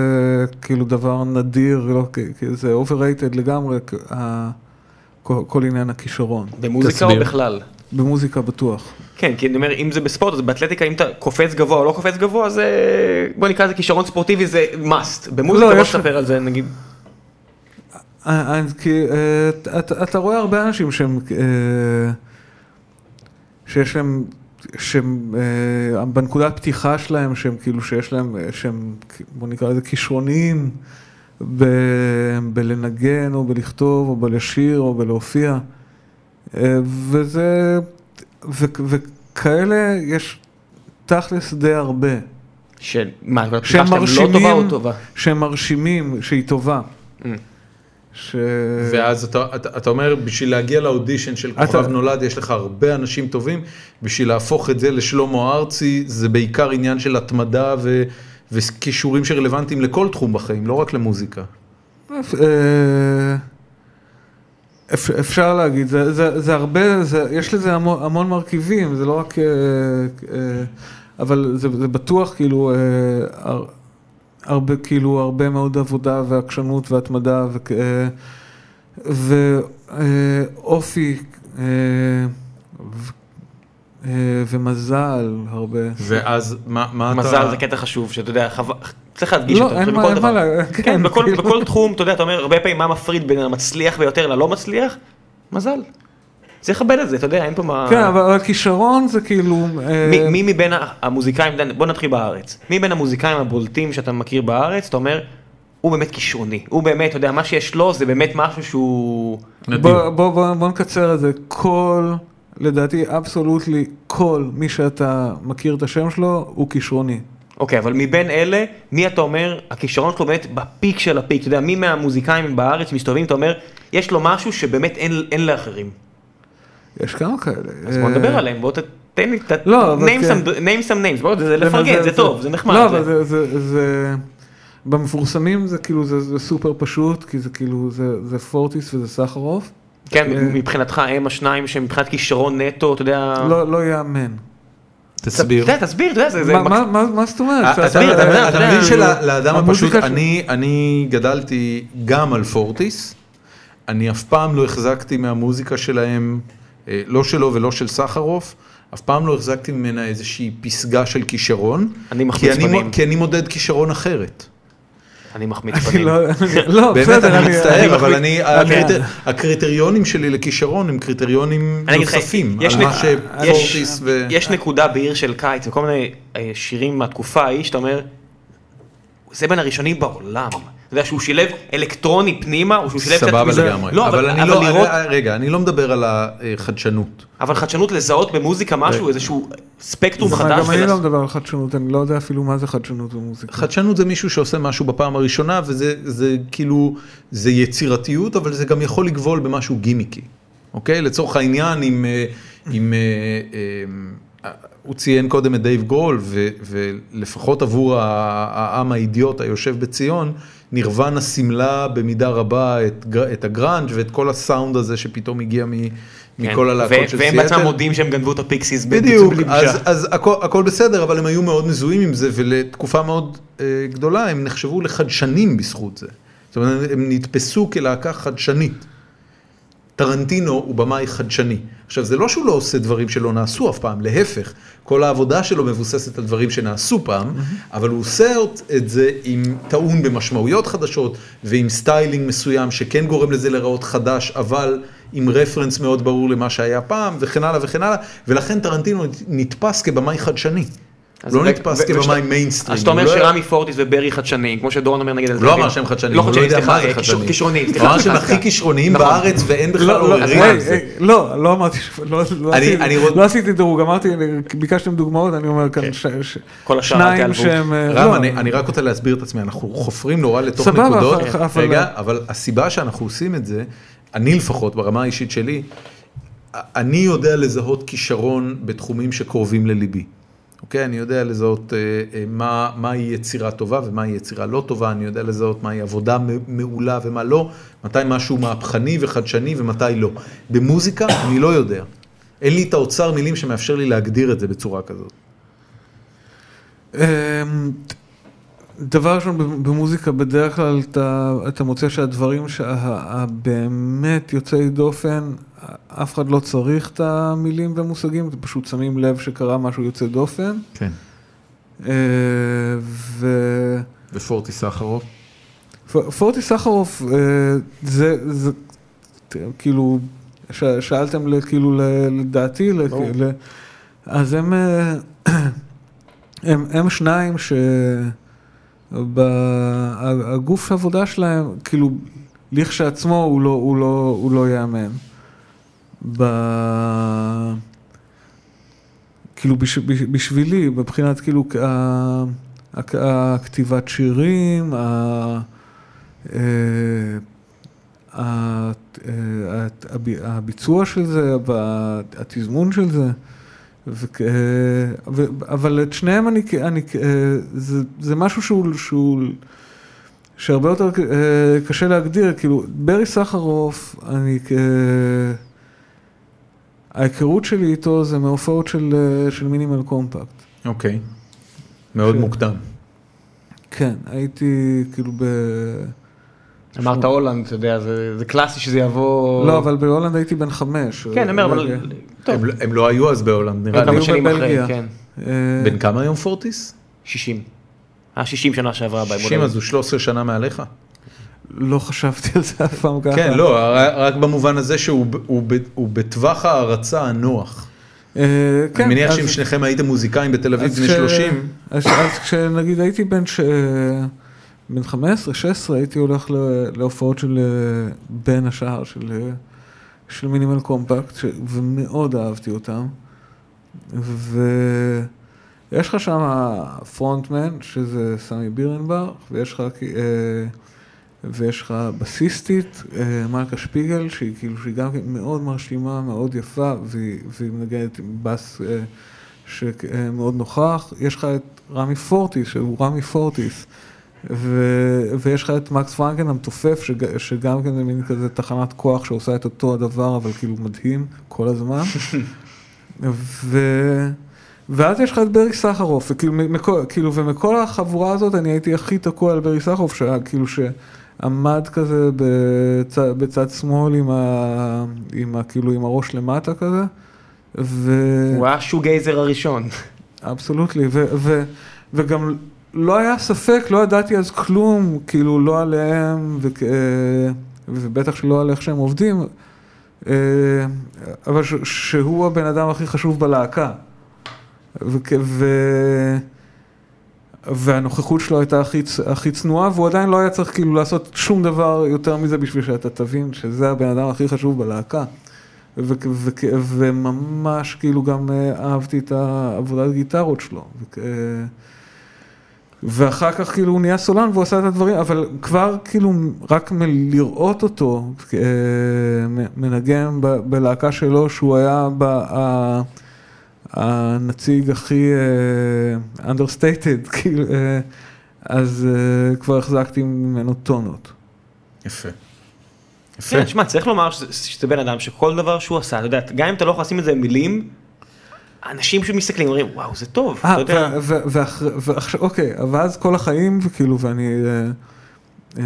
C: כאילו, דבר נדיר, לא, כי- כי זה overrated לגמרי, כ- ה- כל, כל עניין הכישרון.
B: במוזיקה
A: תסביר.
B: או בכלל.
C: במוזיקה בטוח.
B: כן, כי אני אומר, אם זה בספורט, אז באתלטיקה, אם אתה קופץ גבוה או לא קופץ גבוה, זה... בוא נקרא לזה כישרון ספורטיבי, זה must. במוזיקה,
C: לא,
B: בוא
C: יש-
B: תספר על זה, נגיד.
C: אה, אה, כי אה, אתה- אתה רואה הרבה אנשים שהם, אה, שיש להם, שהם, אה, בנקודת פתיחה שלהם, שהם כאילו, שיש להם, אה, שהם, בוא נקרא לזה כישרוניים ב, בלנגן או בלכתוב או בלשיר או בלהופיע. אה, וזה, ו, וכאלה יש תכלס די הרבה.
B: שמה, כל
C: שהם
B: הפתיחה שלהם
C: מרשימים,
B: לא טובה או טובה.
C: שהם מרשימים, שהיא טובה.
B: Mm.
C: ש...
A: ואז אתה, אתה, אתה אומר, בשביל להגיע לאודישן של
C: אתה-
A: כוכב נולד, יש לך הרבה אנשים טובים, בשביל להפוך את זה לשלמה ארצי, זה בעיקר עניין של התמדה ו, וכישורים שרלוונטיים לכל תחום בחיים, לא רק למוזיקה.
C: אה, אפ, אפשר להגיד, זה, זה, זה הרבה, זה, יש לזה המון, המון מרכיבים, זה לא רק, אה, אה, אבל זה, זה בטוח כאילו, אה, הר, הרבה, כאילו הרבה מאוד עבודה ועקשנות והתמדה אה, ואופי אה, ומזל הרבה.
B: אה.
A: ואז מה, מה אתה...
B: מזל זה כן. קטע חשוב, שאתה יודע, חבל- צריך להדגיש
C: לא,
B: אותו,
C: אין
B: זה
C: מה-
B: בכל
C: אין מה
B: דבר.
C: לה- כן,
B: כן, בכל-
C: כאילו.
B: בכל תחום, אתה יודע, אתה אומר הרבה פעמים מה מפריד בין המצליח ביותר ללא מצליח, מזל. צריך לכבד את זה, אתה יודע, אין פה מה...
C: כן, אבל אבל כישרון זה כאילו... אה,
B: מי- מי מבין ה- המוזיקאים, דן, בוא נתחיל בארץ, מי בין המוזיקאים הבולטים שאתה מכיר בארץ, אתה אומר, הוא באמת כישרוני, הוא באמת, אתה יודע, מה שיש לו זה באמת משהו שהוא...
A: נדיר.
C: בוא, בוא, בוא, בוא נקצר את זה. כל, לדעתי, אבסולוטלי, כל מי שאתה מכיר את השם שלו, הוא כישרוני.
B: אוקיי, אבל מבין אלה, מי אתה אומר, הכישרון שלו באמת בפיק של הפיק, אתה יודע, מי מהמוזיקאים בארץ מסתובבים, אתה אומר, יש לו משהו שבאמת אין, אין לאחרים.
C: יש כמה כאלה.
B: אז בוא
C: אה,
B: נדבר עליהם, בוא ת- תן לי, ת-
C: לא, אבל
B: name
C: כן.
B: some- name some names, בוא, זה- זה לפרגן, זה טוב, זה נחמד.
C: לא,
B: זה-
C: אבל זה, זה, זה, במפורסמים זה כאילו, זה, זה סופר פשוט, כי זה כאילו, זה, זה פורטיס וזה סחרוף.
B: כן, מבחינתך הם השניים שמבחינת כישרון נטו, אתה יודע...
C: לא, לא יאמן.
A: תסביר.
B: אתה יודע, תסביר, אתה יודע, זה... זה
C: מה,
B: מק-
C: מה, מה, מה זאת אומרת?
A: אה, אתה-
B: תסביר, אתה יודע,
A: אתה מבין
C: כאילו,
A: שלאדם
C: המוזיקה
A: הפשוט,
C: של-
A: אני- אני גדלתי גם על פורטיס, אני אף פעם לא החזקתי מהמוזיקה שלהם, אה, לא שלו ולא של סחרוף, אף פעם לא החזקתי ממנה איזושהי פסגה של כישרון,
B: אני מחמיץ
A: כי אני
B: פנים.
A: מ- כי אני מודד כישרון אחרת.
B: אני מחמיץ
C: אני
B: פנים.
C: לא, לא,
A: באמת,
C: בסדר,
A: אני מצטער, אבל
C: מחליט-
A: אני, הקריטר- הקריטריונים שלי לכישרון הם קריטריונים
B: אני אגיד לך,
A: נוספים,
B: יש
A: על
B: לי-
A: מה
B: יש-
A: שפורטיס ו...
B: יש נקודה בעיר של קיץ וכל מיני אה, שירים מהתקופה ההיא שאתה אומר, זה בין הראשונים בעולם. אתה יודע שהוא שילב אלקטרוני פנימה, או שהוא שילב קצת...
A: סבבה
B: מזה-
A: לגמרי,
B: לא, אבל
A: אבל אני לא,
B: לראות...
A: רגע, אני לא מדבר על החדשנות.
B: אבל חדשנות לזהות במוזיקה
A: אה,
B: משהו, איזשהו ספקטרום
C: גם
B: חדש.
C: אני
B: ולס-
C: לא מדבר על חדשנות, אני לא יודע אפילו מה זה חדשנות במוזיקה.
A: חדשנות זה מישהו שעושה משהו בפעם הראשונה וזה זה כאילו זה יצירתיות אבל זה גם יכול לגבול במשהו גימיקי. אוקיי? לצורך העניין, אם... אה, אם אה, אה, הוא ציין קודם את דייב גרול, ו, ולפחות עבור ה- העם האידיוט היושב בציון, נירוונה סימלה במידה רבה את, גר- את הגראנג' ואת כל הסאונד הזה שפתאום הגיע מ,
B: כן.
A: מכל
B: ו-
A: הלהקות של
B: והם
A: סיאטל.
B: בעצמם מודים שהם גנבו את הפיקסיס
A: בדיוק,
B: בגלישה.
A: אז, אז הכל, הכל בסדר, אבל הם היו מאוד מזוהים עם זה, ולתקופה מאוד אה, גדולה הם נחשבו לחדשנים בזכות זה. זאת אומרת, הם נתפסו כלהקה חדשנית. טרנטינו הוא במאי חדשני. עכשיו, זה לא שהוא לא עושה דברים שלא נעשו אף פעם, להפך, כל העבודה שלו מבוססת על דברים שנעשו פעם, אבל הוא עושה את זה עם טעון במשמעויות חדשות ועם סטיילינג מסוים שכן גורם לזה להיראות חדש, אבל עם רפרנס מאוד ברור למה שהיה פעם, וכן הלאה וכן הלאה, ולכן טרנטינו נתפס כבמאי חדשני.
B: אז
A: הוא לא
B: רגע,
A: נתפס
B: ו-
A: כבמאי
B: ושאתה-
A: מיינסטרים.
B: אז אתה אומר
A: הוא לא-
B: שרמי פורטיס וברי חדשניים, כמו שדורון אומר נגיד על
A: הוא לא אמר שהם חדשנים,
B: לא
A: הוא לא
B: חדשנים,
A: יודע מה
B: סליחה,
A: זה
B: אה,
A: חדשנים.
B: כישור- כישרוניים,
A: הוא אמר שהם
B: סליחה,
A: הכי
B: סליחה.
A: כישרוניים
B: נכון.
A: בארץ ואין בכלל
C: לא, לא,
A: עוררין
C: אה,
A: על זה.
C: אה, לא, לא אמרתי, ש- לא- לא
A: אני-
C: עשיתי-
A: אני רוצ-
C: לא עשיתי דירוג, אמרתי, ביקשתם דוגמאות, אני אומר כאן ש- ש-
B: כן. כל השאר אל
C: שניים
B: תיעלבו.
C: שהם... אה,
A: רם,
C: לא.
A: אני, אני רק רוצה להסביר את עצמי, אנחנו חופרים נורא לתוך
C: סבבה,
A: נקודות.
C: אבל- אבל-
A: רגע, אבל הסיבה שאנחנו עושים את זה, אני לפחות, ברמה האישית שלי, אני יודע לזהות כישרון בתחומים שקרובים לליבי. אוקיי? אני יודע לזהות אה, אה, מה, מהי יצירה טובה ומהי יצירה לא טובה, אני יודע לזהות מהי עבודה מ- מעולה ומה לא, מתי משהו מהפכני וחדשני ומתי לא. במוזיקה אני לא יודע. אין לי את האוצר מילים שמאפשר לי להגדיר את זה בצורה כזאת.
C: אמ, דבר ראשון, במוזיקה בדרך כלל אתה, אתה מוצא שהדברים שהבאמת יוצאי דופן, אף אחד לא צריך את המילים והמושגים, אתם פשוט שמים לב שקרה משהו יוצא דופן.
A: כן.
C: אה, ו...
A: ופורטי סחרוף?
C: פ- פורטי סחרוף, אה, זה, זה, תראה, כאילו, ש, שאלתם ל- כאילו ל- לדעתי, ל-
B: ברור.
C: ל- אז הם, אה, הם, הם שניים שהגוף העבודה שלהם, כאילו, לכשעצמו הוא לא, הוא לא, הוא לא ייאמן. ב... כאילו בש, בש, בשבילי, מבחינת כאילו ה- הכ- הכתיבת שירים, ה, אה, ה, אה, הת- הב- הביצוע של זה, ה- התזמון של זה. וכ- אה, ו, אבל את שניהם אני, כ- אני כ- אה, זה, זה משהו שהוא, שהוא, שהרבה יותר אה, קשה להגדיר, כאילו, ברי סחרוף, אני, אה, ההיכרות שלי איתו זה מהופעות של, אה, של מינימל קומפקט.
A: אוקיי. מאוד
C: ש-
A: מוקדם.
C: כן, הייתי כאילו ב...
B: אמרת הולנד, אתה יודע, זה זה קלאסי שזה יבוא...
C: לא, אבל בהולנד הייתי בן חמש. אה,
B: כן, אני אומר, אבל...
C: בלגיה.
B: טוב,
A: הם לא- הם לא היו אז בהולנד,
B: היו
A: נראה לי.
B: כמה
C: היו
B: שנים אחרי,
C: בבלגיה.
B: כן.
C: אה,
A: בן כמה היום פורטיס?
B: 60. היה 60 אה, שנה שעברה ביום
A: 60
B: הולדת.
A: אז הוא 13 שנה מעליך.
C: לא חשבתי על זה אף פעם ככה.
A: כן, לא, ר- רק במובן הזה שהוא ב- הוא ב- הוא בטווח ההערצה הנוח.
C: אה, כן,
A: אני מניח
C: אז-
A: שאם שניכם הייתם מוזיקאים בתל אביב
C: אז
A: בני
C: כש-
A: 30,
C: אז, אז כשנגיד הייתי בן, ש... בן 15-16 הייתי הולך ל- להופעות של אה, בין השאר של, אה, של מינימל קומפקט ש... ומאוד אהבתי אותם. ויש לך שם פרונטמן שזה סמי בירנבר ויש לך כ- אה, ויש לך בסיסטית, אה, מלכה שפיגל, שהיא כאילו, שהיא גם כן מאוד מרשימה, מאוד יפה, והיא, והיא מנגנת עם בס אה, שמאוד נוכח. יש לך את רמי פורטיס, שהוא רמי פורטיס, ו, ויש לך את מקס פרנקן המתופף, שג, שגם כן זה מין כזה תחנת כוח שעושה את אותו הדבר, אבל כאילו מדהים כל הזמן. ו... ואז יש לך את ברי סחרוף, וכאילו, מכל, כאילו, ומכל החבורה הזאת אני הייתי הכי תקוע על ברי סחרוף, שהיה כאילו שעמד כזה בצ... בצד שמאל עם, ה... עם, ה... כאילו, עם הראש למטה כזה, ו...
B: הוא היה שוגייזר הראשון.
C: אבסולוטלי, ו... ו... וגם לא היה ספק, לא ידעתי אז כלום, כאילו לא עליהם, וכ... אה, ובטח שלא על איך שהם עובדים, אה, אבל ש... שהוא הבן אדם הכי חשוב בלהקה. וכ... ו... והנוכחות שלו הייתה הכי, צ- הכי צנועה, והוא עדיין לא היה צריך כאילו לעשות שום דבר יותר מזה בשביל שאתה תבין שזה הבן אדם הכי חשוב בלהקה. ו- ו- ו- וממש כאילו גם אה, אהבתי את העבודת גיטרות שלו. וכ- אה, ואחר כך כאילו הוא נהיה סולן והוא עשה את הדברים, אבל כבר כאילו רק מלראות אותו אה, מ- מנגן ב- בלהקה שלו, שהוא היה ב- ה- הנציג הכי אה, understated, כאילו, אה, אז אה, כבר החזקתי ממנו טונות.
A: יפה. יפה.
B: כן, שמע, צריך לומר שזה, שזה בן אדם שכל דבר שהוא עשה, אתה יודע, גם אם אתה לא יכול לשים את זה במילים, אנשים פשוט מסתכלים, אומרים, וואו, זה טוב, אתה
C: אה,
B: יודע.
C: ו- ו- ואחר- ועכשיו, אוקיי, ואז כל החיים, וכאילו, ואני אה, אה,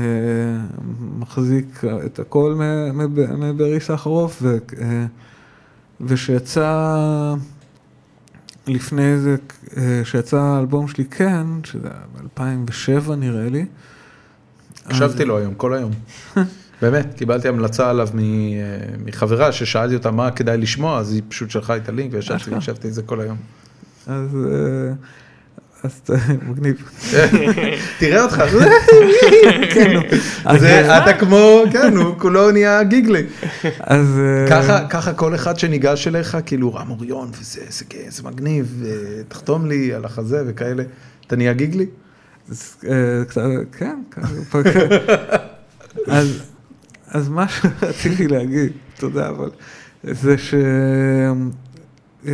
C: מחזיק את הכל מ- מב- מברי סחרוף, ו- אה, ושיצא לפני זה, אה, שיצא האלבום שלי כן, שזה היה ב-2007 נראה לי, כן.
A: הקשבתי לו היום, כל היום. באמת, קיבלתי המלצה עליו מ- אה, מחברה ששאלתי אותה מה כדאי לשמוע, אז היא פשוט שלחה את הלינק וישבתי והקשבתי לזה כל היום.
C: אז... אה, אז אה, מגניב.
A: תראה אותך,
C: כן, נו. אז,
A: זה-
C: אה,
A: אתה כמו, כן, הוא כולו נהיה גיגלי.
C: אז... אה,
A: ככה, ככה כל אחד שניגש אליך, כאילו רם אוריון, וזה זה, זה, זה מגניב, אה, תחתום לי על החזה וכאלה, אתה נהיה גיגלי?
C: אז, אה, קצת- כן, כן. פה- אז- אז מה שרציתי להגיד, תודה, אבל, זה ש... אה,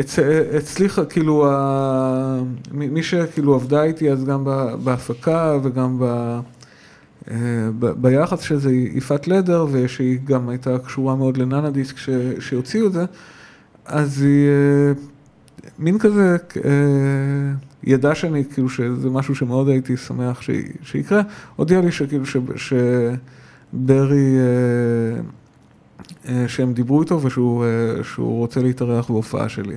C: אצ- אה, הצליחה, כאילו, ה- מי מי שכאילו עבדה איתי אז גם ב- בהפקה וגם ב... אה, ב- ביחס של זה היא יפעת לדר, ושהיא גם הייתה קשורה מאוד לננה דיסק ש- שהוציאו את זה, אז היא אה, מין כזה אה, ידעה שאני, כאילו שזה משהו שמאוד הייתי שמח ש- שיקרה, הודיעה לי שכאילו ש- שברי, אה, אה, שהם דיברו איתו ושהוא אה, שהוא רוצה להתארח בהופעה שלי.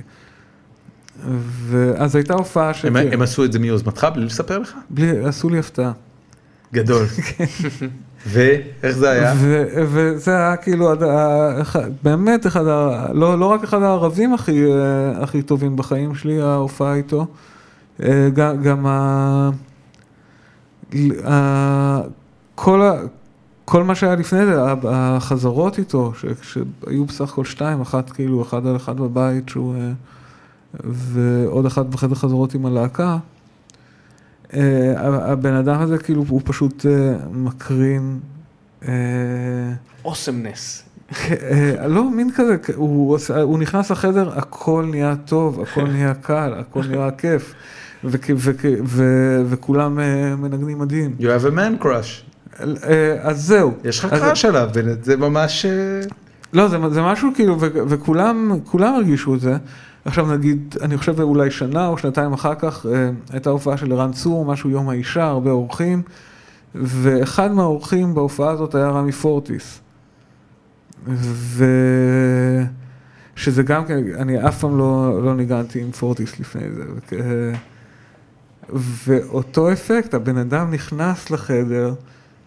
C: ואז הייתה הופעה ש...
A: הם, הם עשו את זה מיוזמתך בלי לספר לך?
C: בלי, עשו לי הפתעה.
A: גדול. ואיך זה היה?
C: ו- וזה היה כאילו, עד ה- אחד- באמת אחד, ה- לא, לא רק אחד הערבים הכי, אה, הכי טובים בחיים שלי, ההופעה איתו, אה, גם, גם ה... ל- ה- כל, ה... כל מה שהיה לפני זה, ה- החזרות איתו, ש... שהיו בסך הכל שתיים, אחת כאילו, אחד על אחד בבית, שהוא... אה, ועוד אחת בחדר חזרות עם הלהקה. אה, הבן אדם הזה כאילו הוא פשוט אה, מקרין אה,
B: אוסמנס.
C: אה, לא, מין כזה, הוא, עושה- הוא נכנס לחדר, הכל נהיה טוב, הכל נהיה קל, הכל נראה כיף, וכ- וכ- ו- וכולם אה, מנגנים מדהים.
A: You have a man crush.
C: אה, אז זהו.
A: יש לך
C: אז-
A: crush עליו, בנט, זה ממש... אה,
C: לא, זה, זה משהו כאילו, ו, וכולם כולם הרגישו את זה. עכשיו נגיד, אני חושב אולי שנה או שנתיים אחר כך, אה, הייתה הופעה של ערן צור, משהו יום האישה, הרבה אורחים, ואחד מהאורחים בהופעה הזאת היה רמי פורטיס. ו... שזה גם כן, אני אף פעם לא, לא ניגנתי עם פורטיס לפני זה. וכ- אה, ואותו אפקט, הבן אדם נכנס לחדר,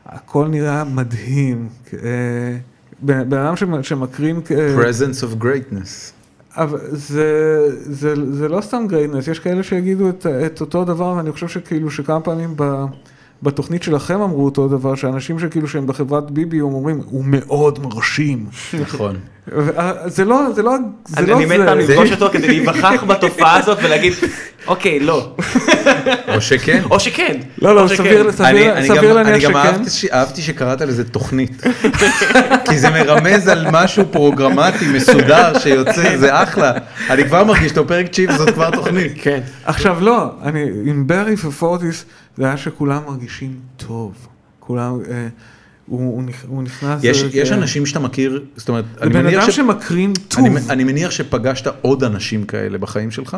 C: הכל נראה מדהים. אה, בן בן אדם שמ- שמקרין... כ- אה,
A: presence of greatness.
C: אבל זה, זה, זה לא סתם גריינס, יש כאלה שיגידו את, את אותו דבר, ואני חושב שכאילו שכמה פעמים ב, בתוכנית שלכם אמרו אותו דבר, שאנשים שכאילו שהם בחברת ביבי הם אומרים, הוא מאוד מרשים.
A: נכון.
C: ו- זה לא, זה לא, זה
B: אני
C: לא
B: אני מת פעם
C: זה.
B: לפגוש אותו כדי להיווכח בתופעה הזאת ולהגיד, אוקיי, לא.
A: או שכן.
B: או שכן.
C: לא, לא,
B: או שכן.
C: סביר, סביר,
A: אני- אני
C: סביר
A: גם-
C: להניח
A: אני גם
C: שכן.
A: אהבתי ש- אהבתי שקראת לזה תוכנית, כי זה מרמז על משהו פרוגרמטי מסודר שיוצא, זה אחלה. אני כבר מרגיש אותו פרק צ'יפ, זאת כבר תוכנית.
B: כן.
C: עכשיו לא, אני, עם ברי ופורטיס, זה היה שכולם מרגישים טוב. כולם, אה, הוא, הוא, נכ- הוא נכנס...
A: יש,
C: אה,
A: יש
C: אה,
A: אנשים שאתה מכיר, זאת אומרת,
C: זה
A: אני
C: בן
A: מניח,
C: אדם
A: ש...
C: שמקרין טוב.
A: אני, אני מניח שפגשת עוד אנשים כאלה בחיים שלך.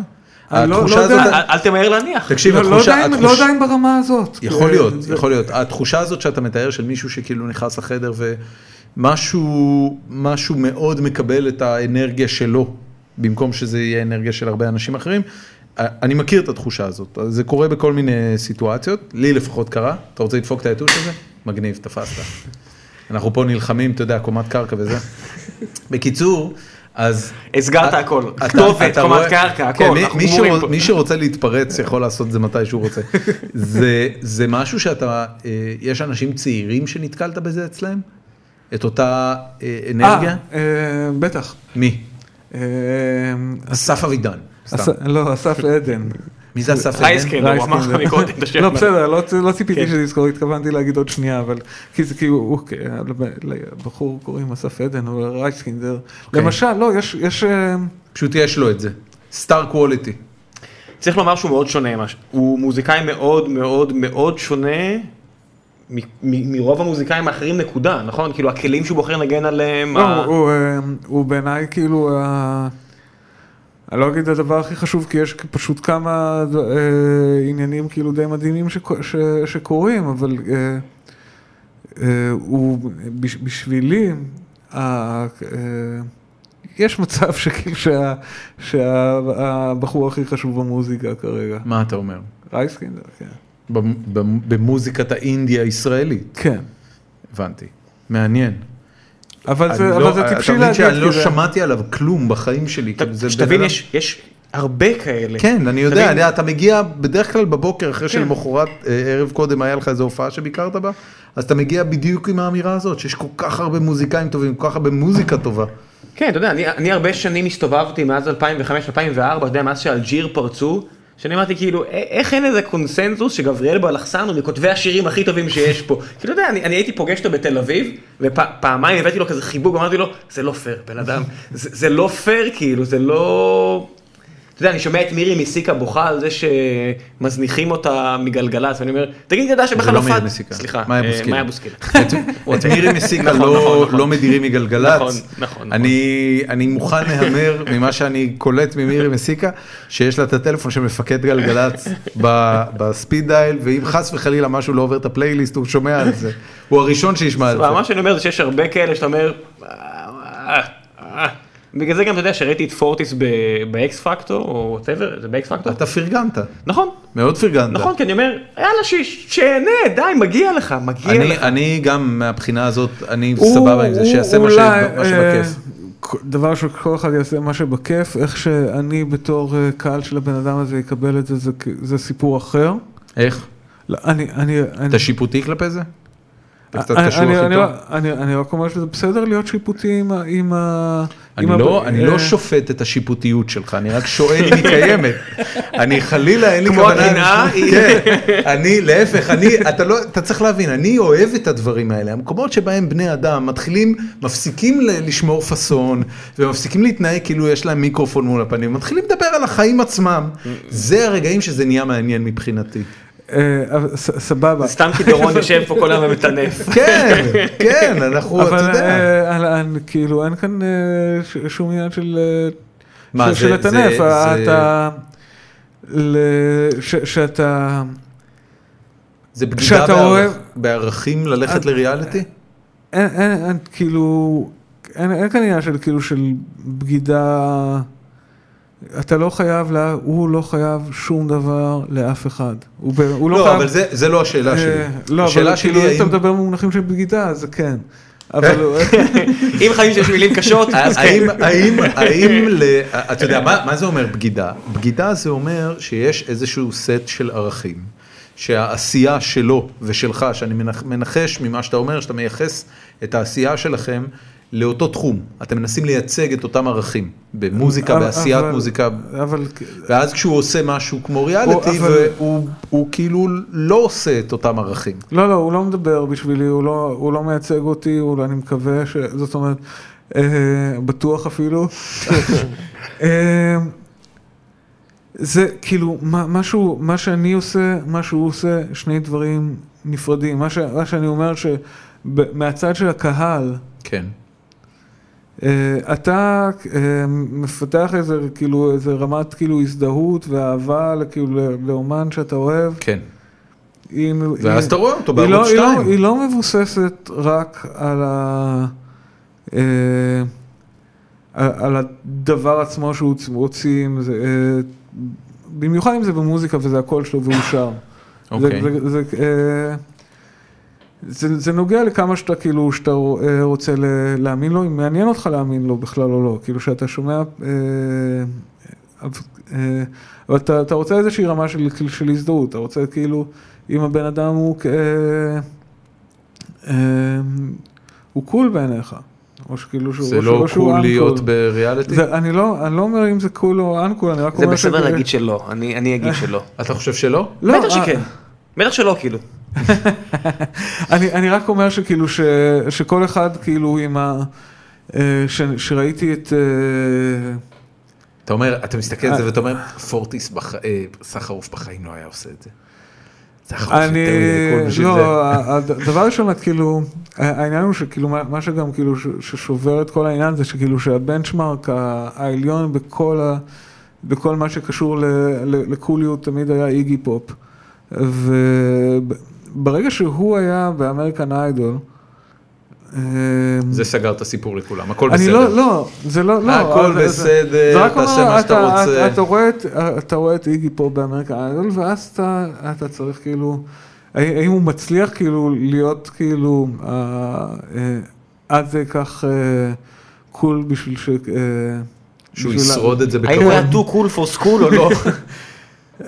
C: אני לא-
A: התחושה
C: לא
A: הזאת,
C: יודע.
B: אל אל תמהר להניח.
A: תקשיב,
C: לא, לא
A: התחושה,
C: די-
A: התחוש-
C: לא די ברמה הזאת.
A: יכול
C: אה,
A: להיות,
C: זה-
A: יכול להיות. התחושה הזאת שאתה מתאר של מישהו שכאילו נכנס לחדר ומשהו משהו מאוד מקבל את האנרגיה שלו, במקום שזה יהיה אנרגיה של הרבה אנשים אחרים. אה, אני מכיר את התחושה הזאת, אז זה קורה בכל מיני סיטואציות, לי לפחות קרה. אתה רוצה לדפוק את היתוש הזה? מגניב, תפסת. אנחנו פה נלחמים, אתה יודע, קומת קרקע וזה. בקיצור, אז...
B: הסגרת
A: אה,
B: הכל.
A: אתה-
B: כתובת,
A: אתה
B: קומת
A: רואה-
B: קרקע, הכל,
A: כן, מי-
B: אנחנו
A: מי
B: גמורים
A: שרוצ-
B: פה.
A: מי שרוצה להתפרץ יכול לעשות את זה מתי שהוא רוצה. זה- זה משהו שאתה, אה, יש אנשים צעירים שנתקלת בזה אצלהם? את אותה אה, אנרגיה?
C: אה, אה, בטח.
A: מי?
C: אה,
A: אסף אבידן. סתם.
C: אס- לא, אסף עדן.
A: מי זה אסף
B: רייסקנדר, כן, הוא אמר לך
C: רייסקינדר.
B: מקודם את השם.
C: לא, בסדר, לא צ- לא ציפיתי
B: כן.
C: שזה יזכור, התכוונתי להגיד עוד שנייה, אבל כי זה כאילו, אוקיי, לבחור קוראים אסף עדן, אבל רייסקינדר.
B: אוקיי.
C: למשל, לא, יש- יש... אה,
A: פשוט יש לו את זה. סטאר קווליטי.
B: צריך לומר שהוא מאוד שונה, מש- הוא מוזיקאי מאוד מאוד מאוד שונה מ- מ- מרוב המוזיקאים האחרים נקודה, נכון? כאילו הכלים שהוא בוחר לנגן עליהם,
C: לא,
B: ה-
C: הוא- הוא, אה, הוא בעיניי כאילו, ה- אני לא אגיד הדבר הכי חשוב, כי יש פשוט כמה ד- אה, עניינים כאילו די מדהימים שקו- ש- שקורים, אבל אה, אה, הוא, בש- בשבילי, ה- אה, יש מצב שכאילו שה- שהבחור הכי חשוב במוזיקה כרגע,
A: מה אתה אומר?
C: רייסקינדר, כן.
A: במ- במ- במוזיקת האינדיה הישראלית.
C: כן.
A: הבנתי. מעניין.
C: אבל זה,
A: אני
C: אבל
A: לא-
C: זה טיפשי
A: אתה מבין
C: להגיד,
A: שאני לא
C: כי זה-
A: שמעתי עליו כלום בחיים שלי. כאילו, זה בן
B: ת- שתבין,
A: אדם-
B: יש- יש הרבה כאלה.
A: כן, אני יודע,
B: תבין,
A: אני, אתה מגיע בדרך כלל בבוקר, אחרי
B: כן.
A: שלמחרת, אה, ערב קודם, היה לך איזו הופעה שביקרת בה, אז אתה מגיע בדיוק עם האמירה הזאת, שיש כל כך הרבה מוזיקאים טובים, כל כך הרבה מוזיקה טובה.
B: כן, אתה יודע, אני, אני הרבה שנים הסתובבתי מאז 2005-2004, אתה יודע, מאז שאלג'יר פרצו, שאני אמרתי כאילו, "א- איך אין איזה קונסנזוס שגבריאל בלחסן הוא מכותבי השירים הכי טובים שיש פה. כאילו, אתה יודע, אני, אני הייתי פוגש אותו בתל אביב, ופעמיים הבאתי לו כזה חיבוק, אמרתי לו, זה לא פייר, בן אדם, זה, זה לא פייר, כאילו, זה לא... אתה יודע, אני שומע את מירי מסיקה בוכה על זה שמזניחים אותה מגלגלץ, ואני אומר, תגיד, אתה יודע שבכלל
A: זה
B: לא
A: לא מאיר
B: פאד-
A: מסיקה.
B: סליחה,
A: מאיה
B: אה,
A: בוסקילה.
B: מאיה בוסקילה.
A: את מירי מסיקה
B: נכון,
A: לא-
B: נכון, נכון.
A: לא מדירים מגלגלצ.
B: נכון, נכון,
A: אני אני מוכן להמר ממה שאני קולט ממירי מסיקה, שיש לה את הטלפון של מפקד גלגלצ ב- בספיד דייל, ואם חס וחלילה משהו לא עובר את הפלייליסט, הוא שומע על זה. הוא הראשון שישמע על זה.
B: מה שאני אומר זה שיש הרבה כאלה שאתה אומר, "אה, אה, אה." בגלל זה גם אתה יודע שראיתי את פורטיס באקס פקטור או וואטאבר, זה באקס פקטור?
A: אתה פרגנת,
B: נכון,
A: מאוד פרגנת.
B: נכון, כי אני אומר, יאללה ש- שיהנה, די, מגיע לך, מגיע
A: אני,
B: לך.
A: אני גם מהבחינה הזאת, אני
C: הוא-
A: סבבה עם זה,
C: הוא
A: שיעשה מה ש-
C: אולי,
A: מה שבכיף.
C: אה, כ- דבר שכל אחד יעשה מה שבכיף, איך שאני בתור אה, קהל של הבן אדם הזה יקבל את זה, זה, כ- זה סיפור אחר.
A: איך?
C: לא, אני, אני, אני, אה,
A: אתה שיפוטי כלפי זה? אתה קצת
C: אני-
A: קשוח
C: אני- לא- אני
A: איתו?
C: רק- אני אני רק אומר שזה בסדר להיות שיפוטי עם ה... עם ה-
A: אני
C: עם
A: לא-
C: ה-
A: אני
C: אה,
A: לא שופט את השיפוטיות שלך, אני רק שואל אם היא קיימת. אני חלילה, אין לי
B: כמו
A: כוונה...
B: הקנאה, היא-
A: כן, אני, להפך, אני, אתה לא, אתה צריך להבין, אני אוהב את הדברים האלה. המקומות שבהם בני אדם מתחילים, מפסיקים ל- לשמור פאסון, ומפסיקים להתנהג כאילו יש להם מיקרופון מול הפנים, מתחילים לדבר על החיים עצמם. זה הרגעים שזה נהיה מעניין מבחינתי.
C: אה, אבל ס- סבבה.
B: זה סתם כי דורון יושב פה כל היום ומטנף.
A: כן, כן, אנחנו, אתה
C: אבל
A: יודע.
C: אה, על- על- כאילו אין כאן אה, ש- שום עניין של אה,
A: מה,
C: של-
A: זה-
C: של
A: זה-
C: לטנף,
A: זה-
C: אתה... ל- ש- שאתה...
A: זה בגידה
C: כשאתה אוהב-
A: בערך- בערכים ללכת
C: אה,
A: לריאליטי?
C: אין, אין, אין, כאילו, אין, אין כאן עניין של כאילו של בגידה, אתה לא חייב, לה, הוא לא חייב שום דבר לאף אחד. הוא, ב- הוא לא,
A: לא,
C: חייב...
A: אבל זה- זה לא השאלה שלי.
C: אה, לא,
A: השאלה
C: אבל כאילו,
A: שלי
C: אם אתה
A: האם...
C: מדבר במונחים של בגידה, אז זה כן. אבל הוא-
B: אם חיים שיש מילים קשות,
C: אה,
B: אז
C: אוקיי.
B: כן.
A: אה, האם, האם, האם, ל- אה, אתה יודע, מה, מה זה אומר בגידה? בגידה זה אומר שיש איזשהו סט של ערכים, שהעשייה שלו ושלך, שאני מנח- מנחש ממה שאתה אומר, שאתה מייחס את העשייה שלכם לאותו תחום. אתם מנסים לייצג את אותם ערכים, במוזיקה,
C: אבל-
A: בעשיית
C: אבל-
A: מוזיקה.
C: אבל
A: ואז כשהוא עושה משהו כמו ריאליטי,
C: הוא- אבל-
A: והוא הוא כאילו לא עושה את אותם ערכים.
C: לא, לא, הוא לא מדבר בשבילי, הוא לא, הוא לא מייצג אותי, הוא לא, אני מקווה ש... זאת אומרת, אה, בטוח אפילו. אה, זה כאילו, מה, משהו, מה שאני עושה, מה שהוא עושה, שני דברים נפרדים. מה, ש, מה שאני אומר שמהצד של הקהל,
A: כן.
C: אה, אתה אה, מפתח איזה, כאילו, איזה רמת כאילו הזדהות ואהבה כאילו, ל- לאומן שאתה אוהב.
A: כן.
C: היא-
A: ואז
C: היא-
A: אתה רואה אותו
C: היא לא-
A: בערוץ
C: היא לא-
A: 2.
C: היא לא מבוססת רק על ה... אה, על על הדבר עצמו שהוא צ- הוציא, אם זה, אה, במיוחד אם זה במוזיקה וזה הקול שלו והוא שר.
A: אוקיי.
C: זה- זה- זה, אה, זה זה נוגע לכמה שאתה כאילו, שאתה אה, רוצה ל- להאמין לו, אם מעניין אותך להאמין לו בכלל או לא, כאילו שאתה שומע, אה, אבל- אה, אבל אתה אתה רוצה איזושהי רמה של של- של הזדהות, אתה רוצה כאילו, אם הבן אדם הוא כ- אה, אה, הוא קול בעיניך, או שכאילו שהוא
A: זה לא
C: או שהוא
A: קול להיות
C: uncool.
A: בריאליטי?
C: זה- אני לא אני לא אומר אם זה קול או אנקול, אני רק
B: זה
C: אומר
B: בסדר להגיד שלא, אני אני אגיד שלא.
A: אתה חושב שלא?
C: לא,
B: בטח
C: אה,
B: שכן, בטח שלא כאילו.
C: אני, אני רק אומר שכאילו ש, שכל אחד כאילו עם ה... אה, ש, שראיתי את... אה,
A: אתה אומר, אתה מסתכל על זה ואתה אומר, פורטיס, בח- אה, סחרוף בחיים לא היה עושה את זה. סחרוף יותר
C: אני...
A: מדי קול בשביל
C: לא,
A: זה.
C: ה- הד- הדבר הראשון, את כאילו, ה- העניין הוא שכאילו, מה מה שגם כאילו ש- ששובר את כל העניין זה שכאילו שהבנצ'מרק ה- העליון בכל ה... בכל מה שקשור ל- ל- לקוליות תמיד היה איגי פופ. וברגע שהוא היה באמריקן איידול, אה,
A: זה סגר את הסיפור לכולם, הכל
C: אני
A: בסדר.
C: לא, לא, זה לא, לא.
A: הכל
C: אבל זה-
A: בסדר,
C: זה רק
A: תעשה
C: אומר,
A: מה שאתה
C: אתה-
A: רוצה.
C: אתה רואה את- אתה רואה את איגי פה באמריקה איידול, ואז אתה אתה צריך כאילו, האם האם הוא מצליח כאילו להיות כאילו אה, אה, עד זה כך אה, קול בשביל ש... אה,
A: שהוא
C: בשביל ה-
A: ישרוד את זה
B: האם
A: בכבוד.
B: הוא היה too cool for school או לא?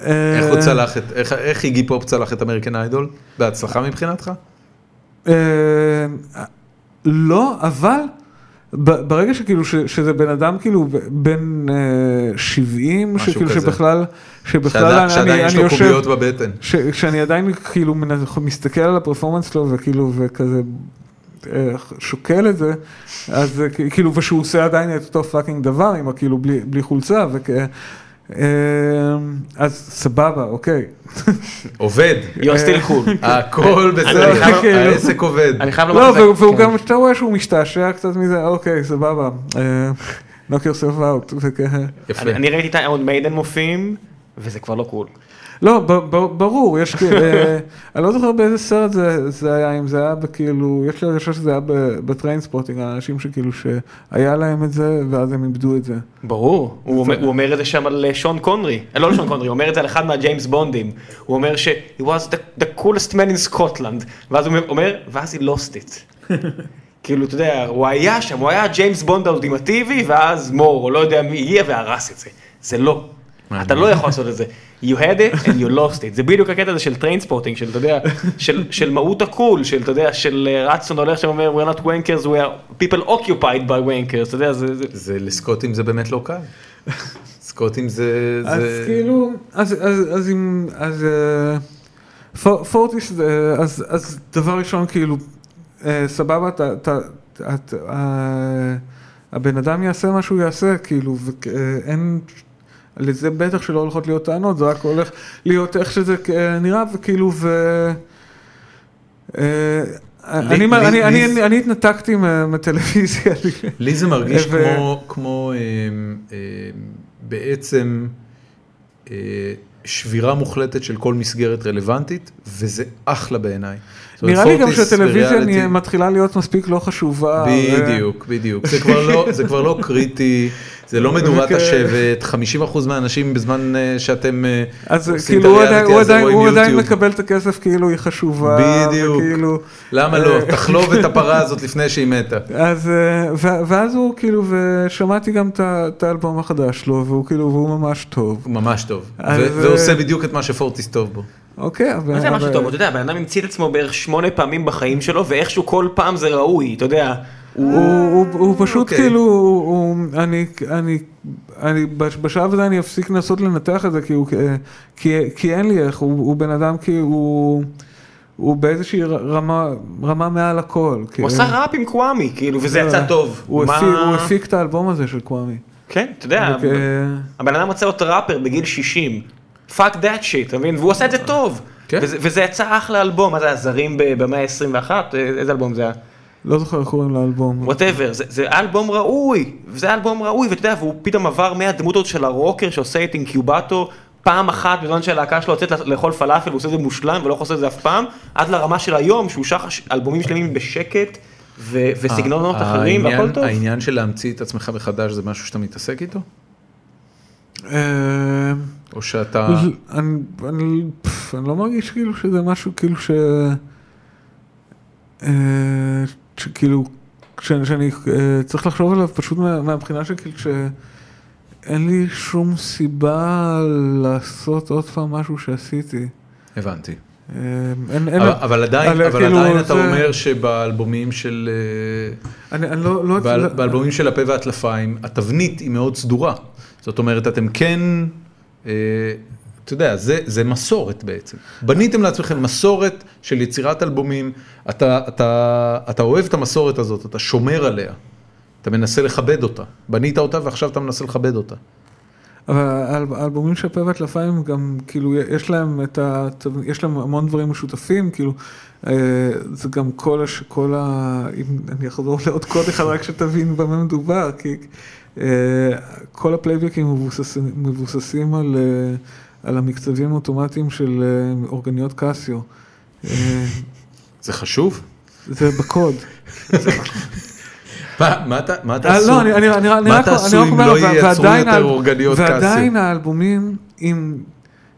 C: אה,
A: איך הוא צלח את, איך- איך איגי פופ צלח את אמריקן איידול? בהצלחה מבחינתך?
C: אה, לא, אבל ב- ברגע שכאילו ש- שזה בן אדם כאילו ב- בן אה, 70,
A: משהו
C: שכאילו
A: כזה.
C: שבכלל, שבכלל
A: שעדיין
C: אני-
A: שעדיין
C: אני
A: יש לו
C: יושב-
A: קוביות בבטן.
C: ש- כשאני עדיין כאילו מנ- מסתכל על הפרפורמנס שלו וכאילו וכזה אה, שוקל את זה, אז זה כ- כאילו ושהוא עושה עדיין את אותו פאקינג דבר, עם ה- כאילו בלי, בלי חולצה, וכ... אה, אז סבבה, אוקיי.
A: עובד,
B: You're still cool.
A: הכל בסדר,
B: אני חייב-
A: העסק עובד.
B: אני חייב לומר
C: לא,
B: לך-
C: והוא- והוא
B: כן.
C: גם, אתה רואה שהוא משתעשע קצת מזה, אוקיי, סבבה, אה, knock yourself out. וכ- אה,
A: יפה.
B: אני אני ראיתי את איירון מיידן מופיעים, וזה כבר לא קול.
C: לא, ב- ב- ברור, יש כאילו, אה, אני לא זוכר באיזה סרט זה, זה היה, אם זה היה בכאילו, יש לי הרגשה שזה היה בטריינספוטינג, האנשים שכאילו שהיה להם את זה, ואז הם איבדו את זה.
B: ברור, הוא אומר- הוא אומר את זה שם על אה, שון קונרי, אה, לא על שון קונרי, הוא אומר את זה על אחד מהג'יימס בונדים, הוא אומר ש- he was the- the coolest man in Scotland, ואז הוא אומר, ואז he lost it. כאילו, אתה יודע, הוא היה שם, הוא היה ג'יימס בונד האולטימטיבי, ואז מור, או לא יודע מי הגיע והרס את זה. זה לא.
A: מעניין.
B: אתה לא יכול לעשות את זה. You had it and you lost it. זה בדיוק הקטע הזה של טריינספורטינג, של, אתה יודע, של, של מהות הקול, של, אתה יודע, של אה, רצון הולך שם ואומר, we're not wankers, we are people occupied by wankers, אתה יודע, זה... זה...
A: זה לסקוטים זה באמת לא קל. סקוטים זה...
C: אז
A: זה-
C: כאילו, אז- אז אז אם, אז אה, פור- פורטיס, אה, אז אז דבר ראשון, כאילו, אה, סבבה, אתה- אתה- את- אה, הבן אדם יעשה מה שהוא יעשה, כאילו, ואין... לזה בטח שלא הולכות להיות טענות, זה רק הולך להיות איך שזה אה, נראה, וכאילו, ו... אה, אני-
A: לי-
C: אני-
A: לי-
C: אני-
A: לי-
C: אני- אני התנתקתי מה- מהטלוויזיה.
A: לי זה מרגיש
C: ו-
A: כמו, כמו אה, אה, בעצם אה, שבירה מוחלטת של כל מסגרת רלוונטית, וזה אחלה בעיניי. זאת אומרת,
C: נראה לי גם
A: פורטיס
C: שהטלוויזיה
A: בריאליטי-
C: נהיה- מתחילה להיות מספיק לא חשובה. אה,
A: בדיוק, בדיוק. זה כבר לא, זה כבר לא קריטי, זה לא מדורת
C: וכן.
A: השבט, 50% מהאנשים בזמן אה, שאתם אה,
C: אז
A: עושים את
C: כאילו הוא עדיין-
A: הריאליטי
C: הוא
A: הזה
C: עדיין- הוא
A: רואים
C: עדיין
A: יוטיוב.
C: מקבל את הכסף כאילו היא חשובה.
A: בדיוק.
C: וכאילו-
A: למה לא?
C: אה.
A: תחלוב את הפרה הזאת לפני שהיא מתה.
C: אז אה, ו- ואז הוא כאילו, ושמעתי גם את ה- את האלבום החדש שלו, והוא כאילו, והוא ממש טוב.
A: הוא ממש טוב.
C: אז,
A: ו-
C: אה,
A: ועושה בדיוק את מה שפורטיס טוב בו.
C: אוקיי, אבל...
B: מה זה משהו
C: אבל-
B: טוב, אתה יודע, הבן אדם המציא את עצמו בערך שמונה פעמים בחיים שלו, ואיכשהו כל פעם זה ראוי, אתה יודע.
C: הוא, הוא, הוא פשוט
A: אוקיי.
C: כאילו, הוא, הוא- אני, אני, אני, בש- בשלב הזה אני אפסיק לנסות לנתח את זה, כי, הוא, אה, כי, כי אין לי איך, הוא, הוא בן אדם כי הוא, הוא באיזושהי ר- רמה, רמה מעל הכל. כאילו.
B: הוא עשה ראפ עם קוואמי, כאילו, וזה יצא טוב.
C: כן. אה, הוא,
B: מה-
C: הפיק, הוא אוקיי. הפיק את האלבום הזה של קוואמי.
B: כן, אתה יודע,
A: אוקיי,
C: וכ-
B: הבן אדם רצה להיות ראפר בגיל 60. פאק דאט שיט, אתה מבין? והוא עשה את
C: אה,
B: זה טוב.
A: כן.
B: וזה- וזה יצא אחלה אלבום, מה זה הזרים ב- במאה ה-21? איזה אלבום זה היה?
C: לא זוכר איך קוראים לאלבום.
B: וואטאבר, זה, זה אלבום ראוי, זה אלבום ראוי, ואתה יודע, והוא פתאום עבר מהדמות הזאת של הרוקר שעושה את אינקיובטו פעם אחת בזמן שהלהקה שלו יוצאת לאכול פלאפל, הוא עושה את זה מושלם ולא יכול לעשות את זה אף פעם, עד לרמה של היום שהוא שח אלבומים שלמים בשקט ו- וסגנונות אחרים
A: אה, העניין-
B: והכל טוב.
A: העניין של להמציא את עצמך מחדש זה משהו שאתה מתעסק איתו?
C: אה,
A: או שאתה...
C: אני, אני, פף, אני לא מרגיש כאילו שזה משהו כאילו ש... אה, שכאילו, שאני, שאני אה, צריך לחשוב עליו פשוט מה, מהבחינה שכאילו שאין לי שום סיבה לעשות עוד פעם משהו שעשיתי.
A: הבנתי.
C: אה, אין, אין,
A: אבל- אבל עדיין,
C: אבל
A: אבל
C: כאילו
A: עדיין אתה
C: זה-
A: אומר שבאלבומים של... אה,
C: אני, אני לא, לא,
A: באל-
C: לא-
A: באלבומים של הפה והטלפיים, התבנית היא מאוד סדורה. זאת אומרת, אתם כן, אה, אתה יודע, זה, זה מסורת בעצם. בניתם לעצמכם מסורת של יצירת אלבומים, אתה, אתה, אתה אוהב את המסורת הזאת, אתה שומר עליה, אתה מנסה לכבד אותה. בנית אותה ועכשיו אתה מנסה לכבד אותה.
C: אבל האל- האלבומים של פה וטלפיים גם כאילו יש להם את ה... יש להם המון דברים משותפים כאילו אה, זה גם כל הש... כל ה... אם אני אחזור לעוד קוד אחד רק שתבין במה מדובר כי אה, כל הפלייבקים מבוססים, מבוססים על, אה, על המקצבים האוטומטיים של אה, אורגניות קסיו. אה,
A: זה חשוב?
C: זה בקוד.
A: מה, מה, אתה- מה
C: אה,
A: תעשו?
C: לא, אני- אני- אני- אני
A: מה
C: רק-
A: תעשו
C: אני רק
A: אם
C: אומר,
A: לא
C: ו-
A: ייצרו
C: ועדיין
A: יותר
C: האל-
A: אורגניות קאסיה?
C: ועדיין האלבומים, אם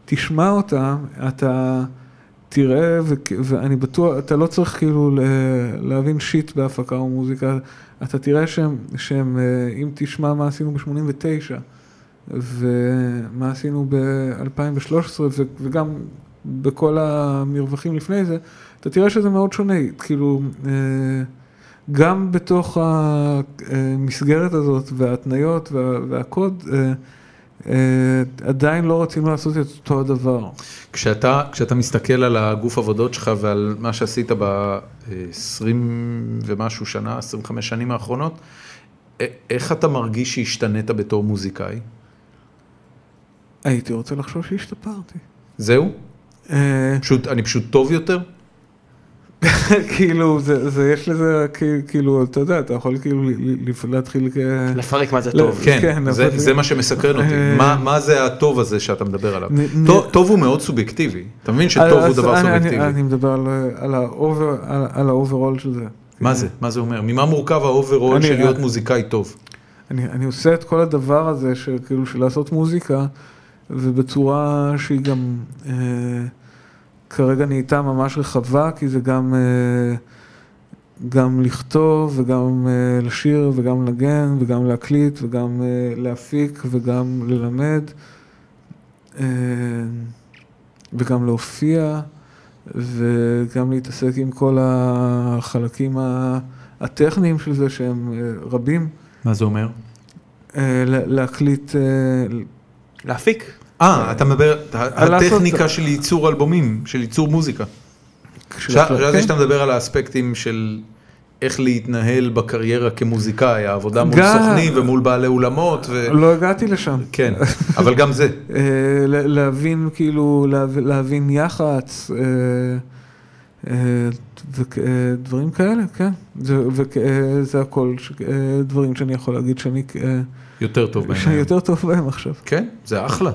C: תשמע אותם, אתה תראה, וכ- ואני בטוח, אתה לא צריך כאילו ל- להבין שיט בהפקה או מוזיקה, אתה תראה שהם, שהם, אה, אם תשמע מה עשינו ב-89, ומה עשינו ב-2013, וגם בכל המרווחים לפני זה, אתה תראה שזה מאוד שונה, כאילו... אה, גם בתוך המסגרת הזאת וההתניות וה- והקוד, אה, אה, עדיין לא רצינו לעשות את אותו הדבר.
A: כשאתה, כשאתה מסתכל על הגוף עבודות שלך ועל מה שעשית ב-20 ומשהו שנה, 25 שנים האחרונות, א- איך אתה מרגיש שהשתנית בתור מוזיקאי?
C: הייתי רוצה לחשוב שהשתפרתי.
A: זהו?
C: אה,
A: פשוט, אני פשוט טוב יותר?
C: כאילו, זה, זה, יש לזה, כ- כאילו, אתה יודע, אתה יכול כאילו ל- ל- לפ- להתחיל כ...
B: לפרק מה זה
C: לא.
B: טוב.
A: כן,
C: כן,
A: זה,
C: אבל-
A: זה מה שמסקרן אותי.
C: אה.
A: מה, מה זה הטוב הזה שאתה מדבר עליו?
C: נ- נ-
A: טוב, טוב הוא מאוד סובייקטיבי. אתה מבין שטוב הוא
C: אז
A: דבר
C: אני- אני-
A: סובייקטיבי.
C: אני מדבר על, על, האובר, על, על האוברול של זה.
A: מה זה? מה זה אומר? ממה מורכב האוברול
C: אני-
A: של להיות מוזיקאי טוב?
C: אני, אני עושה את כל הדבר הזה של כאילו של לעשות מוזיקה, ובצורה שהיא גם אה, כרגע נהייתה ממש רחבה, כי זה גם, אה, גם לכתוב וגם אה, לשיר וגם לנגן וגם להקליט וגם אה, להפיק וגם ללמד אה, וגם להופיע וגם להתעסק עם כל החלקים ה- הטכניים של זה שהם אה, רבים.
A: מה זה אומר?
C: אה, לה- להקליט, אה, ל-
B: להפיק.
A: אה, אתה מדבר,
C: על לעשות-
A: הטכניקה של ייצור אלבומים, של ייצור מוזיקה.
C: להקליט,
A: עכשיו
C: כן.
A: לא שאתה מדבר על האספקטים של איך להתנהל בקריירה כמוזיקאי, העבודה מול
C: גם-
A: סוכנים ומול בעלי אולמות, ו...
C: לא הגעתי לשם.
A: כן, אבל גם זה.
C: אה, ל- להבין כאילו, להב- להבין יח"צ, אה, אה, וכ- אה, דברים כאלה, כן. וזה הכל ש- אה, דברים שאני יכול להגיד שאני אה,
A: יותר טוב
C: שאני
A: בעיניי.
C: יותר טוב בהם עכשיו.
A: כן, זה אחלה.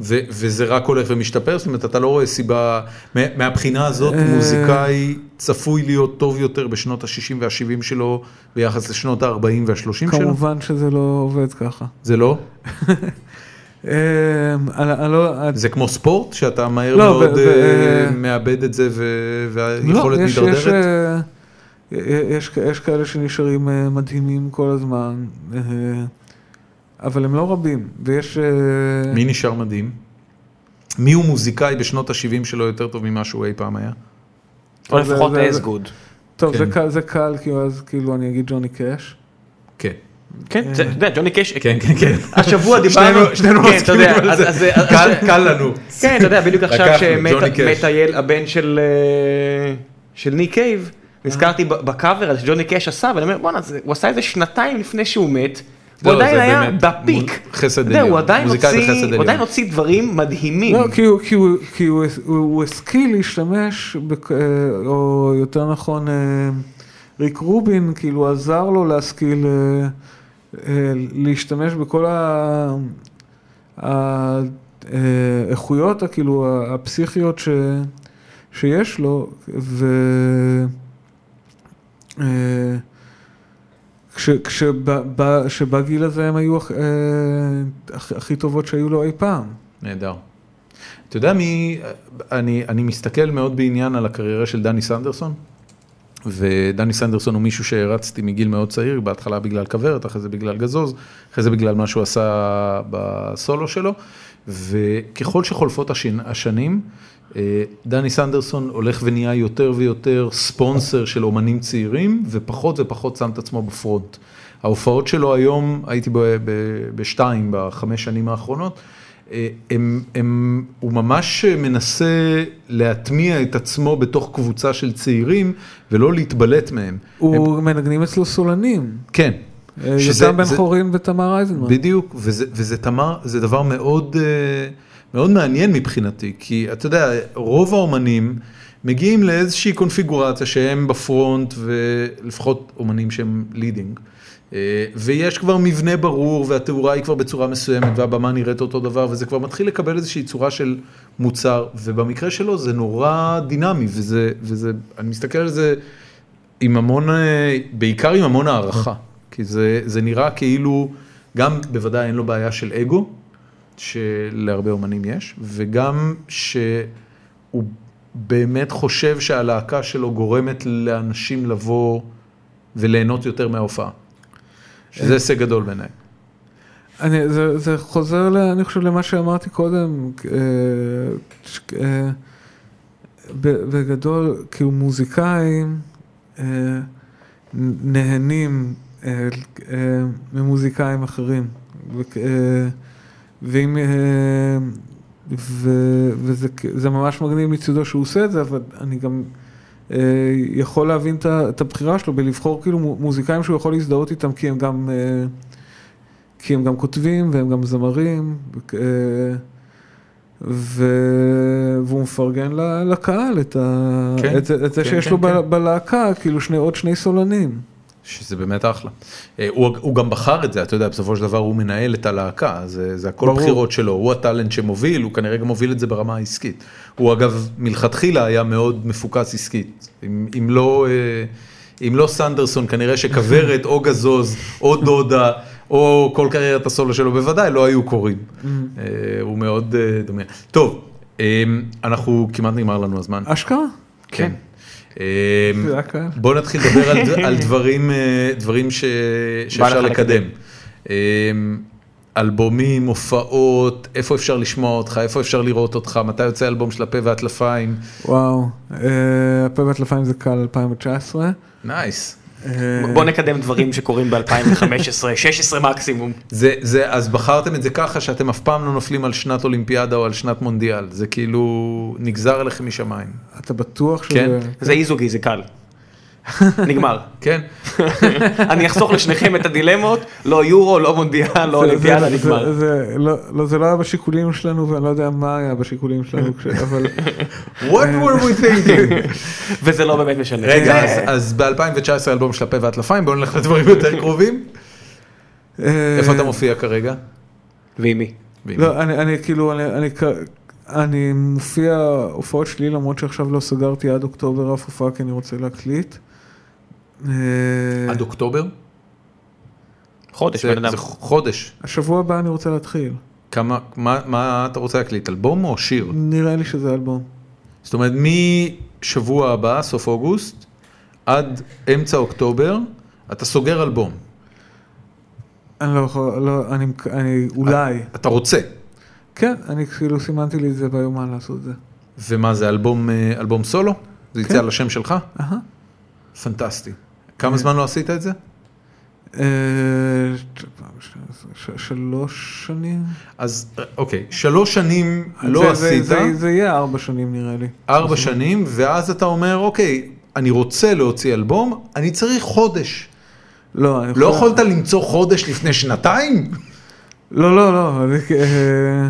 A: ו- וזה רק הולך ומשתפר, זאת אומרת, אתה לא רואה סיבה, מה- מהבחינה הזאת
C: אה.
A: מוזיקאי צפוי להיות טוב יותר בשנות ה-60 וה-70 שלו ביחס לשנות ה-40 וה-30 שלו?
C: כמובן שזה לא עובד ככה.
A: זה לא?
C: אה, אני- אני לא-
A: זה כמו ספורט, שאתה מהר
C: לא, ו-
A: מאוד
C: ו-
A: אה,
C: אה,
A: מאבד את זה ו-
C: לא,
A: והיכולת
C: יש, יש,
A: מידרדרת?
C: אה, יש, יש כאלה שנשארים אה, מדהימים כל הזמן, אה, אבל הם לא רבים, ויש... אה,
A: מי נשאר מדהים? מי הוא מוזיקאי בשנות ה-70 שלו יותר טוב ממה שהוא אי פעם היה?
B: או
C: זה-
B: לפחות
C: זה-
B: as
C: זה-
B: good.
C: טוב,
A: כן.
C: זה, קל, זה קל, כאילו, אז כאילו אני אגיד ג'וני קאש. אה,
A: כן.
B: כן, זה- אתה יודע, ג'וני קאש,
A: כן, כן, כן.
B: השבוע
A: שנינו-
B: דיברנו,
A: שנינו
B: כן, אתה
A: מסכימים
B: יודע,
A: על
B: אז-
A: זה.
B: אז- אז-
A: קל- קל לנו.
B: כן, אתה יודע, בדיוק עכשיו
A: לקחנו,
B: שמת
A: ג'וני קאש.
B: מת אייל, הבן של אה, של ניק קייב, נזכרתי ב- בקאבר הזה שג'וני קאש עשה, ואני אומר, בואנה, זה- הוא עשה את זה שנתיים לפני שהוא מת, הוא
A: לא,
B: עדיין
A: זה
B: היה
A: באמת
B: בפיק.
A: מול- חסד
B: אתה יודע,
A: עליון.
B: הוא עדיין
A: מוזיקאי
B: הוציא-
A: בחסד
B: הוא עדיין
A: עליון.
B: הוציא דברים מדהימים. כן.
C: לא, כי הוא, כי הוא, כי הוא, הוא, הוא השכיל להשתמש, בק, אה, או יותר נכון, אה, ריק רובין, כאילו עזר לו להשכיל אה, אה, להשתמש בכל ה- ה- אה, איכויות, כאילו, ה- הפסיכיות ש, שיש לו, ו... אה, כש, כשבא, בא- שבגיל הזה הם היו הכ- אה, הכ- הכי טובות שהיו לו אי פעם.
A: נהדר. אתה יודע מי, אני, אני מסתכל מאוד בעניין על הקריירה של דני סנדרסון, ודני סנדרסון הוא מישהו שהרצתי מגיל מאוד צעיר, בהתחלה בגלל כוורת, אחרי זה בגלל גזוז, אחרי זה בגלל מה שהוא עשה בסולו שלו, וככל שחולפות השנ- השנים, אה, דני סנדרסון הולך ונהיה יותר ויותר ספונסר של אומנים צעירים, ופחות ופחות שם את עצמו בפרונט. ההופעות שלו היום, הייתי ב- ב- בשתיים בחמש שנים האחרונות, אה, הם, הם, הוא ממש מנסה להטמיע את עצמו בתוך קבוצה של צעירים ולא להתבלט מהם.
C: הוא מנגנים אצלו סולנים.
A: כן.
C: אה,
A: שזה-
C: יותם בן
A: זה-
C: חורין ותמר אייזנמן.
A: בדיוק, וזה, וזה תמר, זה דבר מאוד, אה, מאוד מעניין מבחינתי, כי אתה יודע, רוב האומנים מגיעים לאיזושהי קונפיגורציה שהם בפרונט, ולפחות אומנים שהם לידינג. אה, ויש כבר מבנה ברור, והתאורה היא כבר בצורה מסוימת, והבמה נראית אותו דבר, וזה כבר מתחיל לקבל איזושהי צורה של מוצר, ובמקרה שלו זה נורא דינמי, וזה, וזה אני מסתכל על זה עם המון, אה, בעיקר עם המון הערכה, כי זה, זה נראה כאילו, גם בוודאי אין לו בעיה של אגו, שלהרבה אומנים יש, וגם שהוא באמת חושב שהלהקה שלו גורמת לאנשים לבוא וליהנות יותר מההופעה. שזה הישג גדול בעיניי.
C: אני, זה, זה חוזר, ל, אני חושב, למה שאמרתי קודם. אה, ש- אה, ב- בגדול, כאילו מוזיקאים אה, נ- נהנים אה, אה, ממוזיקאים אחרים. וכ- אה, ואם... אה, ו, וזה כ- זה ממש מגניב מצידו שהוא עושה את זה, אבל אני גם אה, יכול להבין את ה- את הבחירה שלו בלבחור כאילו מו- מוזיקאים שהוא יכול להזדהות איתם, כי הם גם... אה, כי הם גם כותבים והם גם זמרים, וכ- אה, ו... והוא מפרגן ל- לקהל את, ה...
A: כן,
C: את, זה- את זה
A: כן,
C: שיש
A: כן,
C: לו ב-
A: כן.
C: בלהקה, כאילו שני, עוד שני סולנים.
A: שזה באמת אחלה. אה, הוא, הוא גם בחר את זה, אתה יודע, בסופו של דבר הוא מנהל את הלהקה, זה, זה הכל
C: ברור.
A: בחירות שלו, הוא הטאלנט שמוביל, הוא כנראה גם מוביל את זה ברמה העסקית. הוא אגב, מלכתחילה היה מאוד מפוקס עסקית. אם, אם לא... אה, אם לא סנדרסון, כנראה שכוורת, או גזוז, או דודה, או כל קריירת הסולו שלו, בוודאי לא היו קורים. אה, הוא מאוד אה, דומה. טוב, אה, אנחנו, כמעט נגמר לנו הזמן.
C: אשכרה?
A: כן.
C: זה
A: אה,
C: היה קל.
A: בואו נתחיל לדבר על, על דברים, אה, דברים ש, שאפשר
B: לך
A: לקדם.
B: לקדם.
A: אה, אלבומים, הופעות, איפה אפשר לשמוע אותך, איפה אפשר לראות אותך, מתי יוצא אלבום של הפה והטלפיים,
C: וואו, אה, הפה והטלפיים זה קל 2019.
A: נייס.
C: אה,
B: בוא נקדם דברים שקורים ב-2015, 16 מקסימום.
A: זה, זה, אז בחרתם את זה ככה שאתם אף פעם לא נופלים על שנת אולימפיאדה או על שנת מונדיאל, זה כאילו נגזר עליכם משמיים,
C: אתה בטוח שזה...
A: כן.
B: זה איזוגי, זה קל. נגמר.
A: כן?
B: אני אחסוך לשניכם את הדילמות, לא יורו, לא מונדיאל, לא
C: זה-
B: אולימפיאדה,
C: זה-
B: נגמר.
C: זה- זה- לא- לא, זה לא היה בשיקולים שלנו, ואני לא יודע מה היה בשיקולים שלנו, כש- אבל...
A: What were we thinking?
B: וזה לא באמת משנה.
A: רגע,
B: זה-
A: אז, אז ב-2019 אלבום של הפה והטלפיים, בואו נלך לדברים יותר קרובים.
C: אה,
A: איפה אתה מופיע כרגע?
B: ועם מי?
A: ואם-
C: לא, אני, אני כאילו, אני, אני, כ- אני מופיע הופעות שלי, למרות שעכשיו לא סגרתי עד אוקטובר אף הופעה, כי אני רוצה להקליט. אה,
A: עד אוקטובר?
B: חודש,
A: זה
B: בן אדם.
A: זה חודש.
C: השבוע הבא אני רוצה להתחיל.
A: כמה, מה, מה אתה רוצה להקליט, אלבום או שיר?
C: נראה לי שזה אלבום.
A: זאת אומרת, משבוע הבא, סוף אוגוסט, עד אמצע אוקטובר, אתה סוגר אלבום.
C: אני לא יכול, לא, אני, מק- אני אולי.
A: אתה רוצה.
C: כן, אני כאילו סימנתי לי את זה ביומן לעשות את זה.
A: ומה זה, אלבום, אה, אלבום סולו? זה יצא
C: כן.
A: על השם שלך?
C: אהה.
A: פנטסטי. כמה זמן לא עשית את זה?
C: אה, ש- שלוש שנים?
A: אז אה, אוקיי, שלוש שנים
C: זה-
A: לא
C: זה-
A: עשית,
C: זה- זה יהיה ארבע שנים נראה לי.
A: ארבע שנים, ואז אתה אומר, אוקיי, אני רוצה להוציא אלבום, אני צריך חודש.
C: לא, אני
A: לא
C: יכול-
A: יכולת למצוא חודש לפני שנתיים?
C: לא, לא, לא, אני, אה,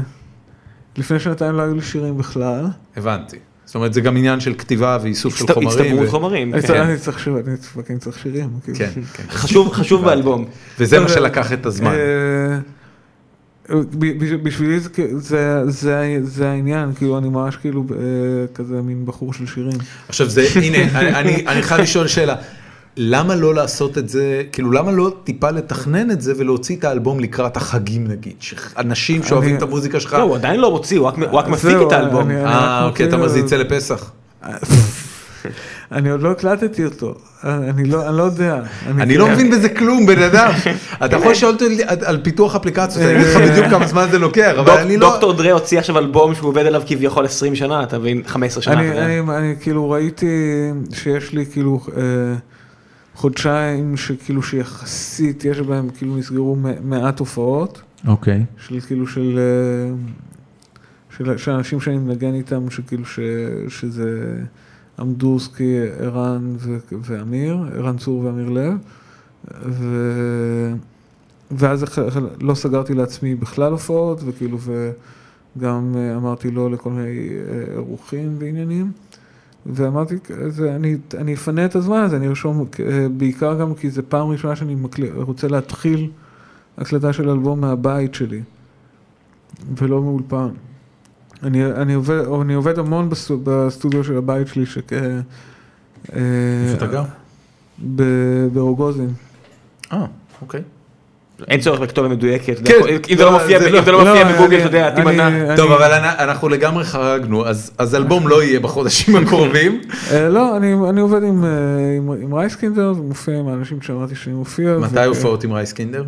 C: לפני שנתיים לא היו לי שירים בכלל.
A: הבנתי. זאת אומרת, זה גם עניין של כתיבה ואיסוף של
B: הצט-
A: חומרים.
B: הצטברות
A: ו-
B: חומרים.
C: אני
B: כן.
C: צריך- אני צריך שירים, אני פאקינג צריך שירים. כאילו.
A: כן, כן.
B: חשוב חשוב באלבום.
A: וזה מה
C: אבל-
A: שלקח את הזמן.
C: אה, ב- ב- בשבילי זה כאילו- זה- זה- זה העניין, כאילו אני ממש כאילו אה, כזה מין בחור של שירים.
A: עכשיו זה, הנה, אני- אני- אני חייב לשאול שאלה. למה לא לעשות את זה, כאילו למה לא טיפה לתכנן את זה ולהוציא את האלבום לקראת החגים נגיד, שאנשים שאוהבים
C: אני-
A: את המוזיקה שלך,
B: לא, הוא עדיין לא מוציא, הוא רק- הוא רק
C: זהו,
B: מפיק את
C: אני-
B: האלבום.
C: אני-
A: אה אוקיי, אתה אומר זה יצא לפסח.
C: אני עוד לא הקלטתי אותו, אני לא אני לא יודע.
A: אני לא מבין בזה כלום, בן אדם. אתה יכול לשאול אותי על- על פיתוח אפליקציות, אני אגיד לך בדיוק כמה זמן זה לוקח, אבל אני לא...
B: דוקטור דרה הוציא עכשיו אלבום שהוא עובד עליו כביכול 20 שנה, אתה מבין? 15 שנה.
C: אני,
B: אתה יודע.
C: אני, אני כאילו ראיתי שיש לי כאילו אה, חודשיים שכאילו שיחסית יש בהם כאילו נסגרו מ- מעט הופעות
D: אוקיי.
C: של כאילו של, אה, של, של אנשים שאני מנגן איתם שכאילו ש, שזה עמדורסקי, ערן ו, ואמיר, ערן צור ואמיר לב ו, ואז אח- אח- לא סגרתי לעצמי בכלל הופעות וכאילו ו... גם אה, אמרתי לא לכל מיני אה, אירוחים ועניינים, ואמרתי, "זה- אני, אני אפנה את הזמן הזה, אני ארשום, אה, בעיקר גם כי זו פעם ראשונה שאני מקל... רוצה להתחיל הקלטה של אלבום מהבית שלי, ולא מאולפן. אני, אני, עובד, אני עובד המון בסטו- בסטודיו של הבית שלי, שכ... אה,
A: איפה אתה גר?
C: ב- ברוגוזין.
A: אה, אוקיי.
B: אין צורך לכתובת מדויקת.
A: כן.
B: אם זה לא
A: לא,
B: מופיע
A: זה
B: ב-
A: לא-
B: אם זה לא מופיע
C: אני-
B: בגוגל, אתה יודע,
C: אני-
B: תימנע.
C: אני-
A: טוב, אבל אנ- אנחנו לגמרי חרגנו, אז אז אלבום לא יהיה בחודשים הקרובים.
C: אה, לא, אני, אני עובד עם, אה, עם, עם רייסקינדר, ומופיע עם האנשים שאמרתי שאני מופיע.
A: מתי
C: וכ-
A: הופעות עם רייסקינדר?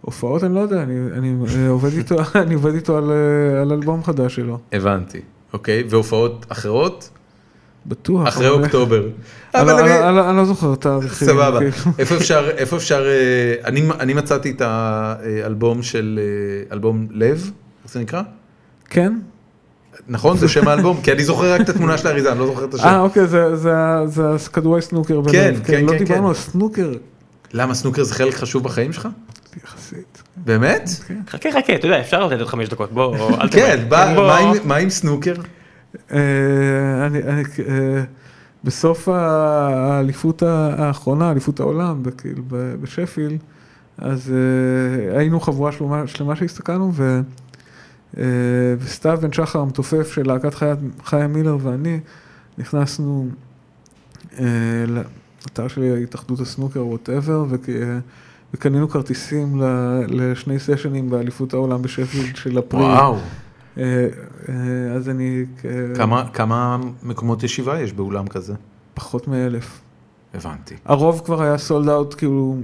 C: הופעות אני לא יודע, אני, אני אה, עובד איתו, אני עובד איתו על, אה, על אלבום חדש שלו,
A: הבנתי, אוקיי. והופעות אחרות?
C: בטוח.
A: אחרי
C: אה, אבל-
A: אוקטובר.
C: אני
A: אבל
C: לא-
A: אני-
C: אני לא- אני לא זוכר תאריכים.
A: סבבה.
C: כאילו.
A: איפה אפשר, איפה אפשר, אה, אני, אני מצאתי את האלבום של, אה, אלבום לב, איך זה נקרא?
C: כן?
A: נכון, זה שם האלבום, כי אני זוכר רק את התמונה של האריזה, אני לא זוכר את השם.
C: אה, אוקיי, זה- זה- זה כדורי סנוקר. בלב.
A: כן, כן,
C: לא
A: כן,
C: דיברנו
A: כן.
C: על סנוקר, אוקיי.
A: למה סנוקר זה חלק חשוב בחיים שלך?
C: יחסית.
A: באמת?
B: חכה, חכה, אתה יודע, אפשר לתת עוד חמש דקות, בוא, אל
C: אוקיי.
B: תמהר.
A: כן, בא-
B: בוא.
A: מה עם- מה עם סנוקר?
C: אה, אני- אני- אה, בסוף ה- האליפות ה- האחרונה, אליפות העולם, כאילו, ב- בשפילד, אז אה, היינו חבורה שלמה- שלמה שהסתכלנו, ו- אה, וסתיו בן שחר המתופף של להקת חיה- חיה מילר ואני, נכנסנו אה, לאתר של התאחדות הסנוקר, ווטאבר, וקנינו כרטיסים ל- לשני סשנים באליפות העולם בשפילד של אפריל.
A: וואו,
C: אה, אה, אז אני... אה,
A: כמה- כמה מקומות ישיבה יש באולם כזה?
C: פחות מאלף.
A: הבנתי.
C: הרוב כבר היה סולד אאוט, כאילו,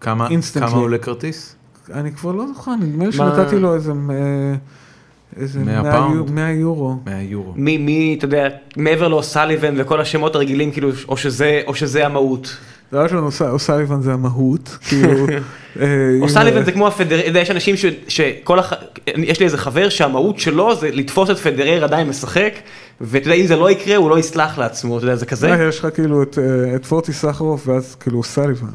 A: כמה
C: Instantly.
A: כמה עולה כרטיס?
C: אני כבר לא זוכר, נדמה לי
B: מה?
C: שנתתי לו איזה... אה, איזה
A: מאה
C: 100
A: פאונד.
C: יו- 100 יורו.
A: 100 יורו.
B: מי, מי, אתה יודע, מעבר לאוסליבן וכל השמות הרגילים, כאילו, או שזה, או שזה המהות.
C: דבר ראשון, אוס- אוסליבן זה המהות, כאילו... אה, אם-
B: אוסליבן זה כמו הפדר... אתה יודע, יש אנשים ש... שכל הח... יש לי איזה חבר שהמהות שלו זה לתפוס את פדרר עדיין משחק, ואתה יודע, אם זה לא יקרה, הוא לא יסלח לעצמו, אתה יודע, זה כזה.
C: אה, יש לך כאילו את, אה, את פורטי סחרוף, ואז כאילו אוסליבן.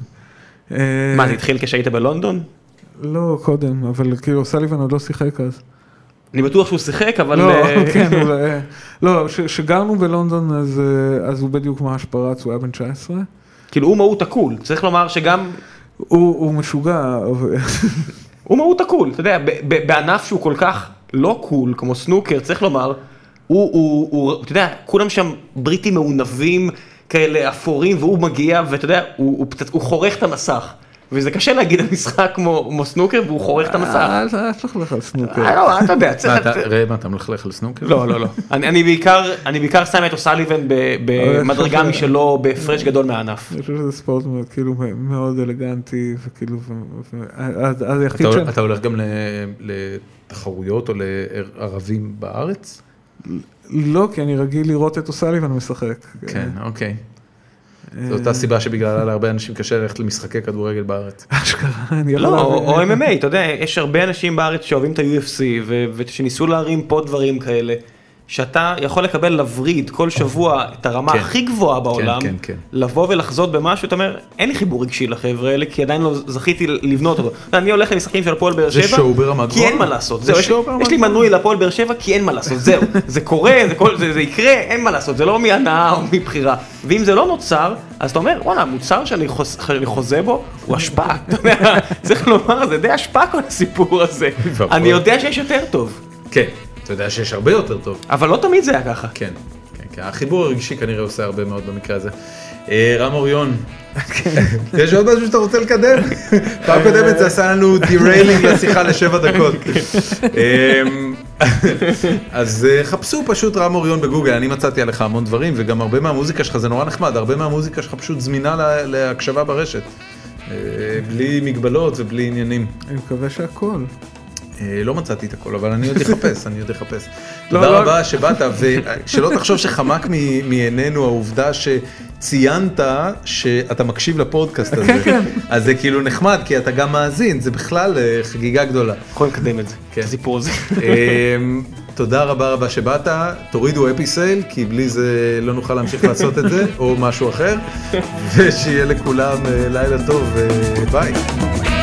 C: אה,
B: מה, זה התחיל כשהיית בלונדון?
C: לא, קודם, אבל כאילו אוסליבן עוד לא שיחק אז.
B: אני בטוח שהוא שיחק, אבל...
C: לא,
B: אה,
C: כן, הוא- אה, לא, כשגרנו בלונדון אז, אה, אז הוא בדיוק ממש פרץ, הוא היה בן 19.
B: כאילו, הוא מהות הקול. צריך לומר שגם...
C: הוא, הוא משוגע, אבל-
B: הוא מהות הקול. אתה יודע, ב- ב- בענף שהוא כל כך לא קול, כמו סנוקר, צריך לומר, הוא, הוא, הוא, אתה יודע, כולם שם בריטים מעונבים, כאלה אפורים, והוא מגיע, ואתה יודע, הוא, הוא, פצצ- הוא חורך את המסך. וזה קשה להגיד על משחק כמו, כמו סנוקר, והוא חורך את המסך.
C: אל אה, אל תשלח לך
B: אה,
C: סנוקר.
B: לא, אתה יודע,
A: מה,
B: צריך...
A: אתה- ראה מה, אתה מלכלך על סנוקר?
B: לא, לא, לא. אני, אני בעיקר, אני בעיקר שם את אוסליבן ב- במדרגה
C: אבל-
B: משלו, בהפרש גדול מהענף.
C: אני חושב שזה ספורט מאוד- כאילו מאוד אלגנטי, וכאילו, ו- ו- אז- אז
A: אתה
C: היחיד
A: הול-
C: שאני-
A: אתה הולך גם ל- לתחרויות או לערבים בארץ?
C: לא, כי אני רגיל לראות את אוסליבן משחק.
A: כן, אוקיי.
C: אה,
A: זו אותה סיבה שבגללה להרבה אנשים קשה ללכת למשחקי כדורגל בארץ.
C: אה, אשכרה, אני יכול
B: לא, או
C: להבין.
B: או MMA, אתה יודע, יש הרבה אנשים בארץ שאוהבים את ה-UFC ו- ושניסו להרים פה דברים כאלה, שאתה יכול לקבל לווריד כל שבוע את הרמה
A: כן.
B: הכי גבוהה בעולם,
A: כן, כן.
B: לבוא ולחזות במשהו, אתה אומר, אין לי חיבור רגשי לחבר'ה האלה, כי עדיין לא זכיתי לבנות אותו. אני הולך למשחקים של הפועל באר
A: זה
B: שבע,
A: שואו ברמה
B: כי
A: גבוהה.
B: אין מה לעשות,
A: זה
B: זהו, יש-
A: שואו ברמה
B: יש לי
A: גבוהה.
B: מנוי לפועל באר שבע, כי אין מה לעשות, זהו, זה קורה, זה כל- זה זה יקרה, אין מה לעשות, זה לא מהנאה או מבחירה, ואם זה לא נוצר, אז אתה אומר, וואלה, המוצר שאני חוז- שאני חוזה בו, הוא אשפה, אתה יודע, צריך לומר, זה די אשפה כל הסיפור הזה,
A: ואבוי.
B: אני יודע שיש יותר טוב,
A: כן, אתה יודע שיש הרבה יותר טוב.
B: אבל לא תמיד זה היה ככה.
A: כן, כן, כן. החיבור הרגשי כנראה עושה הרבה מאוד במקרה הזה. אה, רם אוריון, יש עוד משהו שאתה רוצה לקדם? פעם קודמת זה עשה לנו דיריילינג לשיחה לשבע דקות. אמ, אז אה, חפשו פשוט רם אוריון בגוגל, אני מצאתי עליך המון דברים, וגם הרבה מהמוזיקה שלך, זה נורא נחמד, הרבה מהמוזיקה שלך פשוט זמינה לה- להקשבה ברשת. אה, בלי מגבלות ובלי עניינים.
C: אני מקווה שהכל.
A: אה, לא מצאתי את הכל, אבל אני עוד אחפש, אני עוד אחפש.
C: לא,
A: תודה
C: לא.
A: רבה שבאת, ושלא תחשוב שחמק מ- מעינינו העובדה שציינת שאתה מקשיב לפודקאסט הזה.
C: כן, כן.
A: אז זה כאילו נחמד, כי אתה גם מאזין, זה בכלל אה, חגיגה גדולה.
B: יכול לקדם את זה,
A: כן.
B: את הסיפור הזה.
A: אמ, תודה רבה רבה שבאת, תורידו אפי סייל, כי בלי זה לא נוכל להמשיך לעשות את זה, או משהו אחר, ושיהיה לכולם אה, לילה טוב, אה, ביי.